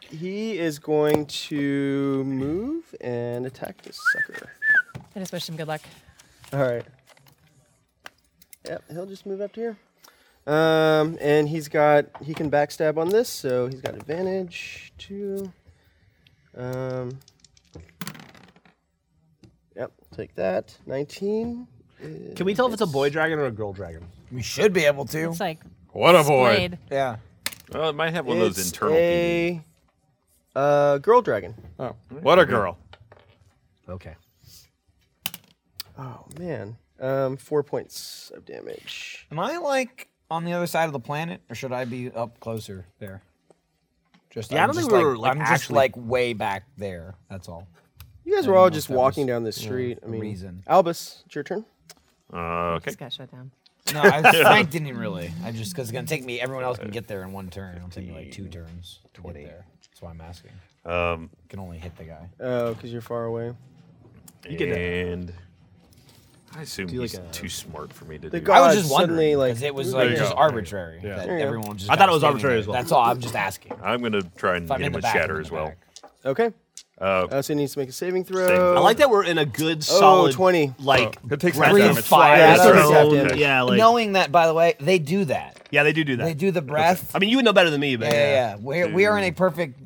A: He is going to move and attack this sucker.
B: I just wish him good luck.
A: All right. Yep, he'll just move up here. Um, and he's got he can backstab on this, so he's got advantage too. Um. Yep, take that. Nineteen.
F: Can we tell if it's a boy dragon or a girl dragon?
D: *laughs* We should be able to.
B: It's like
C: What a Oh, boy.
B: blade.
D: Yeah.
E: Well, Oh, it might have one of those
A: It's
E: internal. PD.
A: a uh, girl dragon.
C: Oh, what a girl.
F: Okay.
A: Oh man, um, four points of damage.
D: Am I like on the other side of the planet, or should I be up closer there? Just
F: Yeah, I
D: I'm
F: don't think
D: just
F: we
D: like,
F: were, like,
D: I'm just
F: actually-
D: like way back there. That's all.
A: You guys
D: I
A: were
D: don't
A: all
D: know
A: just
D: if that
A: walking
D: was,
A: down the street. I
D: a
A: mean,
D: reason.
A: Albus, it's your turn.
E: Uh, okay.
B: Just got shut down.
F: *laughs*
D: No, I, I didn't really. I just because it's gonna take me. Everyone else can get there in one turn. It'll take me like two turns to get there. That's why I'm asking.
E: Um,
D: You can only hit the guy.
A: Oh, because you're far away.
F: get
E: and I assume he's
F: like a-
E: too smart for me to
A: The
E: do.
A: god-
D: I
A: Uh,
D: was just
A: suddenly,
D: wondering
A: like-
D: because it was
A: There
D: like
C: you
D: just
C: go.
D: arbitrary
C: Yeah.
D: that
A: There you go.
D: everyone was just.
F: I thought it was
D: standing
F: arbitrary
D: there.
F: as well.
D: That's all. I'm just asking.
E: I'm gonna try and
D: If I'm
E: get
D: in
E: him
D: the
E: with
D: back, I'm
E: shatter
D: in
E: as
D: the
E: well.
D: back.
A: Okay.
E: Uh,
A: Uh, so he needs to make a saving throw.
E: throw.
F: I like that we're in a good
A: Oh,
F: solid
A: 20.
F: Like
C: It takes half
D: Breathe
C: damage.
D: fire.
A: Yeah,
F: breath
A: that was half
F: zone.
A: damage.
F: Yeah, like
D: Knowing that, by the way, they do that.
F: yeah, they do do that.
D: They do the breath.
F: I mean, you would know better than me, but
D: Yeah, yeah, yeah. We're, we are in a perfect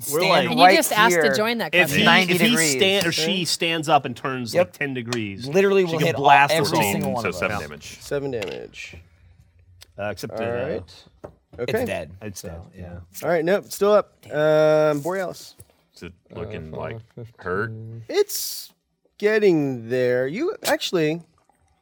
D: stand
F: like-
B: And you
D: right
B: just asked
D: here.
B: to join that club.
F: If
B: right?
F: he,
D: 90
F: if he
D: degrees.
F: stand or she stands up and turns
D: Yep.
F: like ten degrees,
D: Literally
F: she
D: will
F: can
D: hit all-
F: blast
D: every
F: herself.
D: single one
E: so
D: of us.
E: seven
D: Yeah.
E: damage.
A: Seven damage.
F: Uh, except
A: All
F: uh,
A: right. Okay.
D: It's dead.
F: It's dead. Yeah.
A: All right. Nope. Still up. Um, Borealis.
E: Is it
C: Uh,
E: looking like hurt?
A: It's getting there. You actually,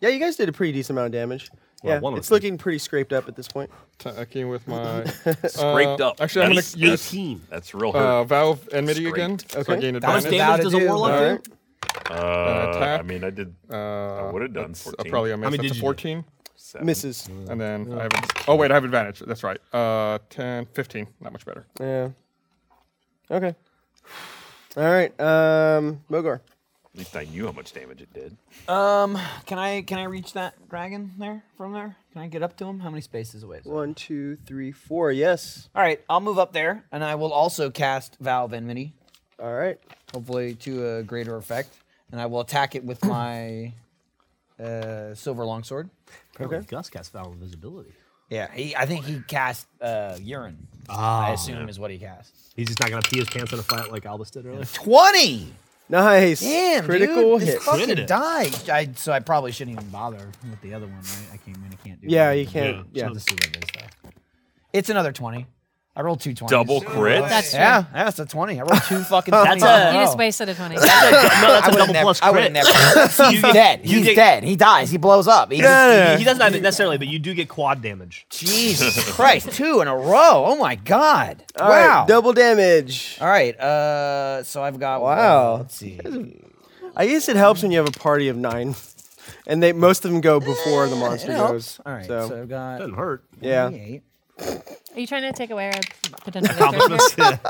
A: yeah, you guys did a pretty decent amount of damage.
F: Well,
A: yeah,
F: one of
A: it's
F: us did.
A: looking pretty scraped up at this point.
C: Attacking with *laughs* my
E: Scraped
C: Uh,
E: up.
C: Actually, I'm gonna
E: That's-
C: use
F: Team.
E: That's real
C: uh,
E: hurt.
C: Valve Enmity again.
E: Scraped.
C: So I
A: Okay.
C: gain
D: That was
C: advantage.
D: damage About to
F: does a
D: do.
F: warlock
A: All
F: do?
A: right.
E: Uh, I
C: attack.
E: mean, I did.
C: Uh,
E: would've done
C: that's, uh,
E: 14.
C: probably a miss.
F: many
C: That's
F: did
C: a
F: you do?
C: 14.
E: Seven.
A: Misses.
C: And then I have. A, oh wait, I have advantage. That's right. Uh, 10, 15. Not much better.
A: Yeah. Okay. All right, um, Mogar.
E: At least I knew how much damage it did.
D: Um, can I can I reach that dragon there from there? Can I get up to him? How many spaces away? Is it?
A: One, two, three, four. Yes.
D: All right, I'll move up there, and I will also cast Valve Enmity.
A: All right.
D: Hopefully to a greater effect, and I will attack it with my *coughs* uh, silver longsword.
F: Apparently Gus cast Foul Invisibility.
D: Yeah, he, I think he cast uh, urine. I
F: Ah.
D: assume is what he cast.
F: He's just not gonna pee his pants in a fight like Albus did earlier.
D: Twenty.
A: Nice.
D: Damn,
A: Critical
D: dude, this
A: hit.
D: fucking
F: Critted.
D: die. I, so I probably shouldn't even bother with the other one, right? I can't. I can't do.
A: Yeah,
D: that.
A: you can't. Yeah.
D: So let's see what it is, though. It's another twenty. I rolled two 20s.
E: Double crit?
B: That's true.
D: yeah, yeah, that's a twenty. I rolled
A: *laughs*
D: two fucking. That's
B: you
F: Oh.
B: just wasted a twenty.
G: No, that's
D: Oh. I
G: a
D: would've
G: double
D: never-
G: plus
D: I would
G: crit.
F: *laughs*
D: never.
A: *laughs*
D: He's dead. He's
F: get-
D: dead. He dies. He blows up. He just-
F: *laughs* He, he doesn't have it necessarily, but you do get quad damage.
D: *laughs* Jesus Christ, two in a row. Oh my God.
A: All right,
D: wow.
A: double damage.
D: All right. Uh, so I've got.
A: Wow.
D: let's see.
A: I guess it helps when you have a party of nine, and they most of them go before the monster
D: Eh, It
A: goes.
D: helps. All right. So,
A: So
D: I've got.
F: Doesn't hurt.
A: yeah.
D: 28.
B: Are you trying to take away our potential victory? here?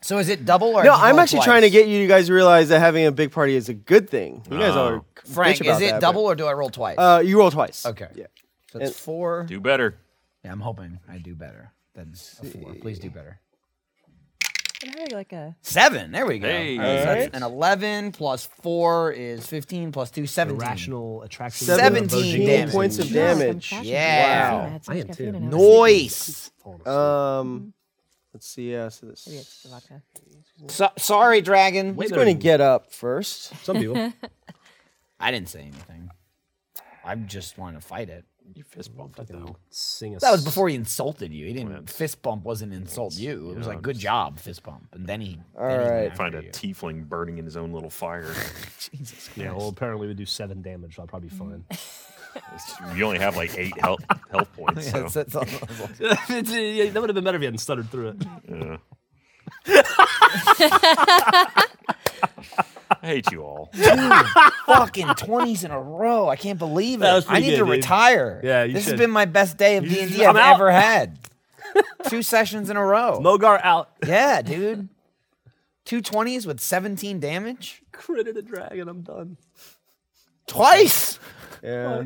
D: So is it double or?
A: No,
D: have you
A: I'm
D: rolled
A: actually
D: twice?
A: trying to get you guys to realize that having a big party is a good thing. You guys all are c- bitch
D: Oh. Frank. Is
A: about
D: it
A: that, but-
D: double or do I roll twice?
A: Uh, you roll twice.
D: Okay.
A: Yeah.
D: so it's
A: and-
D: four.
E: Do better.
D: Yeah, I'm hoping I do better than a four. Please do better.
B: Can I have, like a
D: Seven. There we go.
E: Hey.
D: All right, so that's
E: Alright.
D: an eleven plus four is fifteen plus two, 17.
F: Irrational attraction.
D: Seventeen damage.
A: points of
B: Oh, some
A: damage.
B: fashion
D: Yeah.
B: design. I had some
F: I am
B: caffeine
F: too.
B: in it.
D: Noise. Uh,
A: Um, let's see. Yeah. So this.
B: Maybe it's the vodka.
D: So, sorry, dragon.
A: He's going to get up
D: *laughs*
A: first.
F: Some people.
D: I didn't say anything. I just wanted to fight it.
E: You fist bumped it though.
F: Sing a
D: That was before he insulted you. He didn't fist bump wasn't an insult you. It was like good job fist bump, and then he. All
A: right.
E: Find a tiefling burning in his own little fire.
F: Yeah, well, apparently we do seven damage. So I'll probably be fine.
E: you only have like eight health health
A: *laughs*
E: points. So.
F: *laughs* It's- *laughs* yeah, that would have been better if you hadn't stuttered through it. *laughs*
E: yeah. I hate you all.
D: *laughs* fucking twenties in a row. I can't believe
F: That was
D: it. I
F: pretty
D: need to
F: good, dude.
D: retire.
F: Yeah, you
D: this
F: should.
D: has been my best day of D
F: should
D: and
F: just-
D: D I've
F: I'm out. *laughs*
D: ever had. Two sessions in a row.
F: Mogar out.
D: yeah, dude. Two twenties with seventeen
F: *laughs*
D: damage
F: Critted a dragon. I'm done.
D: twice.
A: Yeah.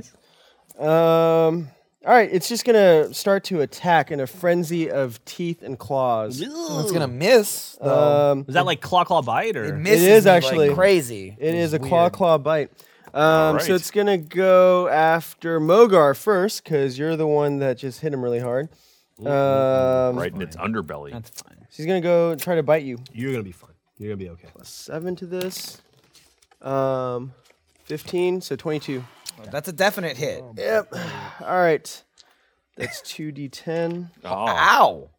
A: Um. All right. It's just gonna start to attack in a frenzy of teeth and claws.
D: It's gonna miss. Though.
A: Um.
F: Was that like claw claw bite or?
D: it misses
A: is
D: me, like,
A: actually-
D: crazy.
A: It is a
D: weird.
A: claw claw bite. Um,
E: right.
A: So it's gonna go after Mogar first because you're the one that just hit him really hard.
D: Mm-hmm.
A: Um,
E: Right in its underbelly.
A: She's gonna go try to bite you.
F: You're gonna be fine. You're gonna be okay.
A: Seven to this. Um, fifteen. So twenty-two.
D: That's a definite hit.
A: Yep. All right. That's two d10.
E: oh,
D: Ow.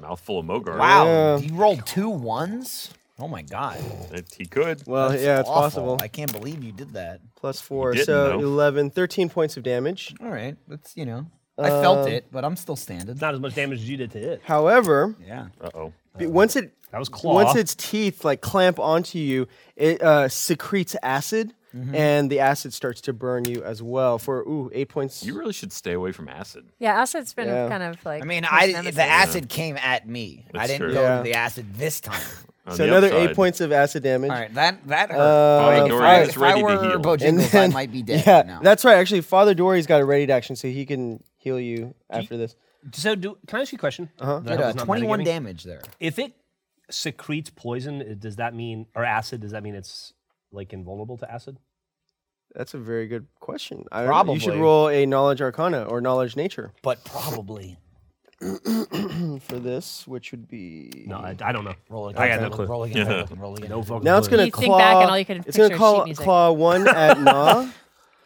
E: mouthful of Mogar.
D: Wow.
A: Yeah.
D: You rolled two ones? Oh my god.
E: It- he could.
A: Well,
D: That's
A: Uh, yeah, it's
D: awful.
A: possible.
D: I can't believe you did that.
A: Plus four.
E: didn't,
A: So
E: though.
A: 11, 13 points of damage.
D: All right. That's, you know, I felt
A: Um,
D: it, but I'm still standing.
F: It's not as much damage as you did to it.
A: However,
D: Yeah.
E: Uh oh.
A: b- once it
F: That was claw.
A: once its teeth like clamp onto you, it uh, secretes acid, and the acid starts to burn you as well for ooh eight points.
E: You really should stay away from acid.
B: Yeah, acid's been
A: Yeah.
B: kind of like.
D: I mean,
B: his
D: I
B: nemesis.
D: the acid came at me. I
E: That's
D: didn't
E: true.
D: go
A: Yeah.
D: to the acid this time.
E: On
A: so
E: the
A: another
E: upside,
A: eight points of acid damage.
D: All right. That that hurt.
A: Uh,
D: Like,
E: Dory
D: if I,
E: is
D: if
E: ready
D: I
E: to
D: were
E: heal.
A: And
D: Bojangles,
A: then-
D: I might
A: *laughs*
D: be dead
A: yeah,
D: right now.
A: that's right. Actually, Father Dory's got a ready action, so he can heal you after this.
F: so do can I ask you a question? Uh-huh.
D: Did, uh, 21 damage there.
F: If it secretes poison, it- does that mean or acid? Does that mean it's like invulnerable to acid?
A: That's a very good question. I, you should
D: Probably.
A: roll a knowledge arcana or knowledge nature Hmm,
D: But probably.
A: for this, which would be
F: No, I, I don't know.
D: Roll again.
F: I got no clue.
D: Roll again. Roll again. Roll again.
F: No fucking
A: now it's
F: clue.
A: gonna
B: You
A: claw.
B: think back and all you can
A: it's gonna
B: picture is sheet
A: claw,
B: music.
A: claw one
B: *laughs*
A: at Gnaw.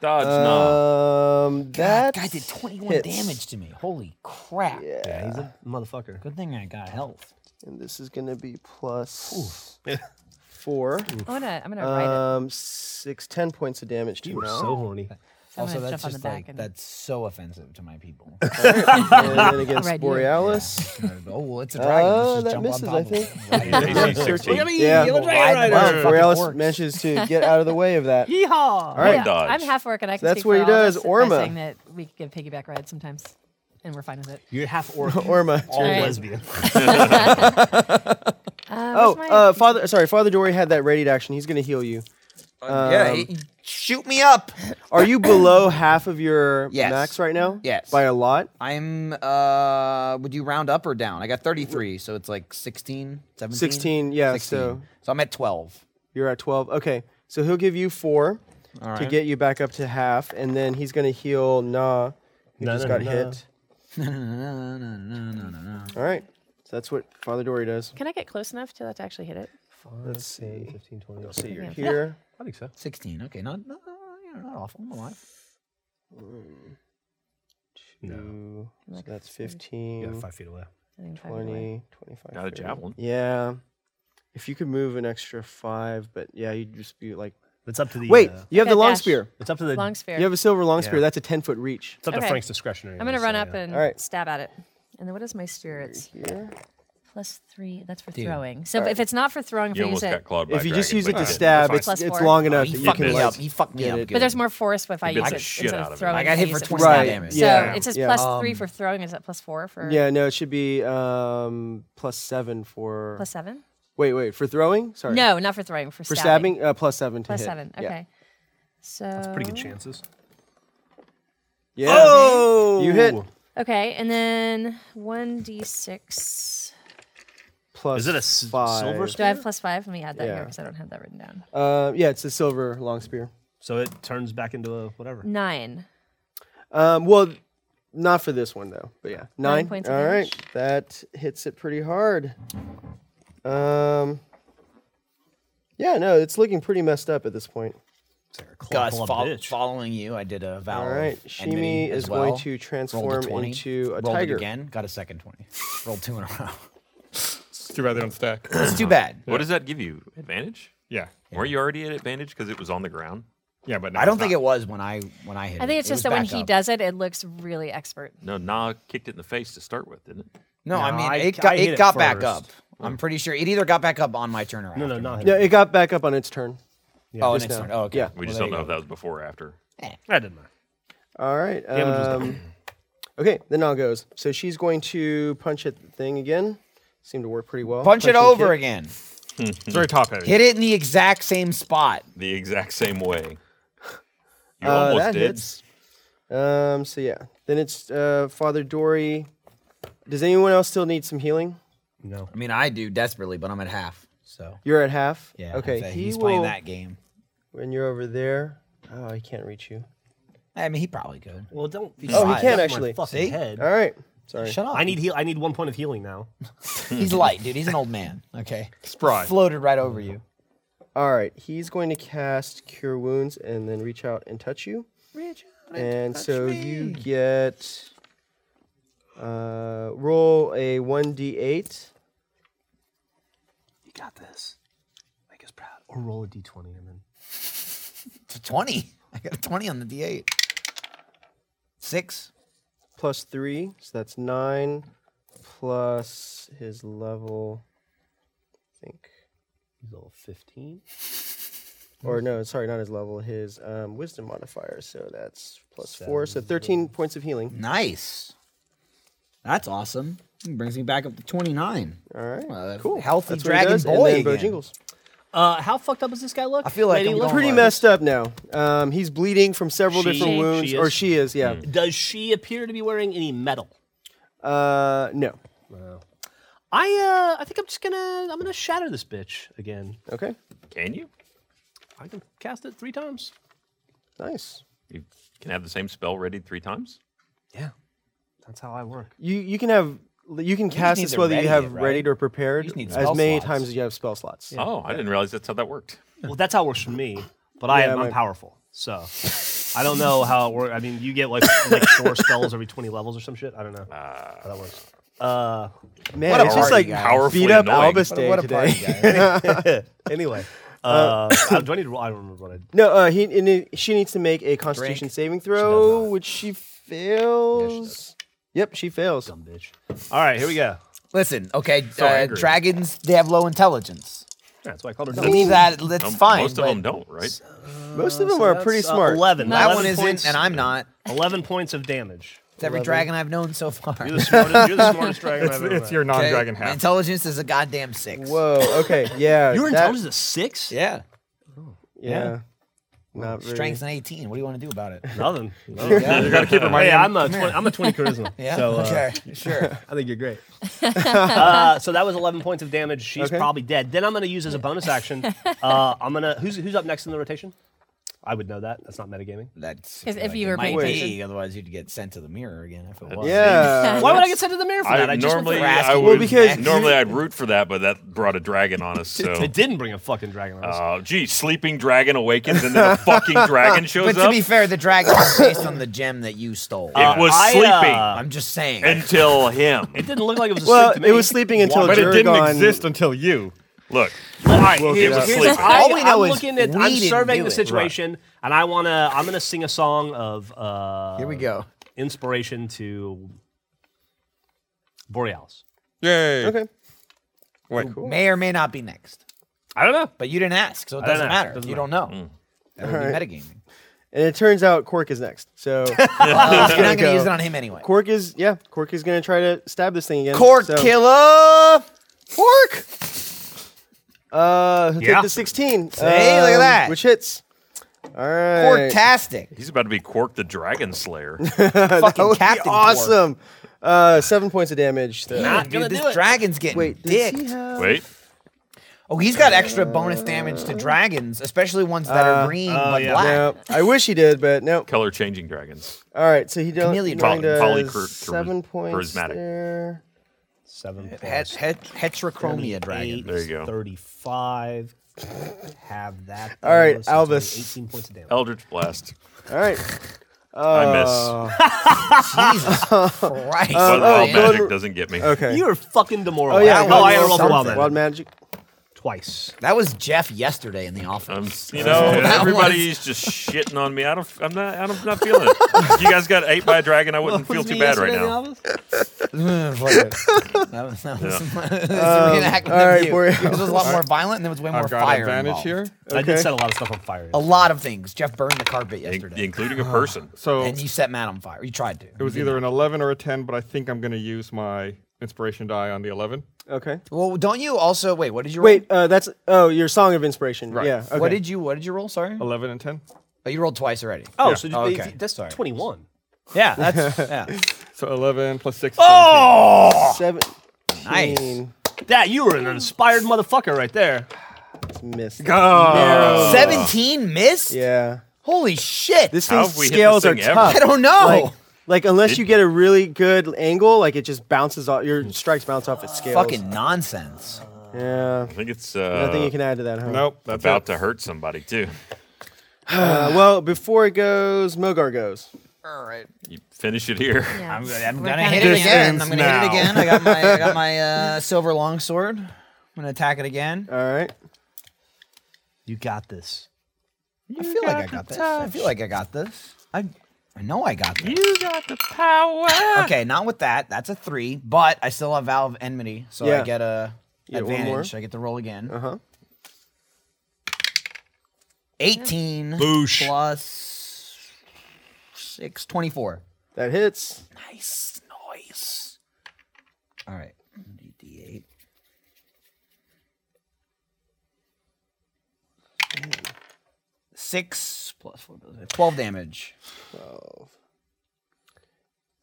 E: Dodge nah.
A: um,
D: God,
A: that
D: guy did 21
A: hits.
D: damage to me. Holy crap.
F: Yeah, he's a motherfucker.
D: Good thing I got health.
A: and this is gonna be plus *laughs* four.
B: I'm gonna, I'm gonna write it.
A: Um, six, ten points of damage to
F: You were
A: Gnaw.
F: so *laughs* horny.
B: I'm
D: also,
B: gonna
D: that's
B: jump on the
D: just
B: back
D: like
B: and-
D: that's so offensive to my people.
A: *laughs* and then against
B: Alright, yeah.
A: Borealis.
D: oh, it's a dragon. Let's
A: Oh,
D: just
A: that
D: jump
A: misses,
D: on
A: I
D: top of
A: think.
D: it.
E: AC 16.
A: Yeah.
D: Why the
A: Wow,
D: fuck
A: Borealis
D: works?
A: manages to get out of the way of that.
F: Yeehaw!
A: All right.
E: dodge.
B: I'm half work and I can
A: that's
B: speak
A: what
B: for
A: he
B: all of
A: does,
B: us by
A: Orma.
B: saying that we give piggyback rides sometimes. and we're fine with it.
F: You're half orc.
A: Orma.
F: All
B: Right.
F: *laughs* lesbian.
A: oh, uh, father. Sorry, Father Dory had that ready to action. He's gonna heal you.
D: yeah,
A: Um,
D: he- shoot me up.
A: Are you below half of your
D: Yes.
A: max right now?
D: Yes.
A: By a lot.
D: I'm. uh Would you round up or down? I got 33, so it's like 16, 17?
A: 16, yeah, so-
D: so I'm at 12.
A: You're at twelve. Okay, so he'll give you four
D: All
A: to
D: right.
A: get you back up to half, and then he's gonna heal Nah, who
F: Nah,
A: just
F: nah,
A: got
F: nah,
E: *laughs*
A: hit. All right. So that's what Father Dory does.
B: Can I get close enough to to actually hit it?
A: Let's see.
F: 15, 20.
A: Let's see. You're
B: Yeah.
A: here.
F: I think so.
D: 16. Okay, not not, you know, not awful. I'm alive.
A: Two. So that's
F: Yeah,
A: 15,
F: five feet away.
B: I think five
A: 20, 25.
E: Got a
A: 30.
E: javelin.
A: Yeah. If you could move an extra five, but yeah, you'd just be like.
F: It's up to the.
A: Wait,
F: uh,
A: you have
B: Got
A: the long
B: dash.
A: spear.
F: it's up to the.
B: Long sphere.
A: You have a silver long spear.
F: Yeah.
A: That's a 10 foot reach.
F: it's up
B: Okay.
F: to Frank's discretionary.
B: I'm gonna
F: so,
B: run
F: yeah.
B: up and
A: All right.
B: stab at it. And then what is my spirits?
A: Here.
B: Plus three. That's for
D: Dude.
B: throwing. So if it's not for throwing, if
E: You
B: I use
E: almost got
B: it.
E: clawed by
A: If
E: a
A: you just
E: dragon,
A: use
E: but
A: it to
E: that's
A: stab,
E: fine.
A: it's,
B: Plus
A: it's
B: four.
A: long enough
D: Oh, He
A: that you
D: fucked
A: can
D: me
A: like,
D: up. He fucked me
A: get
D: up.
A: it.
D: good.
B: But there's more force if I
E: He
B: use
E: bit the
B: it.
E: shit
B: instead
E: out
B: of
E: of it.
B: throwing
D: I got hit
B: if
D: for
B: use it
D: 29
A: Right,
D: damage.
B: So
A: Yeah.
B: it says
A: Yeah. Uh,
B: plus three
D: Um,
B: for throwing. Is that plus four for?
A: Yeah, no, it should be um, plus seven for.
B: Plus seven?
A: Wait, wait, for throwing? Sorry.
B: No, not for throwing. For,
A: For stabbing, uh, plus seven to
B: Plus
A: hit.
B: seven.
A: Yeah.
B: Okay. So
J: That's pretty good chances.
A: Yeah.
F: Oh!
A: You hit
B: Okay, and then one d six.
A: plus.
F: Is it a s-
A: five.
F: silver
B: Do I have plus five? Let me add that here
A: Yeah.
B: because I don't have that written down.
A: Uh, yeah, it's a silver long spear.
F: So it turns back into a whatever.
B: Nine.
A: Um, well, not for this one though. But yeah, nine.
B: points of
A: All right,
B: damage.
A: that hits it pretty hard. Um, yeah, no, it's looking pretty messed up at this point.
D: Gus,
F: Club
D: fol-
F: bitch.
D: following you, I did a vow.
A: All right, Shimi is going to transform into a
D: Rolled it
A: tiger.
D: again. Got a second twenty. Rolled two in a row.
C: It's too bad they don't
D: *coughs*
C: stack.
D: It's *laughs* too bad.
E: What does that give you? Advantage?
C: Yeah.
E: Were you already at advantage because it was on the ground?
C: Yeah, but
D: I don't think it was when I when I hit.
B: I think it's
D: it. It
B: just
D: was
B: that when
D: back
B: he
D: up.
B: does it, it looks really expert.
E: No, Nah kicked it in the face to start with, didn't it?
D: No, I
F: No,
D: mean
F: I-
D: it got
F: I hit
D: it
F: it
D: got back
F: first.
D: up. I'm pretty sure it either got back up on my turn or
F: No, no,
D: after
F: not
D: mine.
F: him.
A: Yeah, it got back up on its turn.
D: Oh,
A: just
D: next
A: now.
D: turn. Oh, okay.
A: Yeah.
E: We just
D: there
E: don't
D: you
E: know
D: go.
E: if that was before or after.
F: That didn't matter.
A: All right.
F: Damage was
A: Um, okay, then all goes. So she's going to punch at the thing again. Seemed to work pretty well.
D: Punch it
A: and
D: over
A: kick.
D: again.
C: It's very top heavy.
D: Hit it in the exact same spot.
E: The exact same way. You
A: Uh,
E: almost
A: that
E: did.
A: hits. Um. So yeah. Then it's uh, Father Dory. Does anyone else still need some healing?
D: I mean, I do desperately, but I'm at half. So
A: You're at half.
D: yeah.
A: Okay.
D: so
A: he
D: he's
A: will,
D: playing that game.
A: When you're over there. Oh, he can't reach you.
D: I mean, he probably could.
F: Well, don't. Be
A: Oh, he
F: shy.
A: can
F: That's my
A: actually.
F: Fucking
D: See?
F: head.
A: All right. Sorry.
D: Shut up.
F: I need heal. I need one point of healing now.
D: He's light, dude. He's an old man. Okay.
C: Spry.
D: Floated right over you.
A: All right. He's going to cast Cure Wounds and then reach out and touch you. And so you get. Uh, roll a one d eight.
F: You got this. Make us proud. Or roll a d20 and then.
D: It's a 20. *laughs* I got a 20 on the D8. Six.
A: plus three, so that's nine, plus his level, I think,
F: He's all 15.
A: or no, sorry, not his level, his um, wisdom modifier. So that's plus four, so thirteen points of
D: Mm.
A: healing.
D: Nice. That's awesome. He brings me back up to 29.
A: All right,
D: Uh,
A: cool.
D: Healthy
A: That's what he
D: dragon
A: does,
D: boy.
A: and then Bo
D: again.
A: Jingles.
F: Uh, how fucked up does this guy look?
D: I feel like
F: Lady
D: I'm
F: Luck?
D: going-
A: Pretty
D: Alright.
A: messed up now. Um, he's bleeding from several
F: She-
A: different
F: She
A: wounds,
F: is?
A: or she is, yeah.
D: Hmm.
F: Does she appear to be wearing any metal?
A: Uh, no.
F: I uh, I think I'm just gonna I'm gonna shatter this bitch again.
A: Okay,
E: Can you?
F: I can cast it three times.
A: nice.
E: You can have the same spell readied three times?
F: Yeah, that's how I work.
A: You you can have you can cast
D: need
A: this
D: to
A: whether you
D: ready
A: have
D: it, right?
A: readied or prepared
D: just need
A: as
D: spell
A: many
D: slots.
A: times as you have spell slots.
E: Oh, I didn't realize that's how that worked.
F: Well, that's how it works for me. But I
A: Yeah,
F: am
A: my-
F: I'm powerful, so I don't know how it works. I mean, you get like like four spells every 20 levels or some shit. I don't know how that works. Uh,
A: Man,
D: What a
A: it's just
D: party,
A: like
D: guys.
E: Powerfully
A: beat up
E: annoying.
A: Albus Day
D: What a
A: today.
D: party guy.
F: anyway, uh, I- do I need to roll? I don't remember what I.
A: No, uh, he and it- she needs to make a Constitution
D: Drink.
A: saving
D: does
A: throw,
D: not.
A: which she fails. yep, she fails.
F: Dumb bitch. All right, here we go.
D: Listen, okay, uh,
E: angry.
D: dragons, they have low intelligence.
F: Yeah, that's why I called her
D: I
F: dumb.
D: mean, that, that's
E: Um,
D: fine.
E: Most of
D: but
E: them don't, right?
A: Most of them are pretty
F: That's, uh,
A: smart.
F: Eleven.
D: That
F: 11
D: one isn't,
F: points-
D: and I'm not.
F: Eleven points of damage.
D: It's every
A: Eleven.
D: dragon I've known so far. You're *laughs*
F: the smartest- you're the smartest dragon It's- I've ever it's met. your
A: non-dragon half.
D: Intelligence is a goddamn six.
A: Whoa. Okay. Yeah.
D: *laughs* Your
A: that-
D: intelligence
H: is a six.
D: Yeah.
A: Yeah.
D: Yeah.
A: Not very.
D: Strength's an 18. What do you want to do
A: *laughs*
D: about it?
F: Nothing.
D: Nothing.
A: Yeah.
F: You gotta keep reminding Hey, him. I'm a
D: Come
F: twen-
D: here.
F: I'm a 20 charisma,
D: yeah.
F: so, uh,
D: okay.
A: *laughs*
D: Sure.
F: I think you're great. uh, so that was 11 points of damage. She's
D: Okay.
F: probably dead. Then I'm going to use as a bonus action. Uh, I'm going to. Who's, who's up next in the rotation? I would know that. That's not metagaming.
D: That's
B: 'Cause if
D: Like,
B: you
D: it
B: were
D: might
B: paying
D: be,
B: attention.
D: otherwise you'd get sent to the mirror again if it was.
B: *laughs*
A: Yeah.
F: Why would I get sent to the mirror for
E: I,
F: that? I just
E: normally
F: went for
E: I
F: rascal.
E: would,
F: Well,
E: *laughs*
F: because-
E: normally I'd root for that, but that brought a dragon on us. So
F: It didn't bring a fucking dragon on us.
E: Uh, gee, sleeping dragon awakens and then a fucking dragon shows
D: But
E: up.
D: to be fair, the dragon was based on the gem that you stole.
E: It was
D: I, uh,
E: sleeping.
D: I'm just saying.
E: until him.
F: It didn't look like it was
A: Well, it was sleeping until
C: But it didn't
A: Jurgon-
C: exist until you.
E: Look,
F: I,
C: Well,
F: here's,
C: yeah.
F: here's
C: Sleeping.
F: I,
C: All we know
F: am
C: is
F: looking at.
C: we
F: I'm
C: didn't
F: surveying
C: do
F: the
C: it.
F: situation, and I want to. I'm going to sing a song of. Uh, Here we
D: go.
F: Inspiration to Borealis.
C: Yay.
A: Okay.
C: Wait.
D: May or may not be next.
F: I don't know.
D: But you didn't ask, so it
F: I don't
D: doesn't
F: know.
D: matter.
F: Doesn't
D: you
F: matter.
D: don't know. That would
A: Alright.
D: be metagaming.
A: And it turns out Cork is next.
D: *laughs*
A: So he's
D: not
A: gonna
D: gonna
A: go.
D: use it on him anyway.
A: Cork is yeah. Cork is gonna try to stab this thing again.
D: Cork
A: so,
D: killer! Cork!
A: Uh, he'll
E: Yeah.
A: take the sixteen.
D: Hey, look at
A: um,
D: that.
A: Which hits. All right.
D: Corktastic.
E: He's about to be Cork the Dragon
D: *laughs*
E: Slayer.
A: *laughs* that
D: Fucking
A: would
D: Captain
A: be
D: Cork.
A: awesome. Uh, seven points of damage. So.
D: Dude, this dragon's getting
A: Wait, does he
D: dicked.
A: have-
E: Wait,
D: Oh, he's got extra bonus damage to dragons, especially ones that
A: Uh,
D: are green but black.
A: No, I wish he did, but no.
E: color changing dragons.
A: All right, so he don't. He
D: Chameleon
A: only
E: dragon. Poly-
A: does
E: polychar-
A: seven
E: charis-
A: points
E: charismatic.
A: there.
F: Seven
D: Het-
F: points.
D: het- heterochromia
F: *laughs*
D: dragon.
E: There you go.
F: Thirty-five. Have that.
A: All right,
F: bonus. That's only
A: Alvis.
F: Eighteen points of damage.
E: Eldritch Blast.
A: All right.
D: Uh,
E: I miss.
D: Jesus Christ.
E: But
A: oh,
D: uh,
E: wild
A: go
E: magic
A: and-
E: doesn't get me.
A: Okay.
F: You are fucking
A: oh
F: demoralized.
A: yeah.
F: Oh, I rolled
A: something.
F: for wild magic
A: Wild magic.
F: twice.
D: That was Jeff yesterday in the office.
A: Um,
D: *laughs*
E: I'm, s- you know,
D: That
E: everybody's just shitting on me. I don't. I'm not. I'm not feeling it. You guys got ate by a dragon.
D: *laughs*
E: I wouldn't feel too bad right now.
D: Ugh, fuck it. that was, that was
E: Yeah.
D: my, that's a reenactment
A: all right,
D: of you.
A: Boreal.
D: Because it was a
A: *laughs*
D: lot more violent and there was way more
C: I've got
D: fire
C: advantage
D: involved.
C: here.
F: I did
A: Okay.
F: set a lot of stuff on fire.
D: A lot of things. Jeff burned the carpet
E: In-
D: yesterday. Uh,
E: including a person.
C: So
D: and you set Matt on fire. You tried to.
C: it was either an 11 or a 10, but I think I'm going to use my inspiration die on the 11.
A: Okay.
D: Well, don't you also wait? What did you roll?
A: Wait, uh, that's oh your song of inspiration.
C: Right.
A: Yeah. Okay.
D: What did you What did you roll? Sorry.
C: 11 and 10.
D: Oh, you rolled twice already.
F: Oh, so
D: Oh,
F: they-
D: okay.
F: that's
D: Sorry.
F: twenty-one.
C: *laughs*
D: Yeah,
A: *laughs*
D: that's yeah.
C: So 11 plus 6. Oh!
A: Seven.
D: Nice.
F: That you were an inspired motherfucker right there.
A: Missed.
D: Uh, Seventeen missed.
A: Yeah.
D: Holy shit!
A: This
E: How
A: thing's
E: have we hit
A: scales
E: this
A: are
E: thing ever?
A: tough.
D: I don't know.
A: *laughs* Like, like, unless you get a really good angle, like it just bounces off your strikes bounce off its scales.
D: Fucking nonsense.
A: Yeah.
E: I think it's uh,
A: Nothing you can add to that, huh?
C: Nope. That's
E: about
C: it.
E: to hurt somebody too.
A: Uh, well, before it goes, Mogar goes.
D: All right.
E: You finish it here.
B: Yeah.
D: I'm, gonna- I'm
B: We're
D: gonna
B: kinda
D: hit it
B: doing
D: again. I'm
C: Distance
D: gonna hit it
C: now.
D: again. I got my I got *laughs* my uh, silver longsword. I'm gonna attack it again.
A: All right.
F: You got this.
D: I feel like I got this. I feel like I got this. I I know I got this.
E: You got the power.
D: *laughs* Okay, not with that. That's a three, but I still have Valve Enmity, so
A: Yeah.
D: I get a
A: Yeah, one more.
D: advantage. I get to roll again.
A: Uh huh.
D: 18
J: Boosh.
D: plus 6, 24.
A: That hits.
D: Nice noise. All right. D8. Six plus four, twelve damage.
A: All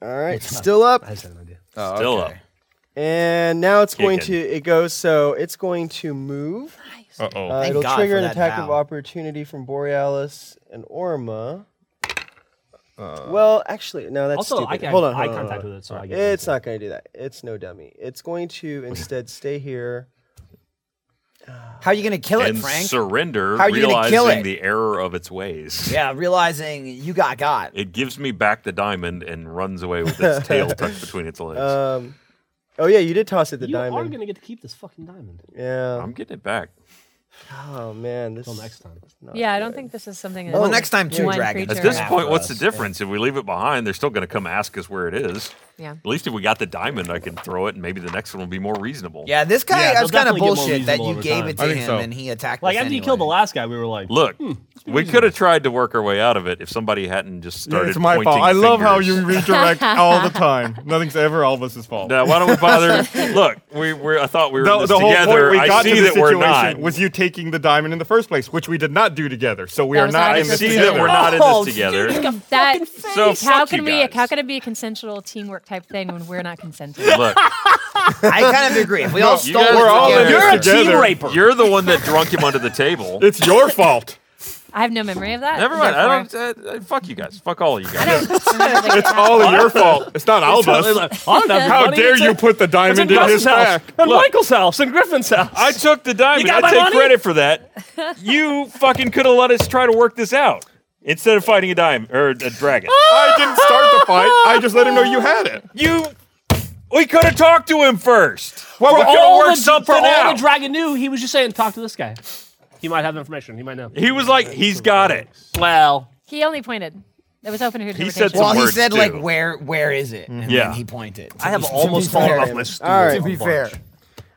A: right. Still up.
F: I just had an idea.
D: Oh,
E: Still
D: okay.
E: up.
A: And now it's going to
E: Kicking.
A: it goes so it's going to move.
C: Uh oh.
A: Uh,
D: Thank
A: it'll
D: God
A: trigger
D: for
A: an
D: that
A: attack of
D: vow.
A: opportunity from Borealis and Orma. well, actually, no, that's
F: Also,
A: stupid.
F: I can
A: hold on,
F: eye
A: hold on, hold
F: contact
A: on.
F: with it, so I get
A: It's not going to do that. It's no dummy. It's going to instead stay here.
D: How you gonna kill it,
E: And
D: Frank?
E: surrender,
D: How are you gonna kill
E: realizing
D: it?
E: the error of its ways.
D: yeah, realizing you got got.
E: It gives me back the diamond and runs away
C: *laughs*
E: with its tail tucked between its legs.
C: Uh,
A: Um, oh yeah, you did toss it the
F: you are
A: diamond.
F: gonna get to keep this fucking diamond
A: yeah.
E: I'm getting it back.
A: Oh man, this
F: until next time.
B: Yeah, I don't think this is something.
D: Well,
B: that
D: next time two
B: one
D: dragons.
E: At
B: creature-
D: Sure.
E: this
D: Yeah,
E: point,
D: for
E: what's the
D: us,
E: difference? If we leave it behind, they're still going to come ask us where it is.
B: Yeah.
E: At least if we got the diamond, I can throw it, and maybe the next one will be more reasonable.
D: Yeah, this guy,
F: Yeah,
D: that's
F: they'll
D: kind of
F: definitely get more
D: bullshit that
F: reasonable
D: you
F: over
D: gave it
F: time.
E: I
D: to
E: think
D: him
E: so.
D: and he attacked
F: Like
D: us
F: after you
D: anyway. *laughs*
F: killed the last guy, we were like,
E: Look,
C: Hmm,
F: be
E: we could have tried to work our way out of it if somebody hadn't just started.
C: it's my
E: pointing
C: fault. I love how
E: fingers.
C: you redirect all the
D: *laughs*
C: time. Nothing's ever Elvis's fault.
E: *laughs* Now, why don't
C: *laughs*
E: we bother? Look, we we I thought we were in
C: The,
E: this
C: the whole
E: together.
C: point we
E: I
C: got
E: see
C: to this
E: that we're
C: situation
E: not.
C: was you taking the diamond in the first place, which we did not do together. So we
B: That
C: are
B: was
C: not.
B: not
E: I
C: in this
E: see
C: together.
E: that we're not in
F: Oh,
E: this together.
B: That
E: So
B: how
E: fuck
B: can
E: you
B: we?
E: guys.
B: How can it be a consensual teamwork type thing when we're not consenting?
E: Look,
D: I kind of agree. If we all
E: you
D: stole
E: guys-
D: it
E: we're all in
D: together,
E: this
D: you're a
E: together.
D: team raper.
E: You're the one that drunk him under the table.
C: It's your fault.
B: I have no memory of that.
E: Never mind. I
B: therefore-
E: don't. Uh, uh, fuck you guys. Fuck all of you guys.
C: It's all your fault. It's not Albus.
F: I don't
C: *laughs*
F: have
C: How
F: money.
C: dare
F: It's
C: you
F: at-
C: put the
F: it's at
C: diamond in
F: Gus's
C: his
F: house,
C: back?
F: and
E: Look.
F: Michael's house, and Griffin's house.
E: I took the diamond.
F: got
E: I
F: my
E: take
F: money?
E: credit for that. You fucking could have let us try to work this out instead of fighting a dime or a dragon.
C: I didn't start the fight. I just let him know you had it.
E: you, we could have talked to him first. Well,
F: for
E: we could
F: all
E: have worked
F: the,
E: something
F: for all
E: out.
F: the dragon knew, he was just saying, talk to this guy. He might have information. He might know.
E: he was like, he's got it.
F: Well,
B: He only pointed. It was open to
E: He
B: interpretation.
E: said some
D: Well, he
E: words,
D: said like,
E: too.
D: where where is it? And
E: Yeah.
D: then he pointed.
G: I have almost fallen off my stool.
A: All
D: To
A: right.
D: be fair,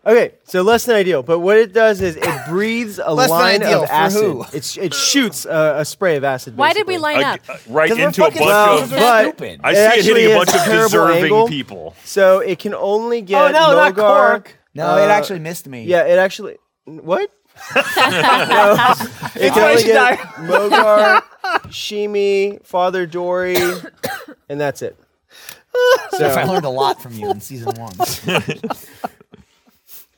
A: Okay, so less than ideal, but what it does is it breathes a
D: Less than
A: line
D: ideal
A: of
D: for
A: acid.
D: who?
A: It, sh- it shoots a, a spray of acid.
B: Why did we
A: basically.
B: line up?
E: Ag- uh, right
D: 'Cause we're
E: into a bunch
D: fucking
A: Well,
D: *laughs* That's
E: of.
A: but
D: stupid.
E: I
A: it
E: see it
A: actually
E: hitting a
A: is
E: bunch of
A: terrible
E: deserving
A: angle.
E: people.
A: So it can only get
H: Oh, no, not
A: Nogar.
H: cork.
D: no,
A: Uh,
D: it actually missed me.
A: Yeah, it actually. What? no, it can only
H: Information
A: get Mogar, Shimi, Father Dory, and that's it.
D: I
A: So
D: learned a lot from you in season one. *laughs*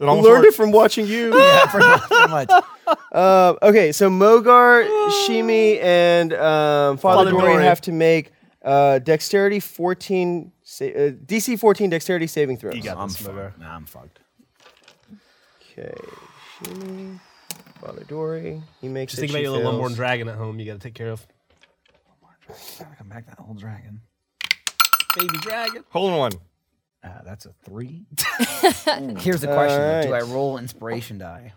C: It
A: I
C: almost
A: learned it
C: worked.
A: from watching you.
D: yeah, pretty much. Pretty *laughs* much.
A: Uh, okay, so Mogar, Shimi, and um, Father,
F: Father
A: Dory
F: Dory.
A: have to make uh, dexterity 14, sa- uh, DC 14 dexterity saving throws.
D: I'm fucked. Nah, I'm fucked.
A: Okay, Shimi, Father Dory, he makes
F: just
A: it.
F: think
A: she
F: about your little
A: fails.
F: Lomborn dragon at home you got to take care of.
D: Gotta come back to that whole dragon.
H: Baby dragon.
C: Hold on one.
D: Uh, that's a three. *laughs* Here's the question:
A: All
D: though. Do I
A: right.
D: roll inspiration die?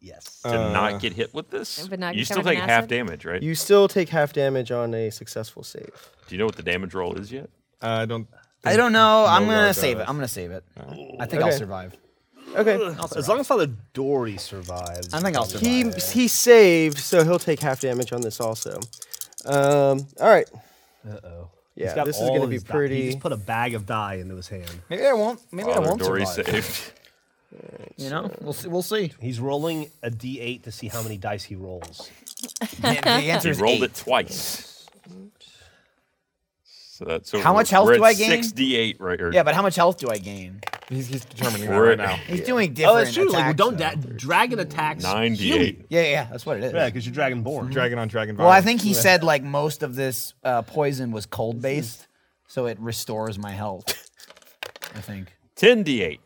H: Yes.
E: to not get hit with this,
B: But not
E: you
B: get
E: still
B: covered in
E: take half
B: acid?
E: damage, right?
A: You still take half damage on a successful save.
E: Do you know what the damage roll is yet?
C: I don't.
D: I don't know. I'm
C: No,
D: gonna
C: no,
D: save it.
C: guys.
D: I'm gonna save it. I think I'll
A: Okay.
D: survive.
A: Okay.
J: As long as Father Dory survives.
D: I think I'll survive.
A: He he saved, so he'll take half damage on this also. Um, all right.
J: Uh oh.
A: Yeah, this is going to be
J: He
A: pretty.
J: just put a bag of dye into his hand.
D: maybe I won't. Maybe I
E: Father
D: won't
E: Dory
D: survive.
E: saved.
D: You know, we'll see. We'll see. *laughs*
J: He's rolling a d8 to see how many dice he rolls.
D: the the answer
E: He
D: is
E: rolled
D: eight.
E: it twice. So that's so
D: How
E: we're-
D: much health
E: we're
D: do
E: at
D: I gain?
E: Sixty-eight, right? Or
D: Yeah, but how much health do I gain?
C: He's, he's determining that
E: We're
C: right
E: at-
C: now.
D: He's doing different.
F: Oh, that's true. Like,
D: attacks,
F: don't
D: though.
F: da- dragon attacks.
E: ninety-eight.
D: Yeah, yeah, yeah, that's what it is.
J: Yeah, because you're dragonborn.
C: Dragon on dragon.
D: Well, I
C: violence.
D: think he said like most of this uh, poison was cold based, so it restores my health. I think.
E: Ten d8.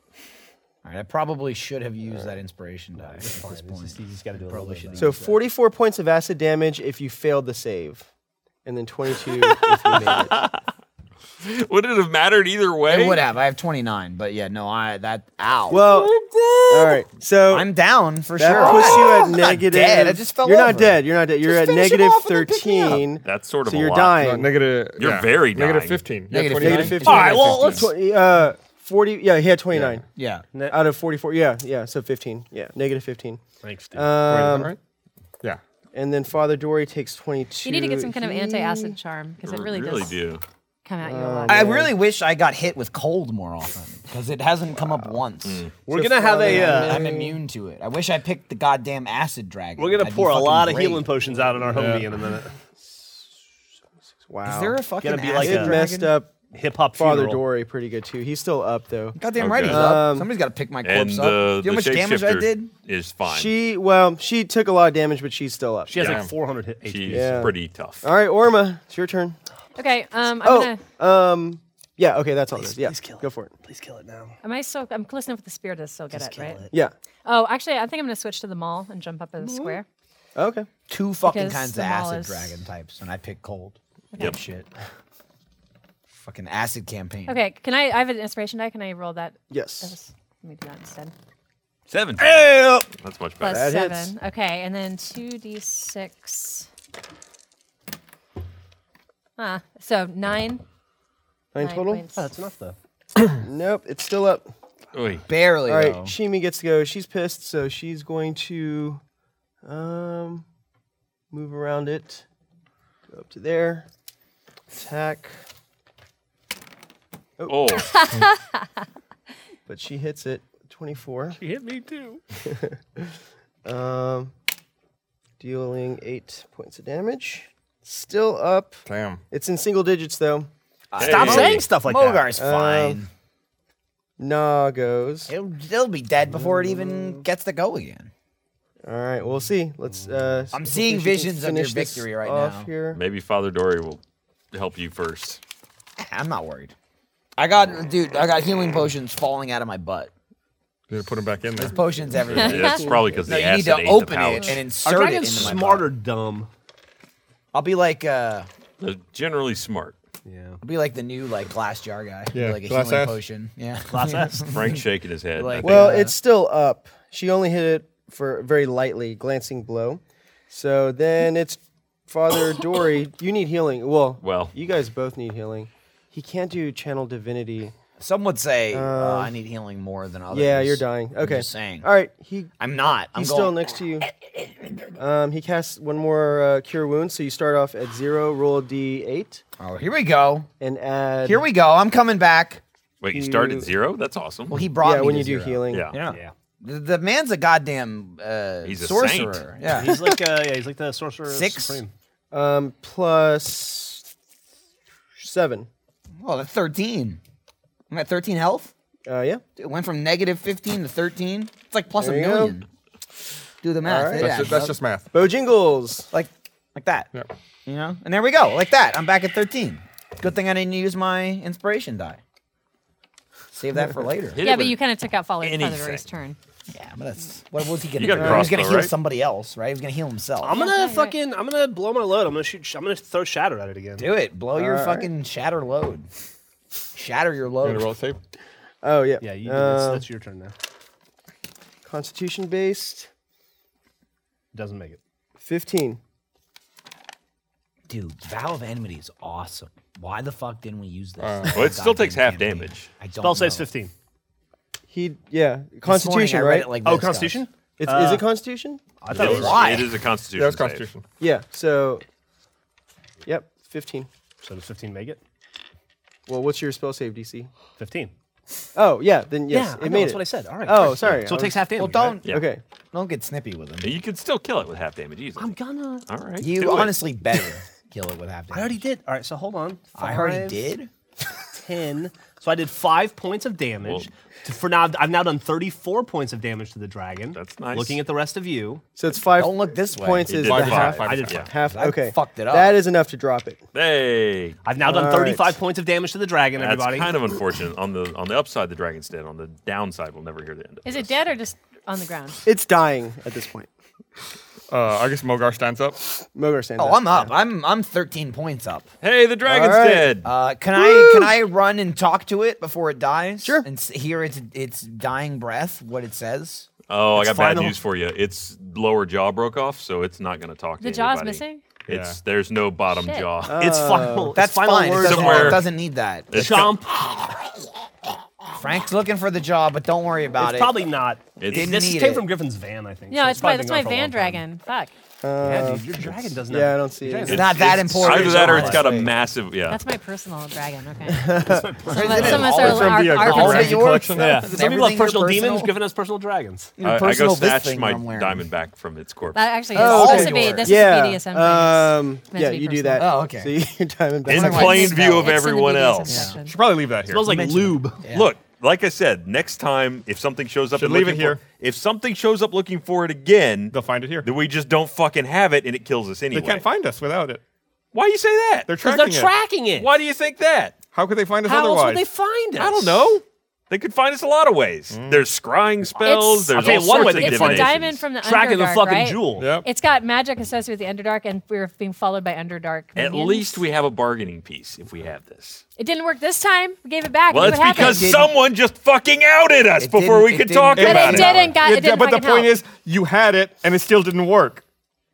D: All right, I probably should have used that inspiration die at this
J: Fine, it's
D: point.
J: just- you just got to do a little bit. of that.
A: So 44 points of acid damage if you failed the save, and then 22 if
F: *laughs*
A: you made it.
E: Would it have mattered either way?
D: I would have. I have 29, but yeah, no, I that ow.
B: *laughs*
A: Well, all right. So
D: I'm down for
A: that
D: sure.
A: puts you at
D: I'm not
A: negative.
D: dead, I just fell
A: you're not
D: over.
A: dead. You're not dead. You're
D: Just
A: at
D: finish him
A: negative
D: off and then pick me up.
A: 13.
E: That's sort of
A: so
E: a
A: you're
E: lot.
C: No,
A: dying.
C: Uh, negative.
E: You're
C: yeah.
E: very
C: negative
E: dying.
C: fifteen. Yeah,
D: Negative
C: 29.
D: 15.
A: All
D: right, well,
A: Tw- uh, 40. Yeah, he had 29
D: Yeah.
A: out of 44. Yeah, yeah. So 15. Yeah, negative 15.
F: Thanks, dude.
C: Wait,
A: Um,
C: right? Yeah.
A: And then Father Dory takes 22.
B: You need to get some kind of
A: He-
B: anti-acid charm because it really, does
E: do.
B: come at you a lot.
D: I really wish I got hit with cold more often because it hasn't come up once.
A: Mm.
J: We're gonna have a. Uh,
D: I'm immune to it. I wish I picked the goddamn acid dragon.
J: we're gonna
D: I'd be
J: pour a
D: fucking
J: lot of
D: great.
J: healing potions out in our homie in a minute.
A: Wow.
D: Is there a fucking
J: be
D: acid
J: like
A: it
J: a-
D: dragon?
A: messed up
J: Hip hop
A: Father
J: funeral.
A: Dory pretty good too. He's still up though.
D: Goddamn
E: Okay.
D: right he's up.
A: Um,
D: Somebody's got to pick my
E: And
D: corpse
E: the,
D: up. Do
E: the
D: you know how much damage I
E: shapeshifter
D: did?
E: is fine.
A: She well, she took a lot of damage, but she's still up.
F: She has
E: Yeah.
F: like 400 hit HP.
E: She's
A: Yeah.
E: pretty tough.
A: All right, Orma, it's your turn.
B: Okay. Um. I'm gonna,
A: oh, um, yeah. Okay, that's all. This. Yeah,
J: please kill
A: go for it.
J: Please kill it now.
B: am I still? I'm close enough with the spear to still get it,
J: kill
B: right?
J: it.
A: Yeah.
B: Oh, actually, I think I'm gonna switch to the mall and jump up in the square.
A: Okay.
D: Two fucking
B: Because
D: kinds of
B: the mall
D: acid
B: is-
D: dragon types, and I picked cold.
E: Yep.
D: Shit. fucking acid campaign.
B: Okay. Can I? I have an inspiration die. Can I roll that?
A: Yes.
B: Let me do that instead.
E: Seven. That's
B: Plus
E: much better.
A: That
B: seven.
A: hits.
B: Okay, and then two d six. Ah, so nine
A: Nine,
B: Nine
A: total?
B: points. Oh,
F: Uh,
B: that's
A: enough, though. nope, it's still up.
D: Barely.
A: All right,
D: though.
A: Shimi gets to go. She's pissed, so she's going to um, move around it. Go up to there. Attack. Oh. but she hits it. 24.
F: She hit me too.
A: *laughs* um, dealing eight points of damage. Still up.
C: Damn.
A: It's in single digits, though.
D: Stop Hey. saying stuff like that. Uh, Mogar's
A: Um,
D: fine.
A: Nah goes.
D: It'll, it'll be dead before it even gets to go again.
A: All right, we'll see. Let's. Uh,
D: I'm
A: hopefully
D: seeing
A: she can
D: visions of your
A: finish this
D: victory right
A: off
D: now.
A: Here.
E: Maybe Father Dory will help you
D: *laughs*
E: first.
D: Eh, I'm not worried. I got, dude, I got healing potions falling out of my butt.
C: Did put him back in there?
D: There's potions everywhere.
E: *laughs* Yeah, it's probably 'cause
D: no,
E: the
D: you need
E: acid
D: to
E: ate the
D: open
E: pouch.
D: it and
E: Are
D: insert it into
G: dragons
D: my
G: smart
D: butt.
G: or dumb?
D: I'll be like, uh,
E: They're generally smart.
G: Yeah.
D: I'll be like the new like glass jar guy. Be
C: Yeah,
D: like a
C: glass
D: healing
C: ass.
D: potion. Yeah,
G: Glass ass.
E: Frank's shaking his head. I
D: Like-
E: think.
A: Well,
D: uh,
A: it's still up. She only hit it for very lightly, glancing blow. So then it's
D: *coughs*
A: Father Dory. You need healing. Well,
E: Well.
A: you guys both need healing. He can't do channel divinity.
D: Some would say uh,
A: Uh,
D: I need healing more than others.
A: Yeah, you're dying. Okay.
D: I'm just saying.
A: All right. He
D: I'm not. I'm
A: he's
D: going.
A: still next to you. Um, he casts one more uh, cure wounds. So you start off at zero, roll a d8,
D: oh, here we go.
A: and add.
D: Here we go. I'm coming back.
E: Wait, you start at zero? That's awesome.
D: Well, he brought
A: Yeah,
D: me
A: when
D: to
A: you do
D: zero.
A: healing.
E: yeah.
D: Yeah. The, the man's a goddamn uh,
E: He's a
D: sorcerer.
E: saint.
D: Yeah.
F: He's like uh, yeah, he's like the sorcerer
D: Six?
F: supreme.
A: Um, plus seven.
D: Well, that's 13. I'm at 13 health.
A: Uh, yeah.
D: It went from negative 15 to 13. It's like plus
A: There
D: a
A: you go.
D: million. Do the math.
A: All right.
D: It
C: That's,
D: adds
C: just, that's
D: up.
C: just math.
A: Bo Jingles.
D: like like that.
C: Yeah.
D: You know? And there we go. Like that. I'm back at 13. Good thing I didn't use my inspiration die. Save
A: *laughs*
D: that for later.
E: Hit
B: yeah,
E: it
B: but
E: with-
B: you kind of took out Father
E: anything.
B: Dory's turn.
D: yeah, but that's what was he gonna
E: You got
D: do?
E: a
D: He was gonna
E: crossbow,
D: heal
E: right?
D: somebody else, right? He was gonna heal himself.
F: I'm
B: Yeah,
F: gonna
B: right.
F: fucking I'm gonna blow my load. I'm gonna shoot. sh- I'm gonna throw shatter at it again.
D: do it. Blow your
A: All right.
D: fucking shatter load. Shatter your
C: You gonna
D: load.
C: roll tape?
A: Oh yeah.
F: Yeah, you,
A: Uh,
F: that's, that's your turn now.
A: Constitution based.
F: Doesn't make it.
A: Fifteen.
H: Dude, Vow of Enmity is awesome. Why the fuck didn't we use this?
E: Well, it still takes half
H: Goddamn
E: damage.
H: I don't
F: Spell saves
D: Oh,
H: know.
F: 15.
A: He yeah.
D: This morning
A: Constitution
D: I read
A: right?
D: it like uh,
F: Oh,
D: this, guys.
F: Constitution.
A: it's, is it Constitution?
F: I
E: It
F: thought
E: is-
F: it was.
D: Why?
E: It is a constitution.
C: Yeah, it's
E: save.
C: Constitution.
A: Yeah. So. Yep. Fifteen.
F: So does 15 make it?
A: Well, what's your spell save DC?
F: 15.
A: Oh yeah. Then yes,
F: yeah, I
A: it
F: know,
A: made
F: that's
A: it.
F: what I said. All right.
A: Oh,
F: perfect.
A: sorry,
F: So
A: I
F: it takes
A: was-
F: half damage.
D: Well, don't
E: Yeah.
A: Okay.
D: don't get snippy with him.
E: You could still kill it with half damage easily.
F: I'm gonna.
E: All right. *laughs*
D: You
E: do it.
D: honestly better kill it with half damage.
F: I already did. All right. So hold on.
D: I already
F: Five,
D: did.
F: 10. So I did five points of damage. To- for now, I've now done 34 points of damage to the dragon.
E: That's nice.
F: Looking at the rest of you.
A: So it's five.
D: Don't look this way.
A: Points
E: You
A: is
E: did
A: the
E: five,
A: half.
E: five,
F: I did
E: yeah.
A: Half.
D: I
A: Okay.
D: fucked it up.
A: That is enough to drop it.
E: Hey,
F: I've now done
A: All right.
F: 35 points of damage to the dragon,
E: that's
F: everybody.
E: kind of unfortunate. On the on the upside, the dragon's dead. On the downside, we'll never hear the end of
B: Is
E: this.
B: it dead or just on the ground?
A: It's dying at this point.
C: Uh, I guess Mogar stands up.
A: Mogar stands
D: Oh, I'm up. I'm I'm 13 points up.
E: Hey, the dragon's
A: All right.
E: dead.
D: Uh, can I can I run and talk to it before it dies?
A: Sure.
D: And s- hear its its dying breath, what it says.
E: oh, I
F: it's
E: got bad
F: final.
E: news for you. Its lower jaw broke off, so it's not going to talk to
B: The jaw's
E: anybody.
B: missing.
E: It's there's no bottom
B: Shit.
E: jaw.
D: Uh,
F: it's final.
D: That's
F: it's final
D: fine. It
F: Words.
D: doesn't,
E: Somewhere-
D: it doesn't need that.
E: It's co-
F: Chomp.
D: Frank's looking for the jaw, but don't worry about
F: It's
D: it.
F: probably not.
E: It's-
D: Didn't
F: This
D: need
F: came
D: it.
F: from Griffin's van, I think.
B: No,
F: so
B: it's my
F: probably
B: that's
F: been
B: my
F: gone for a
B: van
F: long time.
B: dragon. Fuck.
F: Yeah, dude, your dragon doesn't.
A: yeah, I don't see it.
F: It's
D: not that important.
E: Either that or it's got a
D: Honestly.
E: massive. Yeah.
B: That's my personal dragon. Okay. Some of-
D: Isn't it
B: some of us
D: all
B: are,
D: from
B: are,
C: the, uh,
B: are
C: Griffin's
B: personal-
D: Is it yours?
F: Yeah.
D: Is
F: Some people have
D: everything your
F: personal, demons.
D: personal?
F: Griffin has personal dragons.
D: Your
E: I, I
D: personal
E: go
D: this
E: snatch
D: thing
E: my
D: I'm wearing.
E: diamond back from its corpse.
B: That actually is
A: Oh,
B: supposed
A: okay.
B: to be. This
A: yeah.
B: is BDSM.
A: Um,
B: It's meant to
A: yeah,
B: be
A: you do
B: personal.
A: that.
D: Oh, okay.
A: So *laughs* you diamond back.
E: in
D: wondering why
E: plain
D: it's
E: view of
D: spelled.
B: It's in the
E: everyone
B: BDSM
E: else.
B: section.
C: Should probably leave that here.
F: Smells like lube.
E: Look, like I said, next time if something shows up,
C: Should
E: and
C: leave it
E: looking
C: here.
E: For, if something shows up looking for it again,
C: They'll find it here.
E: then we just don't fucking have it, and it kills us
C: They
E: anyway.
C: can't find us without it.
E: Why you say that?
C: They're tracking
F: Because they're
C: it.
F: tracking it.
E: Why do you think that?
C: How could they find us
F: How else would
C: otherwise?
F: they find us?
E: I don't know. They could find us a lot of ways.
C: Mm.
E: There's scrying spells.
B: It's-
E: there's
F: I'll tell
E: all
F: you one
E: sorts
F: way
E: of
F: they
B: It's
F: find
B: a
F: it.
B: diamond
E: divinations.
B: from the
F: Tracking
B: Underdark,
F: the fucking
B: right?
F: jewel.
C: Yep.
B: It's got magic associated with the Underdark, and we were being followed by Underdark.
E: At
B: minions.
E: least we have a bargaining piece if we have this.
B: it didn't work this time. We gave it back.
E: Well,
B: Look
E: that's
B: what happened.
E: because
D: It didn't-
E: someone just fucking outed us
D: It
E: before
D: didn't-
E: we
D: it
E: could
D: didn't
E: talk
D: get
B: But
E: about
B: it
E: it.
B: didn't, got, it
C: Yeah,
B: didn't
C: but the
B: fucking
C: point
B: help.
C: is, you had it and it still didn't work.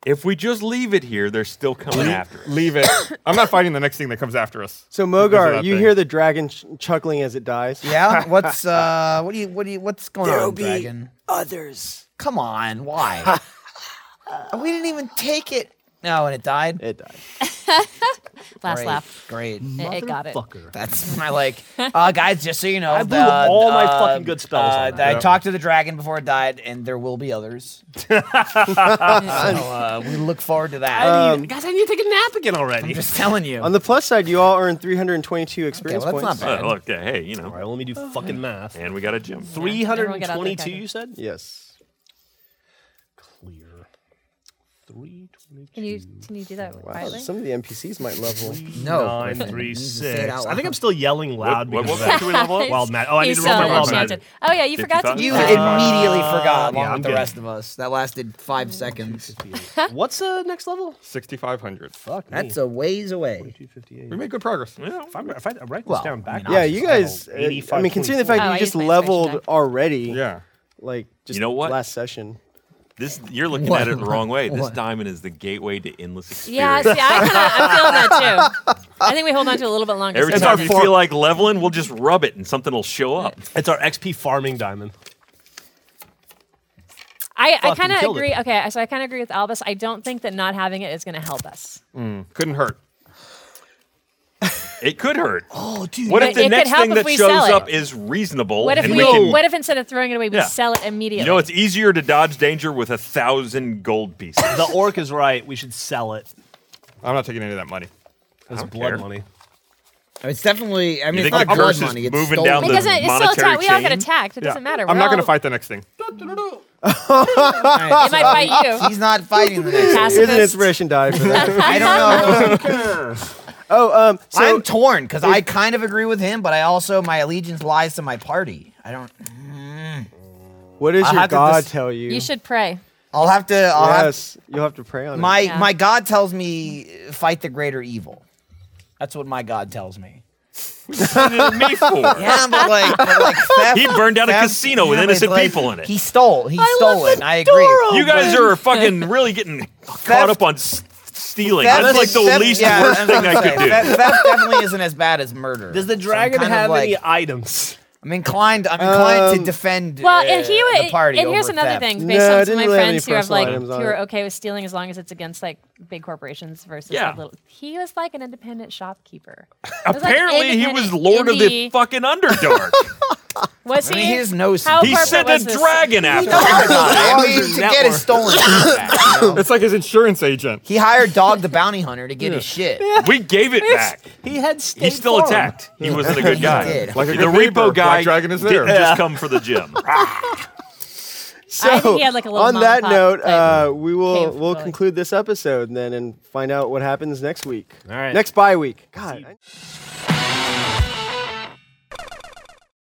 E: If we just leave it here, they're still coming after us.
C: Leave *coughs* it. I'm not fighting the next thing that comes after us.
A: So
C: Because of
A: Mogar,
C: that
A: you
C: thing.
A: hear the dragon ch- chuckling as it dies.
D: Yeah.
F: *laughs*
D: What's uh? What do you? What do you? What's going
A: There'll
D: on,
A: be
D: Dragon?
A: Others.
D: Come on.
F: *laughs*
D: Why? Uh, we didn't even take it. No, and it died.
A: It died.
B: Last
D: Great,
B: laugh.
D: Great.
B: It, it got it.
D: That's my like, uh, guys. Just so you know, I
F: blew all my fucking good spells
D: Uh,
F: on
D: I
F: that.
D: talked to the dragon before it died, and there will be others. *laughs* so uh, we look forward to that. Uh,
A: I need-
F: guys, I need to take a nap again
D: um, I'm
F: already.
D: just telling *laughs* you.
A: On the plus side, you all earn 322 experience
D: well, that's
A: points.
D: not bad.
E: Uh, look, uh, hey, you know,
F: All right, let me do fucking math.
E: and we got a gym.
B: everyone get out there,
F: 322,
B: Kraken.
F: you said?
A: Yes.
F: Clear.
B: Can you can you do that
A: Wow,
B: *laughs* quietly?
A: some of the NPCs might level.
D: No,
F: Nine,
D: Griffin,
F: three,
D: you need to say it out
F: six. I
D: loud.
F: think I'm still yelling loud
E: what-
F: because
E: what
F: of that.
E: do we level up?
F: Wild Mad. Oh, I need to
B: He's
F: roll my
B: so
F: Wild
B: enchanted.
F: Mad.
B: Oh yeah, you forgot to
E: 55?
B: do
D: you
B: that.
D: immediately forgot
F: yeah,
D: along
F: I'm
D: with the
F: good.
D: rest of us. That lasted five seconds.
F: What's the uh, next level?
C: 6,500.
F: Fuck me.
D: That's a ways away.
F: 258.
C: We made good progress.
E: Yeah.
F: If, I'm, if I write this
D: Well,
F: down back,
A: Yeah, you guys. uh, I mean, considering the fact
B: Oh,
A: that
B: I
A: you just
B: used my inspiration
A: leveled
B: die.
A: already,
C: Yeah.
A: like just
E: know what?
A: last session.
E: This you're looking
D: What?
E: at it the wrong way. This
D: What?
E: diamond is the gateway to endless
B: Yeah,
E: experience.
B: see, I kinda, I'm feeling that
E: *laughs*
B: too. I think we hold on to it a little bit longer.
E: Every
B: so
E: time
B: that-
E: you feel like leveling, we'll just rub it and something will show up.
F: It's our XP farming diamond.
B: I, I
F: fucking
B: kind of
F: killed it.
B: agree. Okay, so I kind of agree with Albus. I don't think that not having it is going to help us.
C: Couldn't hurt.
E: It could hurt. Oh, dude. What
B: But
E: if the
B: it could
E: next
B: help
E: thing
B: if
E: that
B: we
E: shows
B: sell
E: up
B: it.
E: is reasonable?
B: What if
E: and
B: we?
E: we can,
B: What if instead of throwing it away, we
E: Yeah.
B: sell it immediately?
E: you know, it's easier to dodge danger with a thousand gold pieces.
F: The orc is right. We should sell it.
C: I'm not taking any of that money.
F: That's
E: don't
F: blood
E: care.
F: money.
D: I mean, it's definitely. I
E: You
D: mean, it's
E: think
D: not
E: the curse
D: blood
E: is
D: money. It's
E: moving
D: stolen.
E: down
B: it
E: the
B: doesn't. It's still
E: monetary
B: attacked. We all get
E: chain?
B: attacked. It
C: Yeah.
B: doesn't matter.
C: I'm
B: We're
C: not
B: all-
C: going to fight the next thing.
B: It might fight you.
D: *laughs* He's not fighting the next. one.
A: Here's an
B: Pacifist.
A: inspiration die for
B: *laughs*
A: that.
D: I *laughs* don't know.
A: oh, um, so
D: I'm torn because I kind of agree with him, but I also my allegiance lies to my party. I don't.
A: what does
D: I'll
A: your
D: have to
A: god
D: dis-
A: tell you?
B: You should pray.
D: I'll have to. I'll have
A: yes, you'll have to pray on
D: My
A: it.
B: Yeah.
D: my God tells me uh, fight the greater evil. That's what my God tells me.
E: Me for.
D: Yeah, *laughs* but like, but
B: *laughs*
D: like theft,
E: He burned
D: *laughs*
E: down a
D: theft-
E: casino with
D: yeah, but
E: innocent
D: like,
E: people in it.
D: He stole. He stole it. and I agree.
E: You guys are fucking really
D: *laughs*
E: getting caught up on s- stealing.
D: Theft
E: That's like
D: is-
E: the
D: theft-
E: least
D: yeah,
E: worst
D: I'm
E: thing
D: gonna
E: I
D: say,
E: could do.
D: Theft, theft definitely isn't as bad as murder.
F: Does the
D: So I'm
F: dragon
D: kind of
F: have any
D: like-
F: items?
D: I'm inclined. I'm inclined to
A: Um,
D: defend.
B: Well,
D: uh,
B: and he
D: the
B: would.
D: party
B: And here's
D: over
B: another
D: theft.
B: thing.
A: No,
B: Based
A: I
B: on some
A: didn't
B: of my
A: really have any
B: friends who have
A: personal
B: like
A: items
B: who
A: on
B: are
A: it.
B: okay with stealing as long as it's against like big corporations versus
E: Yeah.
B: like, little. He was like an independent shopkeeper. It was, like,
E: Apparently, he was
B: independent
E: Lord of the
B: indie-
E: fucking Underdark.
B: Was
D: I mean,
B: he?
D: he just knows
B: How
E: he
B: corporate
E: sent a
B: was this?
E: dragon after him.
F: *laughs*
D: I mean, to get his stolen. shit back, you know?
C: It's like his insurance agent.
D: He hired Dog the Bounty Hunter to get his shit.
E: We gave it back.
F: He had state
E: He's still
F: farm.
E: attacked. He wasn't a good
F: *laughs*
D: He
E: guy.
D: did.
C: Like a
E: the
C: good
E: repo
C: neighbor,
E: guy
C: Black Dragon is there.
E: didn't just come for the
F: *laughs*
E: gym.
A: So
B: I think he had, like, a little
A: on
B: mom
A: that
B: and pop
A: note,
B: type
A: uh, we will
B: cave
A: we'll
B: dwelling.
A: conclude this episode then and find out what happens next week.
F: All right.
A: Next bye week. God. I-